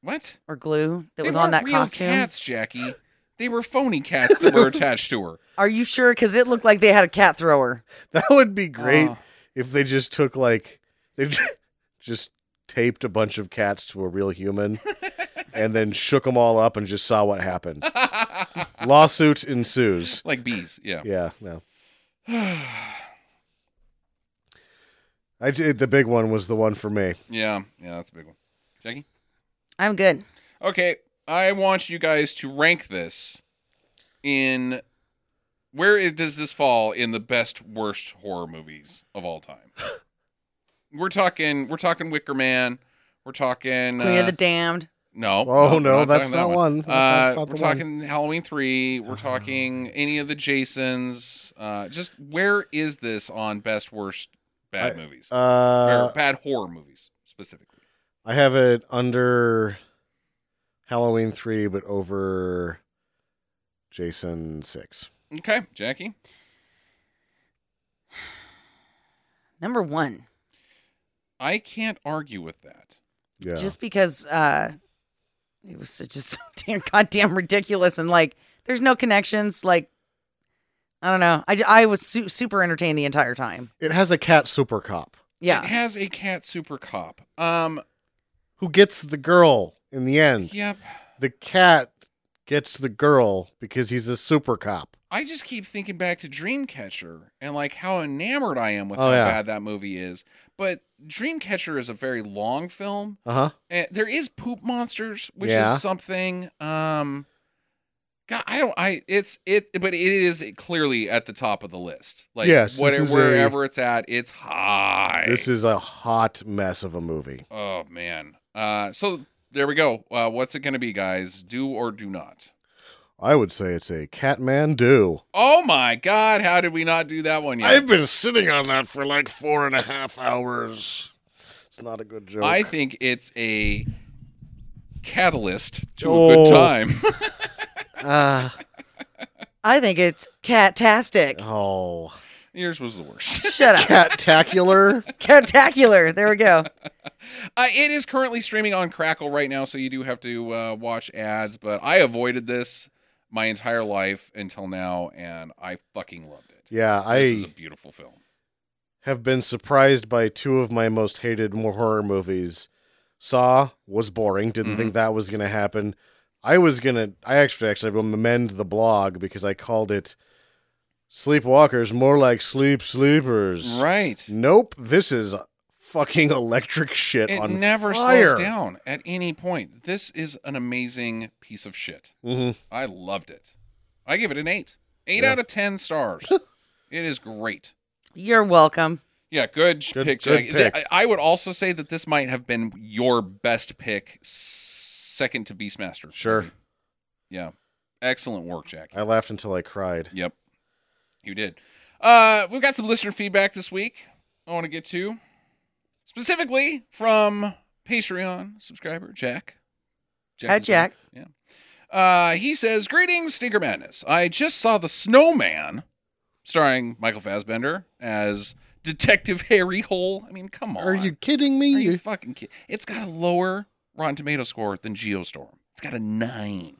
A: What?
G: or glue that
A: They
G: was on
A: weren't
G: that
A: real
G: costume?
A: Cats, Jackie. They were phony cats that were [laughs] attached to her.
G: Are you sure? Because it looked like they had a cat thrower.
F: that would be great
A: Oh.
F: if they just took like they [laughs] j- just taped a bunch of cats to a
A: [laughs]
F: real human and then shook them all up and just saw what happened. Lawsuit ensues.
A: [laughs] Like bees. Yeah. [sighs]
F: Yeah, no. I did, the big one was the one for me.
A: Yeah. Yeah. That's a big one. Jackie.
G: I'm good.
A: Okay, I want you guys to rank this in where is, does this fall in the best worst horror movies of all
G: [laughs]
A: time? we're talking we're talking Wicker Man, we're talking
G: Queen
A: uh,
G: of the Damned.
A: No.
F: Oh, no,
A: we're
F: that's
A: talking
F: not
A: that
F: one. That's
A: Uh,
F: not the
A: we're
F: one. Oh.
A: talking Halloween 3, we're talking any of the Jasons. Uh just where is this on best worst bad
F: I-
A: movies?
F: Uh,
A: or bad horror movies specifically.
F: I have it under Halloween three, but over Jason six.
A: Okay, Jackie.
G: Number one,
A: I can't argue with that.
F: Yeah,
G: just because uh, it was so- just so [laughs] damn goddamn ridiculous and like there's no connections. Like I don't know. I, j- I was su- super entertained the entire time.
F: it has a cat super cop
G: Yeah.
A: It has a cat super cop. Um,
F: who gets the girl in the end.
A: yep.
F: The cat gets the girl because he's a super cop.
A: I just keep thinking back to Dreamcatcher and like how enamored I am with
F: Oh,
A: how
F: yeah.
A: bad that movie is. But Dreamcatcher is a very long film.
F: Uh huh.
A: And there is poop monsters, which
F: Yeah.
A: is something. Um, God, I don't. I it's it, but it is clearly at the top of the list. Like
F: Yes, this
A: what,
F: is a-
A: wherever it's at, it's high.
F: This is a hot mess of a movie.
A: oh man. Uh, so there we go. Uh, what's it going to be, guys? Do or do not?
F: I would say it's a Catmandu.
A: Oh my God! How did we not do that one yet?
B: I've been sitting on that for like four and a half hours.
F: It's not a good joke.
A: I think it's a catalyst to a
F: Oh.
A: good
F: [laughs]
A: time. [laughs]
F: Ah.
G: I think it's
A: [laughs]
G: catastic.
F: oh.
A: Yours was the worst. [laughs]
G: Shut up.
F: Cattacular.
G: Catacular. There we go.
A: Uh, it is currently streaming on Crackle right now, so you do have to uh, watch ads. But I avoided this my entire life until now, and I fucking loved it.
F: Yeah,
A: this is a
F: I
A: beautiful film.
F: have been surprised by two of my most hated mo- horror movies. Saw was boring. Didn't think
A: Mm-hmm.
F: that was going to happen. I was gonna. I actually actually will amend the blog because I called it "Sleepwalkers," more like "Sleep Sleepers."
A: Right.
F: Nope. This is fucking electric shit
A: It
F: on
A: never
F: fire.
A: slows down at any point. This is an amazing piece of shit.
F: Mhm.
A: I loved it. I give it an eight. Eight
F: Yeah.
A: out of ten
F: [laughs]
A: stars. it is great.
G: You're welcome.
A: Yeah, good,
F: Good-
A: pick,
F: good
A: Jack. Th-
F: pick.
A: I I would also say that this might have been your best pick, s- second to Beastmaster.
F: Sure.
A: Yeah. Excellent work, Jack.
F: I laughed until I cried.
A: Yep. You did. Uh, we've got some listener feedback this week I want to get to. Specifically from Patreon subscriber Jack.
G: Hi,
A: is
G: Jack.
A: good. Yeah. Uh, he says, Greetings, Stinker Madness. I just saw The Snowman, starring Michael Fassbender as Detective Harry Hole. I mean, come on.
F: Are you kidding me?
A: Are you fucking kidding? It's got a lower Rotten Tomato score than Geostorm. It's got a nine.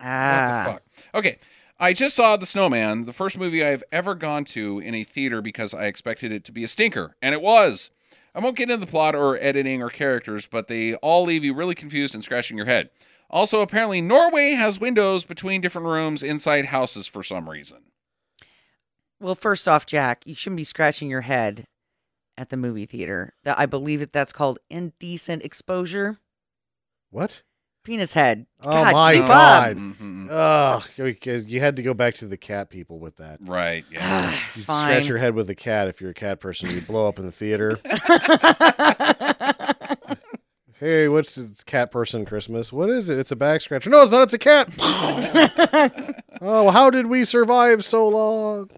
A: What the
G: Ah.
A: fuck? Okay. I just saw The Snowman, the first movie I've ever gone to in a theater because I expected it to be a stinker, and it was. I won't get into the plot or editing or characters, but they all leave you really confused and scratching your head. Also, apparently, Norway has windows between different rooms inside houses for some reason.
G: Well, first off, Jack, you shouldn't be scratching your head at the movie theater. That I believe that that's called indecent exposure.
F: What?
G: Penis head.
F: Oh
G: God,
F: my
G: keep up.
F: God.
A: Mhm.
F: Ugh, you you had to go back to the cat people with that.
A: Right.
G: [sighs]
A: Yeah.
G: Ah,
F: You
G: Fine.
F: scratch your head with a cat if you're a cat person. You blow up in the theater. [laughs]
G: [laughs]
A: [laughs]
F: hey, what's this cat person Christmas? What is it? It's a back scratcher. No, it's not. It's a cat. oh, how did we survive so long?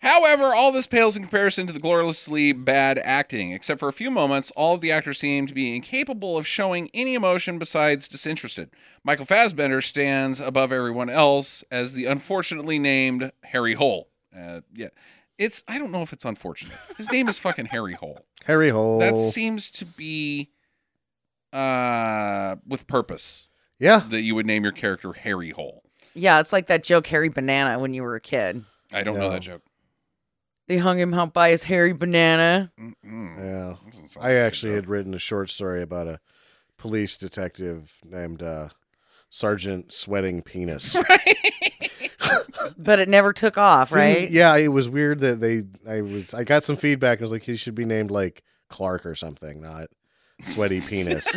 A: However, all this pales in comparison to the gloriously bad acting. Except for a few moments, all of the actors seem to be incapable of showing any emotion besides disinterested. Michael Fassbender stands above everyone else as the unfortunately named Harry Hole. Uh, yeah. It's I don't know if it's unfortunate. His name is fucking Harry Hole.
F: Harry Hole.
A: That seems to be uh with purpose
F: yeah.
A: that you would name your character Harry Hole.
G: yeah, it's like that joke Harry Banana when you were a kid.
A: I don't know
F: No.
A: that joke.
G: They hung him out by his hairy banana.
A: Mm-mm.
F: Yeah.
A: Doesn't sound
F: I
A: like a
F: actually
A: joke.
F: had written a short story about a police detective named uh, Sergeant Sweating Penis.
G: But it never took off, right?
F: Didn't- Yeah, it was weird that they. I was. I got some feedback. and I was like, he should be named like Clark or something, not Sweaty Penis.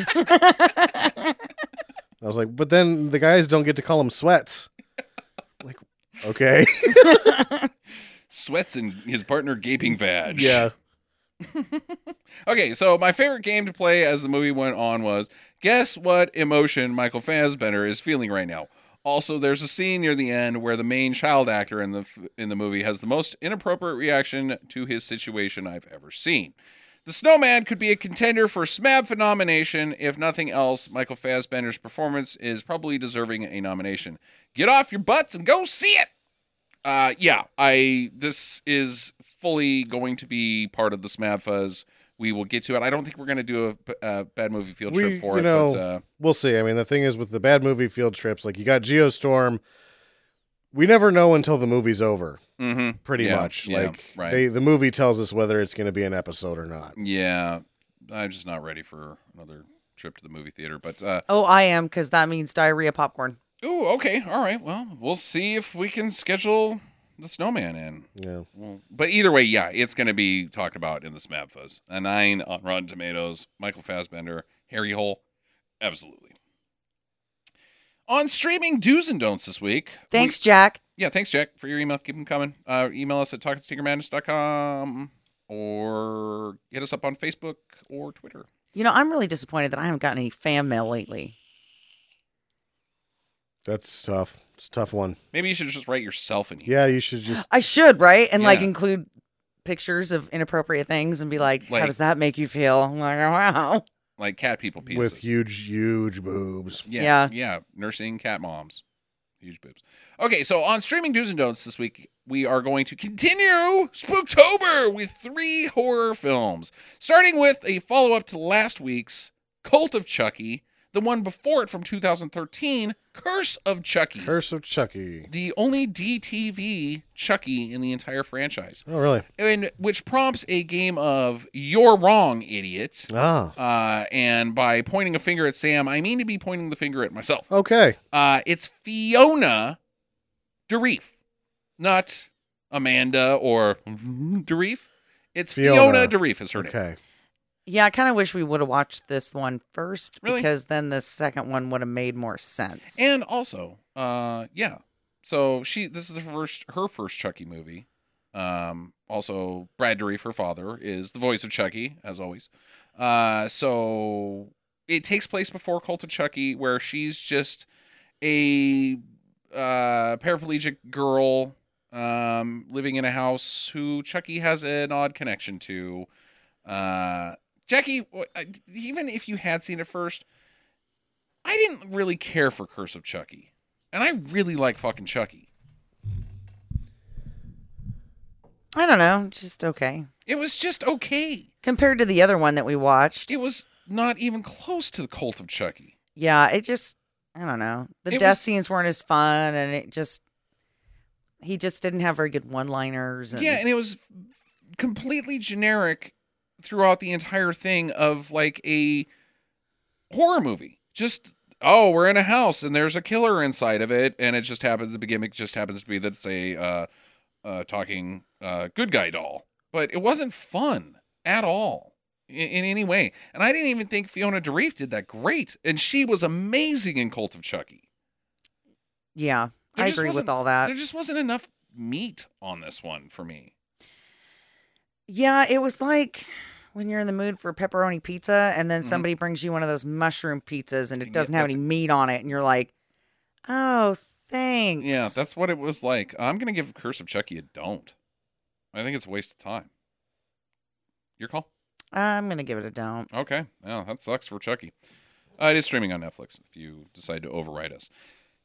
F: I was like, but then the guys don't get to call him sweats. Like,
A: [laughs]
F: okay,
A: sweats and his partner gaping vag.
F: yeah,
A: Okay, so my favorite game to play as the movie went on was guess what emotion Michael Fassbender is feeling right now. Also, there's a scene near the end where the main child actor in the in the movie has the most inappropriate reaction to his situation I've ever seen. The Snowman could be a contender for SMAP nomination. If nothing else, Michael Fassbender's performance is probably deserving a nomination. Get off your butts and go see it. Uh, yeah, I this is fully going to be part of the SMAPFAs. We will get to it. I don't think we're going to do a, uh bad movie field trip
F: We-
A: for
F: you
A: it,
F: know-
A: but uh,
F: we'll see. I mean, the thing is with the bad movie field trips, like you got Geostorm. We never know until the movie's over,
A: mhm.
F: pretty
A: Yeah,
F: much.
A: yeah,
F: like
A: right.
F: they, the movie tells us whether it's going to be an episode or not.
A: yeah, I'm just not ready for another trip to the movie theater. But uh,
G: Oh, I am, because that means diarrhea popcorn.
A: ooh, okay, all right. Well, we'll see if we can schedule the Snowman in.
F: Yeah.
A: Well, but either way, yeah, it's going to be talked about in the SMAPFAs. A nine on Rotten Tomatoes, Michael Fassbender, Harry Hole. Absolutely. On streaming do's and don'ts this week. we-
G: Thanks, Jack.
A: yeah, thanks, Jack, for your email. Keep them coming. Uh, email us at talkingstinkermadness.com or hit us up on Facebook or Twitter.
G: You know, I'm really disappointed that I haven't gotten any fan mail lately.
F: That's tough. It's a tough one.
A: Maybe you should just write yourself e-, in here.
F: Yeah, you should just.
G: I should, right? And like
A: Yeah.
G: include pictures of inappropriate things and be like,
A: Like-
G: how does that make you feel? I'm like, "Oh, wow.
A: Like cat people pieces.
F: With huge, huge boobs.
A: Yeah, yeah. Nursing cat moms. Huge boobs. Okay, so on streaming do's and don'ts this week, we are going to continue Spooktober with three horror films, starting with a follow up to last week's Cult of Chucky, the one before it from 2013, Curse of Chucky,
F: Curse of Chucky.
A: the only DTV Chucky in the entire franchise,
F: Oh, really?
A: and which prompts a game of You're Wrong, Idiot.
F: Ah,
A: Uh, and by pointing a finger at Sam, I mean to be pointing the finger at myself.
F: okay.
A: Uh, it's Fiona Doreef, not Amanda or Doreef. It's Fiona,
F: Fiona.
A: Doreef is her name.
F: Okay.
G: Yeah, I kind of wish we would have watched this one first
A: Really?
G: because then the second one would have made more sense.
A: And also, uh, yeah. So she this is the first her first Chucky movie. Um, also Brad Dourif, her father, is the voice of Chucky, as always. Uh, so it takes place before Cult of Chucky, where she's just a uh, paraplegic girl um, living in a house who Chucky has an odd connection to. Uh, Jackie, w- I- even if you had seen it first, I didn't really care for Curse of Chucky, and I really like fucking Chucky.
G: I don't know, just okay.
A: It was just okay.
G: Compared to the other one that we watched,
A: It was not even close to the Cult of Chucky.
G: yeah, it just, I don't know. The
A: It
G: death
A: was-
G: scenes weren't as fun and it just, he just didn't have very good one liners.
A: Yeah, and it was completely generic throughout the entire thing of like a horror movie. Just oh, we're in a house and there's a killer inside of it, and it just happens the gimmick just happens to be that it's a uh, uh, talking uh, good guy doll. But it wasn't fun at all in, in any way, and I didn't even think Fiona Doreef did that great, and she was amazing in Cult of Chucky.
G: yeah
A: There
G: I
A: just
G: agree with
A: wasn't-
G: all that.
A: There just wasn't enough meat on this one for me.
G: Yeah, it was like when you're in the mood for pepperoni pizza and then
A: Mhm.
G: somebody brings you one of those mushroom pizzas and
A: Yeah,
G: it doesn't have
A: that's-
G: any meat on it and you're like, "Oh, thanks."
A: Yeah, that's what it was like. I'm gonna give Curse of Chucky a don't. I think it's a waste of time. Your call.
G: I'm going to give it a don't.
A: Okay. Yeah, that sucks for Chucky. Uh, it is streaming on Netflix if you decide to override us.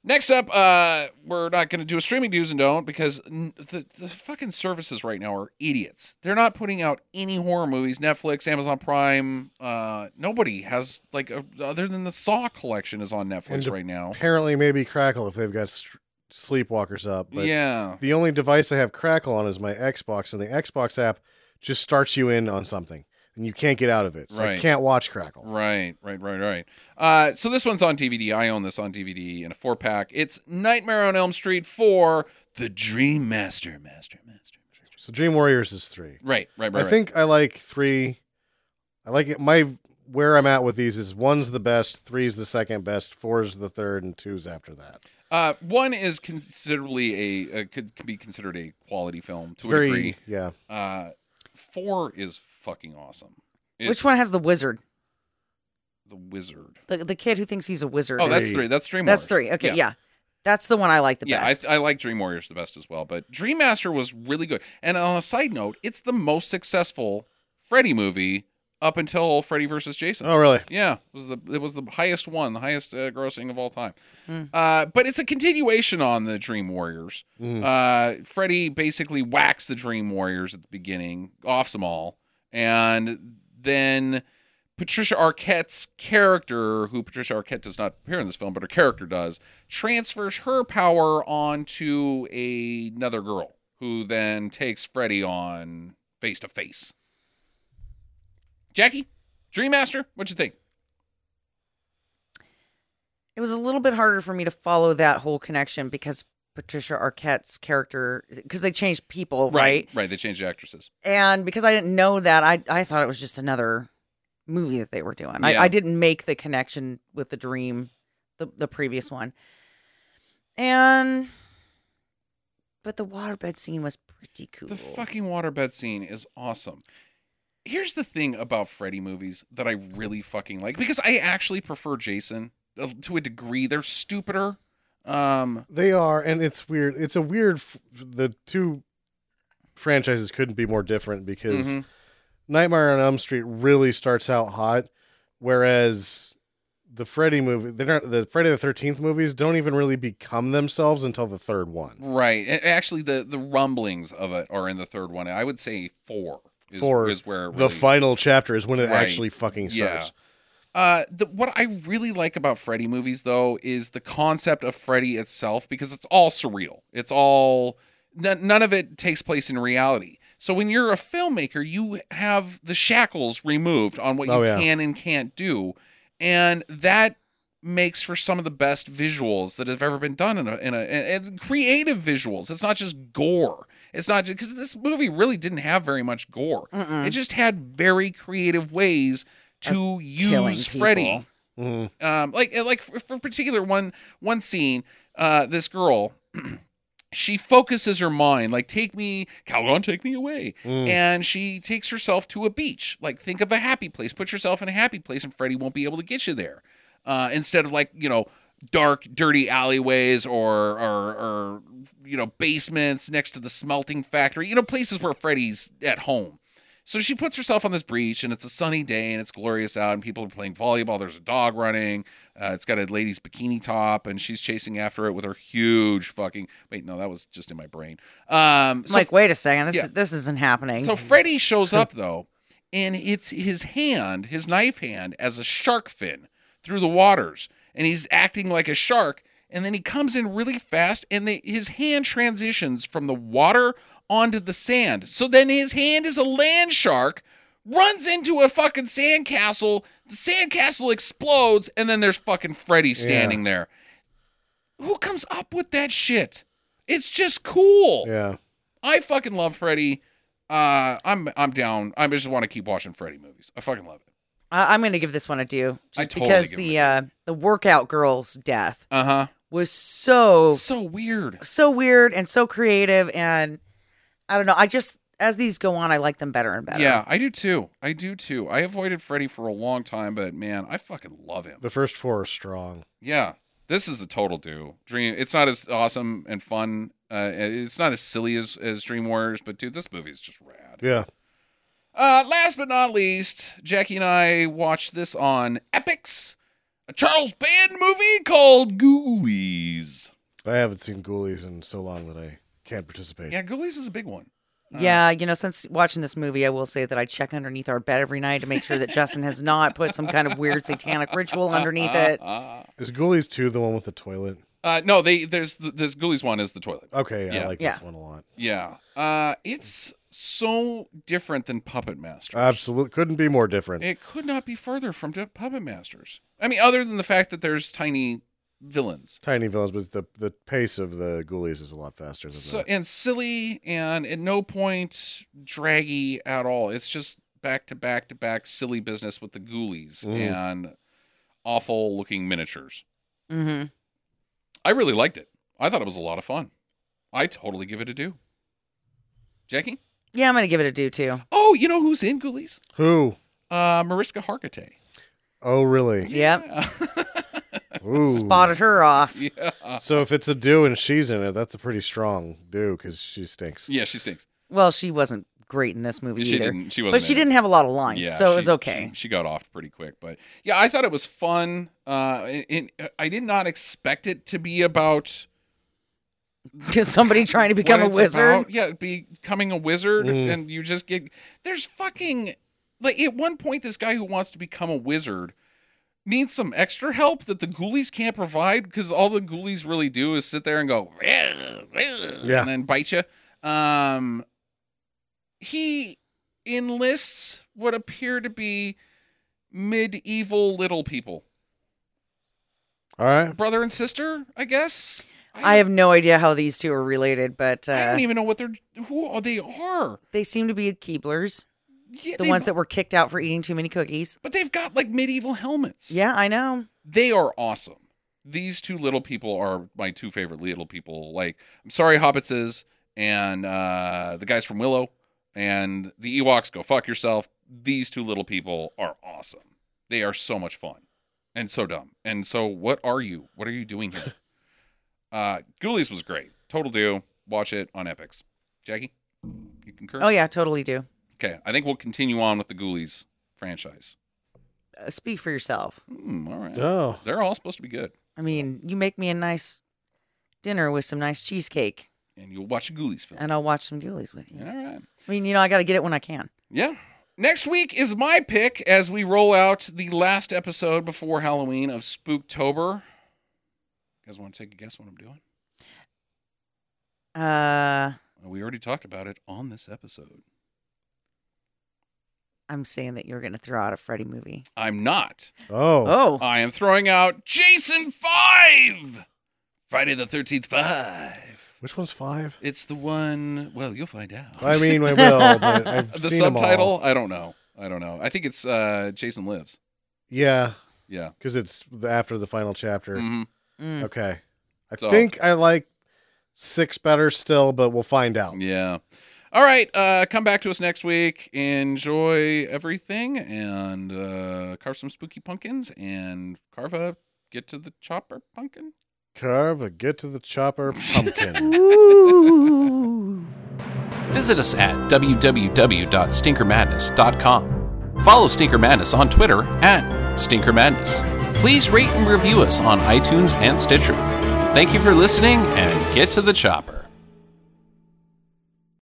A: Next up, uh, we're not going to do a streaming do's and don't because n- the, the fucking services right now are idiots. They're not putting out any horror movies. Netflix, Amazon Prime, uh, nobody has like a, other than the Saw collection is on Netflix
F: And-
A: right now.
F: Apparently, maybe Crackle if they've got s- Sleepwalkers up. But
A: yeah,
F: The only device I have Crackle on is my Xbox, and the Xbox app just starts you in on something, and you can't get out of it. So
A: Right.
F: I can't watch Crackle.
A: Right, right, right, right. Uh, so this one's on DVD. I own this on DVD in a four pack. It's Nightmare on Elm Street 4, The Dream Master, Master, Master. master.
F: So Dream Warriors is three.
A: Right, right, right.
F: I
A: right.
F: think I like three. I like it. My where I'm at with these is one's the best, three's the second best, four's the third, and two's after that.
A: uh, one is considerably a uh, could, could be considered a quality film to a degree.
F: yeah.
A: Uh, four is fucking awesome. It's
G: Which one has the wizard?
A: The Wizard.
G: The the kid who thinks he's a wizard.
A: Oh, that's
F: Three.
A: three. That's Dream.
G: That's
A: Warriors.
G: 3. Okay, yeah. That's the one I like the
A: yeah,
G: best.
A: I, I like Dream Warriors the best as well, but Dream Master was really good. And on a side note, it's the most successful Freddy movie up until Freddy versus Jason.
F: Oh, really?
A: Yeah, it was the it was the highest one, the highest uh, grossing of all time.
G: Hmm.
A: Uh, but it's a continuation on the Dream Warriors.
F: Mm.
A: Uh, Freddy basically whacks the Dream Warriors at the beginning, offs them all, and then Patricia Arquette's character, who Patricia Arquette does not appear in this film, but her character does, transfers her power onto a- another girl, who then takes Freddy on face to face. Jackie, Dream Master, what'd you think?
G: it was a little bit harder for me to follow that whole connection because Patricia Arquette's character because they changed people, right?
A: right. They changed the actresses.
G: and because I didn't know that, I I thought it was just another movie that they were doing.
A: Yeah.
G: I, I didn't make the connection with the dream, the the previous one, and but the waterbed scene was pretty cool.
A: The fucking waterbed scene is awesome. Here's the thing about Freddy movies that I really fucking like because I actually prefer Jason uh, to a degree. They're stupider. Um,
F: They are, and it's weird. It's a weird. F- the two franchises couldn't be more different because
A: mhm.
F: Nightmare on Elm Street really starts out hot, whereas the Freddy movie, they're not the Friday the Thirteenth movies don't even really become themselves until the third one.
A: Right. A- Actually, the the rumblings of it are in the third one. I would say four. Is,
F: Four,
A: is where it
F: The
A: really-
F: final chapter is when it
A: Right.
F: actually fucking
A: Yeah.
F: starts.
A: Uh, the, what I really like about Freddy movies, though, is the concept of Freddy itself because it's all surreal. It's all n- none of it takes place in reality. So when you're a filmmaker, you have the shackles removed on what
F: Oh,
A: you
F: yeah.
A: can and can't do, and that makes for some of the best visuals that have ever been done in a in a and creative visuals. It's not just gore. It's not because this movie really didn't have very much gore.
G: Mm-mm.
A: It just had very creative ways to
G: killing
A: use
G: people.
A: Freddy.
F: Mhm.
A: Um, like like for, for particular one one scene, uh, this girl, [clears throat] she focuses her mind like take me Calgon, take me away,
F: Mm.
A: and she takes herself to a beach. Like think of a happy place. Put yourself in a happy place, and Freddy won't be able to get you there. Uh, instead of like you know dark, dirty alleyways or or or you know basements next to the smelting factory. You know places where Freddy's at home. So she puts herself on this breach, and it's a sunny day, and it's glorious out, and people are playing volleyball. There's a dog running. Uh, it's got a lady's bikini top, and she's chasing after it with her huge fucking. Wait, no, that was just in my brain. Um,
G: I'm
A: so
G: like, wait a second, this
A: Yeah.
G: is, this isn't happening.
A: so Freddy shows up though, and it's his hand, his knife hand, as a shark fin through the waters, and he's acting like a shark. And then he comes in really fast, and they, his hand transitions from the water onto the sand. So then his hand is a land shark, runs into a fucking sandcastle. The sandcastle explodes, and then there's fucking Freddy standing there. Who comes up with that shit? It's just cool.
F: Yeah,
A: I fucking love Freddy. Uh, I'm I'm down. I just want to keep watching Freddy movies. I fucking love it.
G: I, I'm going to give this one a do
A: I
G: just
A: totally
G: because
A: give it
G: the uh, the workout girl's death
A: Uh
F: Uh-huh.
A: huh.
G: was so
A: So weird.
G: so weird and so creative and I don't know. I just as these go on, I like them better and better.
A: Yeah, I do too. I do too. I avoided Freddy for a long time, but man, I fucking love him.
F: the first four are strong.
A: Yeah, this is a total do. Dream. It's not as awesome and fun. Uh, it's not as silly as as Dream Warriors, but dude, this movie is just rad.
F: Yeah,
A: Uh, last but not least, Jackie and I watched this on Epics, a Charles Band movie called Ghoulies.
F: I haven't seen Ghoulies in so long that I can't participate.
A: Yeah, Ghoulies is a big one.
G: Yeah, you know, since watching this movie, I will say that I check underneath our bed every night to make sure that Justin has not put some
A: Uh,
G: [laughs] kind of weird satanic ritual
A: [laughs]
G: underneath it.
F: Is Ghoulies two the one with the toilet?
A: Uh, no, they there's th- this Ghoulies one is the toilet.
F: Okay, yeah,
A: Yeah.
F: I like
G: Yeah.
F: this one a lot.
A: Yeah. Uh, it's so different than Puppet Masters.
F: Absolutely, couldn't be more different.
A: It could not be further from di- Puppet Masters. I mean, other than the fact that there's tiny villains.
F: Tiny villains, but the the pace of the Ghoulies is a lot faster than
A: So,
F: that.
A: and silly and at no point draggy at all. It's just back to back to back silly business with the ghoulies
F: Mm.
A: and awful looking miniatures.
G: Mm-hmm.
A: I really liked it. I thought it was a lot of fun. I totally give it a do. Jackie?
G: Yeah, I'm gonna give it a do too.
A: Oh, you know who's in Ghoulies?
F: Who?
A: Uh, Mariska [laughs] Hargitay.
F: Oh, really?
G: Yep,
F: Ooh.
G: spotted her off.
A: yeah.
F: So if it's a do and she's in it, that's a pretty strong do because she stinks.
A: Yeah, she sings.
G: Well, she wasn't great in this movie
A: She
G: either,
A: didn't. She wasn't.
G: but she
A: in it.
G: didn't have a lot of lines, so it was
A: she-
G: okay. [laughs]
A: She, she got off pretty quick, but yeah, I thought it was fun. Uh, and and I did not expect it to be about
G: Somebody trying to become a
A: what it's
G: wizard.
A: about. Yeah, becoming a wizard,
F: Mm.
A: and you just get there's fucking like at one point this guy who wants to become a wizard needs some extra help that the ghoulies can't provide because all the ghoulies really do is sit there and go yeah. and then bite you. Um, he enlists what appear to be medieval little people,
F: All right.
A: brother and sister, I guess.
G: I have no idea how these two are related, but
A: I
G: uh,
A: don't even know what they're who are they are.
G: they seem to be Keeblers,
A: Yeah,
G: the
A: they-
G: ones that were kicked out for eating too many cookies.
A: But they've got like medieval helmets.
G: Yeah, I know.
A: They are awesome. These two little people are my two favorite little people. Like, I'm sorry, Hobbitses and uh, the guys from Willow and the Ewoks go fuck yourself. These two little people are awesome.
G: [laughs]
A: They are so much fun and so dumb. And so, what are you? What are you doing here? Uh, Ghoulies was great. Total do. Watch it on Epics. Jackie, you concur?
G: Oh yeah, totally do.
A: Okay, I think we'll continue on with the Ghoulies franchise.
G: Uh, speak for yourself.
A: Hmm, all right.
F: Oh,
A: They're all supposed to be good.
G: I mean, you make me a nice dinner with some nice cheesecake,
A: And you'll watch a Ghoulies film.
G: and I'll watch some Ghoulies with you.
A: all right.
G: I mean, you know, I got to get it when I can.
A: Yeah. Next week is my pick as we roll out the last episode before Halloween of Spooktober. You guys want to take a guess what I'm doing?
G: Uh,
A: We already talked about it on this episode.
G: I'm saying that you're gonna throw out a Freddy movie.
A: I'm not.
F: oh,
G: Oh,
A: I am throwing out Jason 5! Friday the 13th 5.
F: which one's
A: [laughs]
F: five?
A: It's the one, well, you'll find out.
F: I mean,
A: [laughs]
F: I will, but I've
A: the
F: seen 'em all.
A: subtitle, I don't know. I don't know. I think it's uh Jason Lives.
F: Yeah,
A: Yeah.
F: because it's the- after the final chapter.
A: hmm
G: mm.
F: [laughs] Okay, I
A: So-
F: think I like six better still, but we'll find out.
A: Yeah. All right. Uh, come back to us next week. Enjoy everything and uh, carve some spooky pumpkins and carve a get to the chopper pumpkin.
F: Carve a get to the chopper
A: [laughs]
F: pumpkin.
E: Visit us at www.stinkermadness.com. Follow Stinker Madness on Twitter at Stinker Madness. Please rate and review us on iTunes and Stitcher. Thank you for listening and get to the chopper.